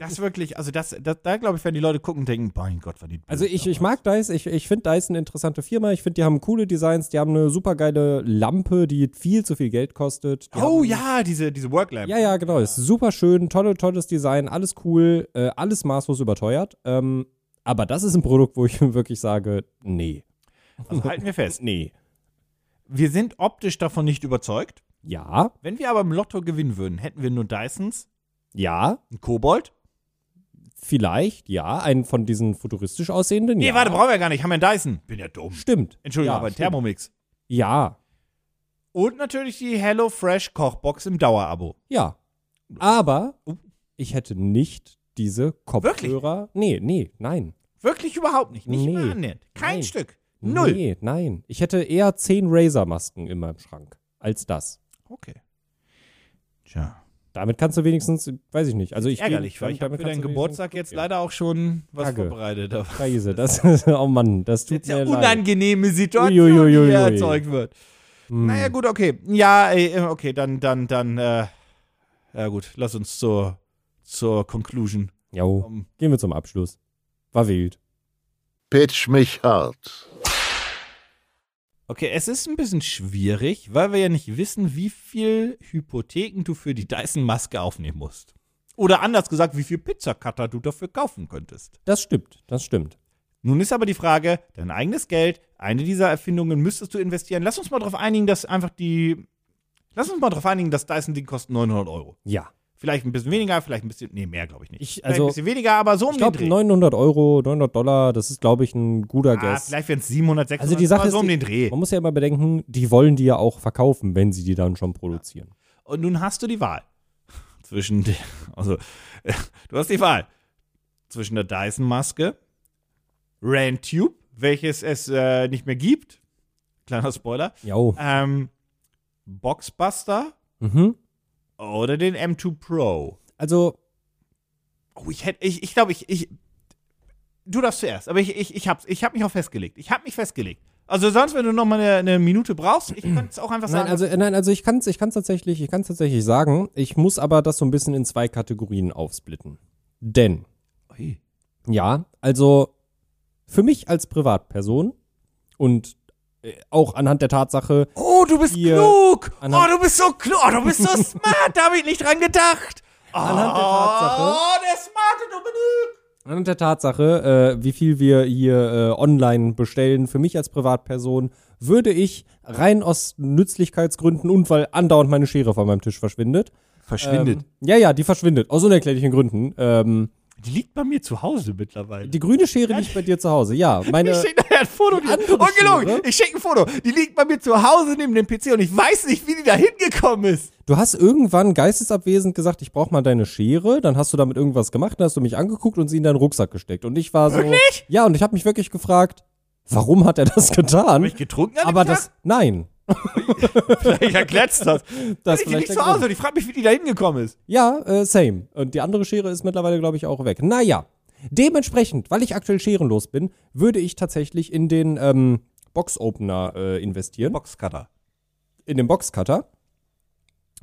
Speaker 3: Das wirklich, also das, das da glaube ich, wenn die Leute gucken, denken, mein Gott, war die.
Speaker 2: Also ich, ich mag Dice, ich, ich finde Dice eine interessante Firma, ich finde, die haben coole Designs, die haben eine super geile Lampe, die viel zu viel Geld kostet. Die
Speaker 3: Oh
Speaker 2: haben,
Speaker 3: ja, diese, diese Worklamp.
Speaker 2: Ja, ja, genau. Ist super schön, tolle, tolles Design, alles cool, äh, alles maßlos überteuert. Ähm, aber das ist ein Produkt, wo ich wirklich sage, nee,
Speaker 3: Also halten wir fest.
Speaker 2: nee.
Speaker 3: Wir sind optisch davon nicht überzeugt.
Speaker 2: Ja,
Speaker 3: Wenn wir aber im Lotto gewinnen würden, hätten wir nur Dysons,
Speaker 2: ja,
Speaker 3: einen Kobold.
Speaker 2: Vielleicht, ja. Einen von diesen futuristisch aussehenden.
Speaker 3: Nee,
Speaker 2: ja.
Speaker 3: warte, brauchen wir gar nicht. Haben wir einen Dyson? Bin ja dumm.
Speaker 2: Stimmt.
Speaker 3: Entschuldigung,
Speaker 2: ja,
Speaker 3: aber ein
Speaker 2: stimmt.
Speaker 3: Thermomix.
Speaker 2: Ja,
Speaker 3: Und natürlich die Hello Fresh Kochbox im Dauerabo.
Speaker 2: ja. Aber ich hätte nicht diese
Speaker 3: Oh. Wirklich?
Speaker 2: Kopfhörer. Nee, nee, nein.
Speaker 3: Wirklich überhaupt nicht. Nicht
Speaker 2: Nee.
Speaker 3: mal annähernd. Kein
Speaker 2: Nein.
Speaker 3: Stück. Null.
Speaker 2: Nee, nein. Ich hätte eher zehn Razer-Masken in meinem Schrank als das.
Speaker 3: Okay. Tja.
Speaker 2: Damit kannst du wenigstens, weiß ich nicht. Also ich
Speaker 3: Ärgerlich, weil
Speaker 2: damit-
Speaker 3: ich habe
Speaker 2: damit
Speaker 3: für
Speaker 2: kannst
Speaker 3: deinen
Speaker 2: du
Speaker 3: Geburtstag jetzt
Speaker 2: wenigstens-
Speaker 3: leider auch schon was
Speaker 2: Kacke.
Speaker 3: vorbereitet habe.
Speaker 2: Scheiße, das ist, oh Mann, das tut
Speaker 3: Jetzt ja
Speaker 2: mir leid.
Speaker 3: unangenehme Situation,
Speaker 2: Uiuiuiui.
Speaker 3: die hier erzeugt wird.
Speaker 2: Hm.
Speaker 3: Naja, gut, okay. Ja, äh, okay, dann, dann, dann, äh, ja gut, lass uns zur, zur Conclusion.
Speaker 2: Jo,
Speaker 3: kommen.
Speaker 2: oh. gehen wir zum Abschluss. War wild.
Speaker 1: Pitch mich hart.
Speaker 3: Okay, es ist ein bisschen schwierig, weil wir ja nicht wissen, wie viel Hypotheken du für die Dyson-Maske aufnehmen musst. Oder anders gesagt, wie viel Pizzacutter du dafür kaufen könntest.
Speaker 2: Das stimmt, das stimmt.
Speaker 3: Nun ist aber die Frage, dein eigenes Geld, eine dieser Erfindungen müsstest du investieren. Lass uns mal darauf einigen, dass einfach die. Lass uns mal darauf einigen, das Dyson-Ding kostet 900 Euro.
Speaker 2: Ja.
Speaker 3: Vielleicht ein bisschen weniger, vielleicht ein bisschen, nee, mehr glaube ich nicht.
Speaker 2: Ich-
Speaker 3: Vielleicht
Speaker 2: also-
Speaker 3: ein bisschen weniger, aber so um
Speaker 2: Ich
Speaker 3: den
Speaker 2: glaube,
Speaker 3: Dreh.
Speaker 2: 900 Euro, 900 Dollar, das ist, glaube ich, ein guter
Speaker 3: ah,
Speaker 2: Guess.
Speaker 3: vielleicht wären es 700, 600,
Speaker 2: Also die Sache
Speaker 3: aber
Speaker 2: ist,
Speaker 3: so um
Speaker 2: die-
Speaker 3: den Dreh.
Speaker 2: man muss ja immer bedenken, die wollen die ja auch verkaufen, wenn sie die dann schon produzieren.
Speaker 3: Und nun hast du die Wahl zwischen, der, also äh, du hast die Wahl zwischen der Dyson-Maske, Rantube, welches es äh, nicht mehr gibt, kleiner Spoiler,
Speaker 2: Ja. oh.
Speaker 3: ähm, Boxbuster
Speaker 2: Mhm.
Speaker 3: oder den M2 Pro.
Speaker 2: Also,
Speaker 3: Oh, ich hätte, ich, ich glaube, ich, ich, du darfst zuerst, aber ich, ich, ich habe ich hab mich auch festgelegt. Ich habe mich festgelegt. Also sonst, wenn du noch mal eine, eine Minute brauchst, ich könnte es auch einfach
Speaker 2: nein,
Speaker 3: sagen.
Speaker 2: also, nein, also ich kann es ich kann's tatsächlich, ich kann's tatsächlich sagen. Ich muss aber das so ein bisschen in zwei Kategorien aufsplitten. Denn,
Speaker 3: Ui.
Speaker 2: ja, also für mich als Privatperson und äh, auch anhand der Tatsache,
Speaker 3: Oh, du bist
Speaker 2: Hier.
Speaker 3: klug.
Speaker 2: Anhand-
Speaker 3: oh, du bist so klug. Oh, du bist so smart. da habe ich nicht dran gedacht. Oh,
Speaker 2: Anhand der Tatsache-
Speaker 3: Oh, der smarte Dominik.
Speaker 2: Anhand der Tatsache, äh, wie viel wir hier äh, online bestellen, für mich als Privatperson, würde ich rein aus Nützlichkeitsgründen und weil andauernd meine Schere von meinem Tisch verschwindet.
Speaker 6: Verschwindet.
Speaker 2: Ähm, ja, ja, die verschwindet. Aus unerklärlichen Gründen. Ähm,
Speaker 3: Die liegt bei mir zu Hause mittlerweile.
Speaker 2: die grüne Schere liegt bei dir zu Hause. Ja, meine.
Speaker 3: ich schicke nachher ein Foto. Die
Speaker 2: andere
Speaker 3: Ungelogen,
Speaker 2: Schere?
Speaker 3: ich schicke ein Foto. Die liegt bei mir zu Hause neben dem PC und ich weiß nicht, wie die da hingekommen ist.
Speaker 2: Du hast irgendwann geistesabwesend gesagt, ich brauche mal deine Schere. Dann hast du damit irgendwas gemacht, dann hast du mich angeguckt und sie in deinen Rucksack gesteckt. Und ich war so.
Speaker 3: Wirklich?
Speaker 2: Ja, und ich habe mich wirklich gefragt, warum hat er das getan?
Speaker 3: Hab ich getrunken an dem
Speaker 2: Aber
Speaker 3: Tag?
Speaker 2: das. Nein.
Speaker 3: Vielleicht erklärt das.
Speaker 2: Das
Speaker 3: Ich die
Speaker 2: vielleicht
Speaker 3: liegt
Speaker 2: der
Speaker 3: zu
Speaker 2: Grund.
Speaker 3: Hause und ich frage mich, wie die da hingekommen ist.
Speaker 2: Ja, äh, same. Und die andere Schere ist mittlerweile, glaube ich, auch weg. Naja, dementsprechend, weil ich aktuell scherenlos bin, würde ich tatsächlich in den ähm, Box-Opener äh, investieren.
Speaker 3: Boxcutter.
Speaker 2: in den Boxcutter.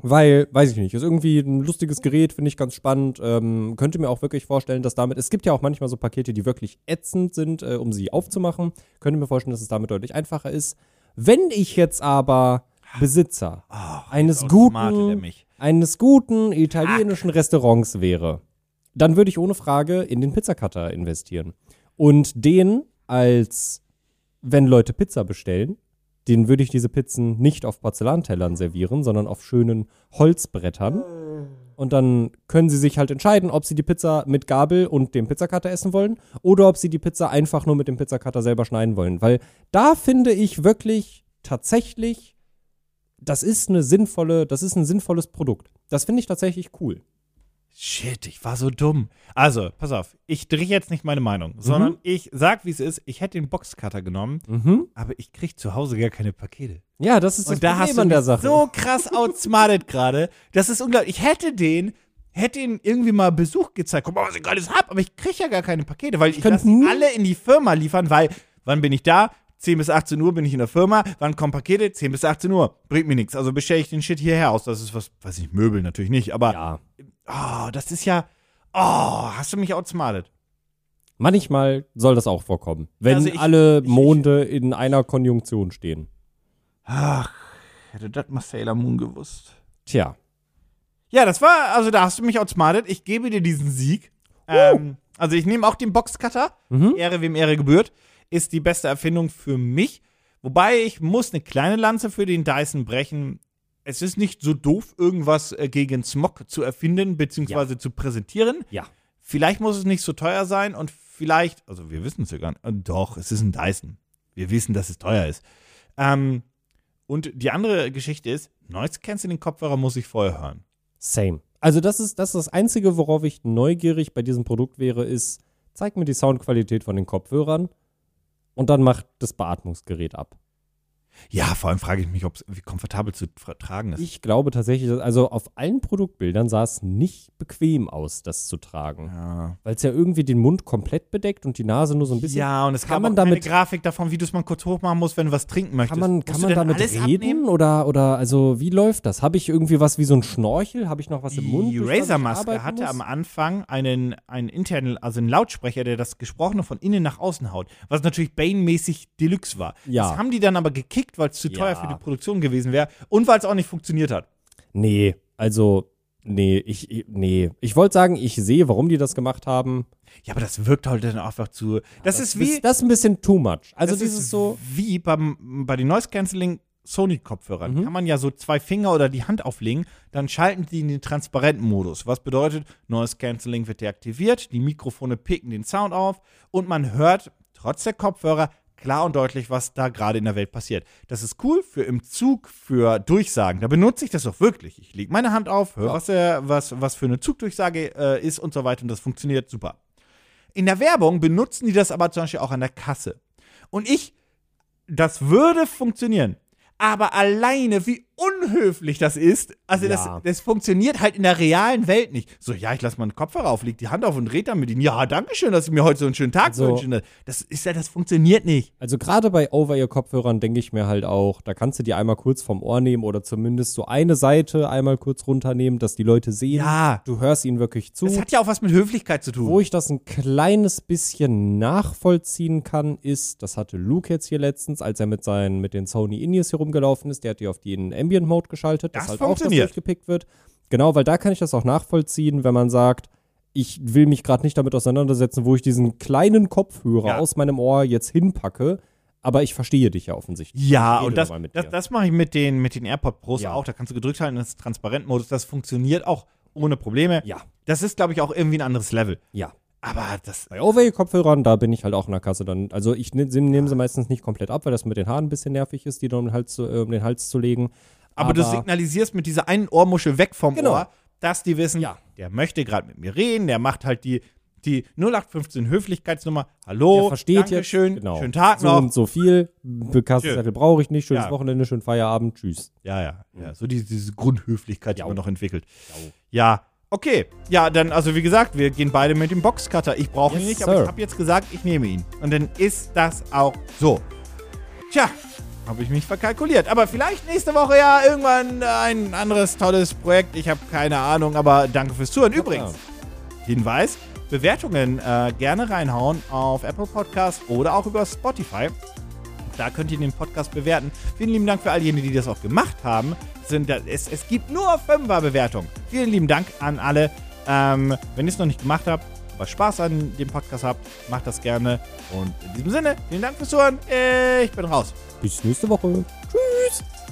Speaker 2: Weil, weiß ich nicht, ist irgendwie ein lustiges Gerät, finde ich ganz spannend. Ähm, könnte mir auch wirklich vorstellen, dass damit, es gibt ja auch manchmal so Pakete, die wirklich ätzend sind, äh, um sie aufzumachen. Könnte mir vorstellen, dass es damit deutlich einfacher ist. Wenn ich jetzt aber Besitzer eines
Speaker 3: outsmartet er
Speaker 2: guten,
Speaker 3: mich.
Speaker 2: eines guten italienischen Restaurants wäre, dann würde ich ohne Frage in den Pizzacutter investieren. Und den als, wenn Leute Pizza bestellen, den würde ich diese Pizzen nicht auf Porzellantellern servieren, sondern auf schönen Holzbrettern. Und dann können sie sich halt entscheiden, ob sie die Pizza mit Gabel und dem Pizzacutter essen wollen oder ob sie die Pizza einfach nur mit dem Pizzacutter selber schneiden wollen. Weil da finde ich wirklich tatsächlich, das ist eine sinnvolle, das ist ein sinnvolles Produkt. Das finde ich tatsächlich cool.
Speaker 3: Shit, ich war so dumm. Also, pass auf, ich drehe jetzt nicht meine Meinung, sondern ich sag, wie es ist. Ich hätte den Boxcutter genommen,
Speaker 2: Mhm.
Speaker 3: aber ich krieg zu Hause gar keine Pakete.
Speaker 2: Ja, das ist das
Speaker 3: Und da
Speaker 2: Problem
Speaker 3: hast du
Speaker 2: an der
Speaker 3: mich
Speaker 2: Sache.
Speaker 3: so krass outsmartet gerade. Das ist unglaublich. Ich hätte den, hätte ihn irgendwie mal Besuch gezeigt. Guck mal, was ich alles hab, aber ich krieg ja gar keine Pakete, weil ich, ich
Speaker 2: könnte
Speaker 3: lasse die
Speaker 2: nie-
Speaker 3: alle in die Firma liefern, weil wann bin ich da? 10 bis 18 Uhr bin ich in der Firma. Wann kommen Pakete? 10 bis 18 Uhr. Bringt mir nichts. Also bestelle ich den Shit hierher aus. Das ist was, weiß ich, Möbel natürlich nicht, aber
Speaker 2: ja.
Speaker 3: Oh, das ist ja. Oh, hast du mich outsmartet?
Speaker 2: Manchmal soll das auch vorkommen, wenn
Speaker 3: Also ich-
Speaker 2: alle
Speaker 3: ich-
Speaker 2: Monde in einer Konjunktion stehen.
Speaker 3: Ach, hätte das mal Sailor Moon gewusst.
Speaker 2: Tja.
Speaker 3: Ja, das war, also da hast du mich outsmartet. Ich gebe dir diesen Sieg. Ähm, also ich nehme auch den Boxcutter. Ehre wem Ehre gebührt. Ist die beste Erfindung für mich. Wobei ich muss eine kleine Lanze für den Dyson brechen. Es ist nicht so doof, irgendwas äh, gegen Smog zu erfinden bzw. zu präsentieren.
Speaker 2: Ja.
Speaker 3: Vielleicht muss es nicht so teuer sein und vielleicht, also wir wissen es ja gar nicht. Äh, Doch, es ist ein Dyson. Wir wissen, dass es teuer ist. Ähm, und die andere Geschichte ist, Noise Cancelling Kopfhörer muss ich vorher hören.
Speaker 2: Same. Also das ist, das ist das Einzige, worauf ich neugierig bei diesem Produkt wäre, ist, zeig mir die Soundqualität von den Kopfhörern und dann macht das Beatmungsgerät ab.
Speaker 3: Ja, vor allem frage ich mich, ob's, wie komfortabel zu tra- tragen ist.
Speaker 2: Ich glaube tatsächlich, dass- also auf allen Produktbildern sah es nicht bequem aus, das zu tragen.
Speaker 3: Ja.
Speaker 2: Weil es ja irgendwie den Mund komplett bedeckt und die Nase nur so ein bisschen.
Speaker 3: ja, und es
Speaker 2: Kann
Speaker 3: kann
Speaker 2: man
Speaker 3: man auch damit
Speaker 2: damit-
Speaker 3: keine Grafik davon, wie du es mal kurz hochmachen musst, wenn du was trinken möchtest.
Speaker 2: Kann man,
Speaker 3: Musst
Speaker 2: kann
Speaker 3: du
Speaker 2: man
Speaker 3: denn
Speaker 2: damit
Speaker 3: alles
Speaker 2: reden?
Speaker 3: abnehmen?
Speaker 2: Oder, oder also wie läuft das? Habe ich irgendwie was wie so ein Schnorchel? Habe ich noch was im Mund?
Speaker 3: Die
Speaker 2: durch was ich
Speaker 3: Razer-Maske
Speaker 2: arbeiten
Speaker 3: hatte
Speaker 2: muss?
Speaker 3: am Anfang einen, einen internen, also einen Lautsprecher, der das Gesprochene von innen nach außen haut, was natürlich Bane-mäßig Deluxe war.
Speaker 2: Ja.
Speaker 3: Das haben die dann aber gekickt, weil es zu teuer
Speaker 2: Ja.
Speaker 3: für die Produktion gewesen wäre und weil es auch nicht funktioniert hat.
Speaker 2: Nee, also, nee, ich, ich- nee. Ich wollte sagen, ich sehe, warum die das gemacht haben.
Speaker 3: Ja, aber das wirkt halt dann einfach zu. Das, ist wie.
Speaker 2: Das ist ein bisschen too much. Also
Speaker 3: das
Speaker 2: dieses
Speaker 3: ist
Speaker 2: so,
Speaker 3: Wie beim, bei den Noise Cancelling Sony-Kopfhörern
Speaker 2: Mhm.
Speaker 3: kann man ja so zwei Finger oder die Hand auflegen, dann schalten die in den transparenten Modus. Was bedeutet, Noise Cancelling wird deaktiviert, die Mikrofone picken den Sound auf und man hört trotz der Kopfhörer klar und deutlich, was da gerade in der Welt passiert. Das ist cool für im Zug, für Durchsagen. Da benutze ich das auch wirklich. Ich lege meine Hand auf, höre, was, der, was, was für eine Zugdurchsage äh, ist und so weiter und das funktioniert super. In der Werbung benutzen die das aber zum Beispiel auch an der Kasse. Und ich, das würde funktionieren. Aber alleine, wie unhöflich das ist, also das,
Speaker 2: Ja.
Speaker 3: das funktioniert halt in der realen Welt nicht. So, ja, ich lasse meinen Kopfhörer auf, leg die Hand auf und red dann mit ihnen. Ja, danke schön, dass ich mir heute so einen schönen Tag
Speaker 2: Also-
Speaker 3: wünsche. Das ist ja, das funktioniert nicht.
Speaker 2: Also gerade bei Over-Ear-Kopfhörern denke ich mir halt auch, da kannst du die einmal kurz vom Ohr nehmen oder zumindest so eine Seite einmal kurz runternehmen, dass die Leute sehen,
Speaker 3: Ja.
Speaker 2: du hörst ihnen wirklich zu.
Speaker 3: Das hat ja auch was mit Höflichkeit zu tun.
Speaker 2: Wo ich das ein kleines bisschen nachvollziehen kann, ist, das hatte Luke jetzt hier letztens, als er mit seinen, mit den Sony Indies hier rumgelaufen ist, der hat die auf den Ambient Mode geschaltet, dass
Speaker 3: Das
Speaker 2: halt auch
Speaker 3: funktioniert.
Speaker 2: das durchgepickt wird. Genau, weil da kann ich das auch nachvollziehen, wenn man sagt, ich will mich gerade nicht damit auseinandersetzen, wo ich diesen kleinen Kopfhörer
Speaker 3: Ja.
Speaker 2: aus meinem Ohr jetzt hinpacke, aber ich verstehe dich ja offensichtlich.
Speaker 3: ja,
Speaker 2: Ich rede
Speaker 3: und das,
Speaker 2: dabei mit
Speaker 3: das,
Speaker 2: dir.
Speaker 3: das mache ich mit den, mit den AirPod Pros
Speaker 2: Ja.
Speaker 3: auch. Da kannst du gedrückt halten, das ist Transparentmodus. Das funktioniert auch ohne Probleme.
Speaker 2: Ja,
Speaker 3: Das ist, glaube ich, auch irgendwie ein anderes Level.
Speaker 2: ja.
Speaker 3: Aber das.
Speaker 2: Bei Overhead-Kopfhörern, Oh, da bin ich halt auch in der Kasse dann. Also ich ne- sie- nehme sie meistens nicht komplett ab, weil das mit den Haaren ein bisschen nervig ist, die dann um den Hals zu, äh, um den Hals zu legen.
Speaker 3: Aber, du signalisierst mit dieser einen Ohrmuschel weg vom
Speaker 2: Genau.
Speaker 3: Ohr, dass die wissen,
Speaker 2: Ja.
Speaker 3: der möchte gerade mit mir reden, der macht halt die, die 0815 Höflichkeitsnummer.
Speaker 2: der
Speaker 3: Hallo,
Speaker 2: versteht jetzt.
Speaker 3: Dankeschön,
Speaker 2: genau,
Speaker 3: schönen Tag
Speaker 2: so
Speaker 3: noch.
Speaker 2: und so viel. Be- Kassenzettel brauche ich nicht. Schönes
Speaker 3: Ja.
Speaker 2: Wochenende, schönen Feierabend. Tschüss.
Speaker 3: Ja, ja, ja.
Speaker 2: Mhm.
Speaker 3: So diese, diese Grundhöflichkeit,
Speaker 2: Jau.
Speaker 3: die man noch entwickelt. Ja, okay. Ja, dann, also wie gesagt, wir gehen beide mit dem Boxcutter. Ich brauche ihn
Speaker 2: Yes,
Speaker 3: nicht, aber
Speaker 2: sir.
Speaker 3: ich habe jetzt gesagt, ich nehme ihn. Und dann ist das auch so. Tja, habe ich mich verkalkuliert. Aber vielleicht nächste Woche ja irgendwann ein anderes tolles Projekt. Ich habe keine Ahnung, aber danke fürs Zuhören. Übrigens, Hinweis: Bewertungen äh, gerne reinhauen auf Apple Podcast oder auch über Spotify. Da könnt ihr den Podcast bewerten. Vielen lieben Dank für all jene, die das auch gemacht haben. Sind, da- es, es gibt nur Fünfer-Bewertungen. Vielen lieben Dank an alle. Ähm, wenn ihr es noch nicht gemacht habt, aber Spaß an dem Podcast habt, macht das gerne. Und in diesem Sinne, vielen Dank fürs Zuhören. Ich bin raus.
Speaker 2: Bis nächste Woche. Tschüss.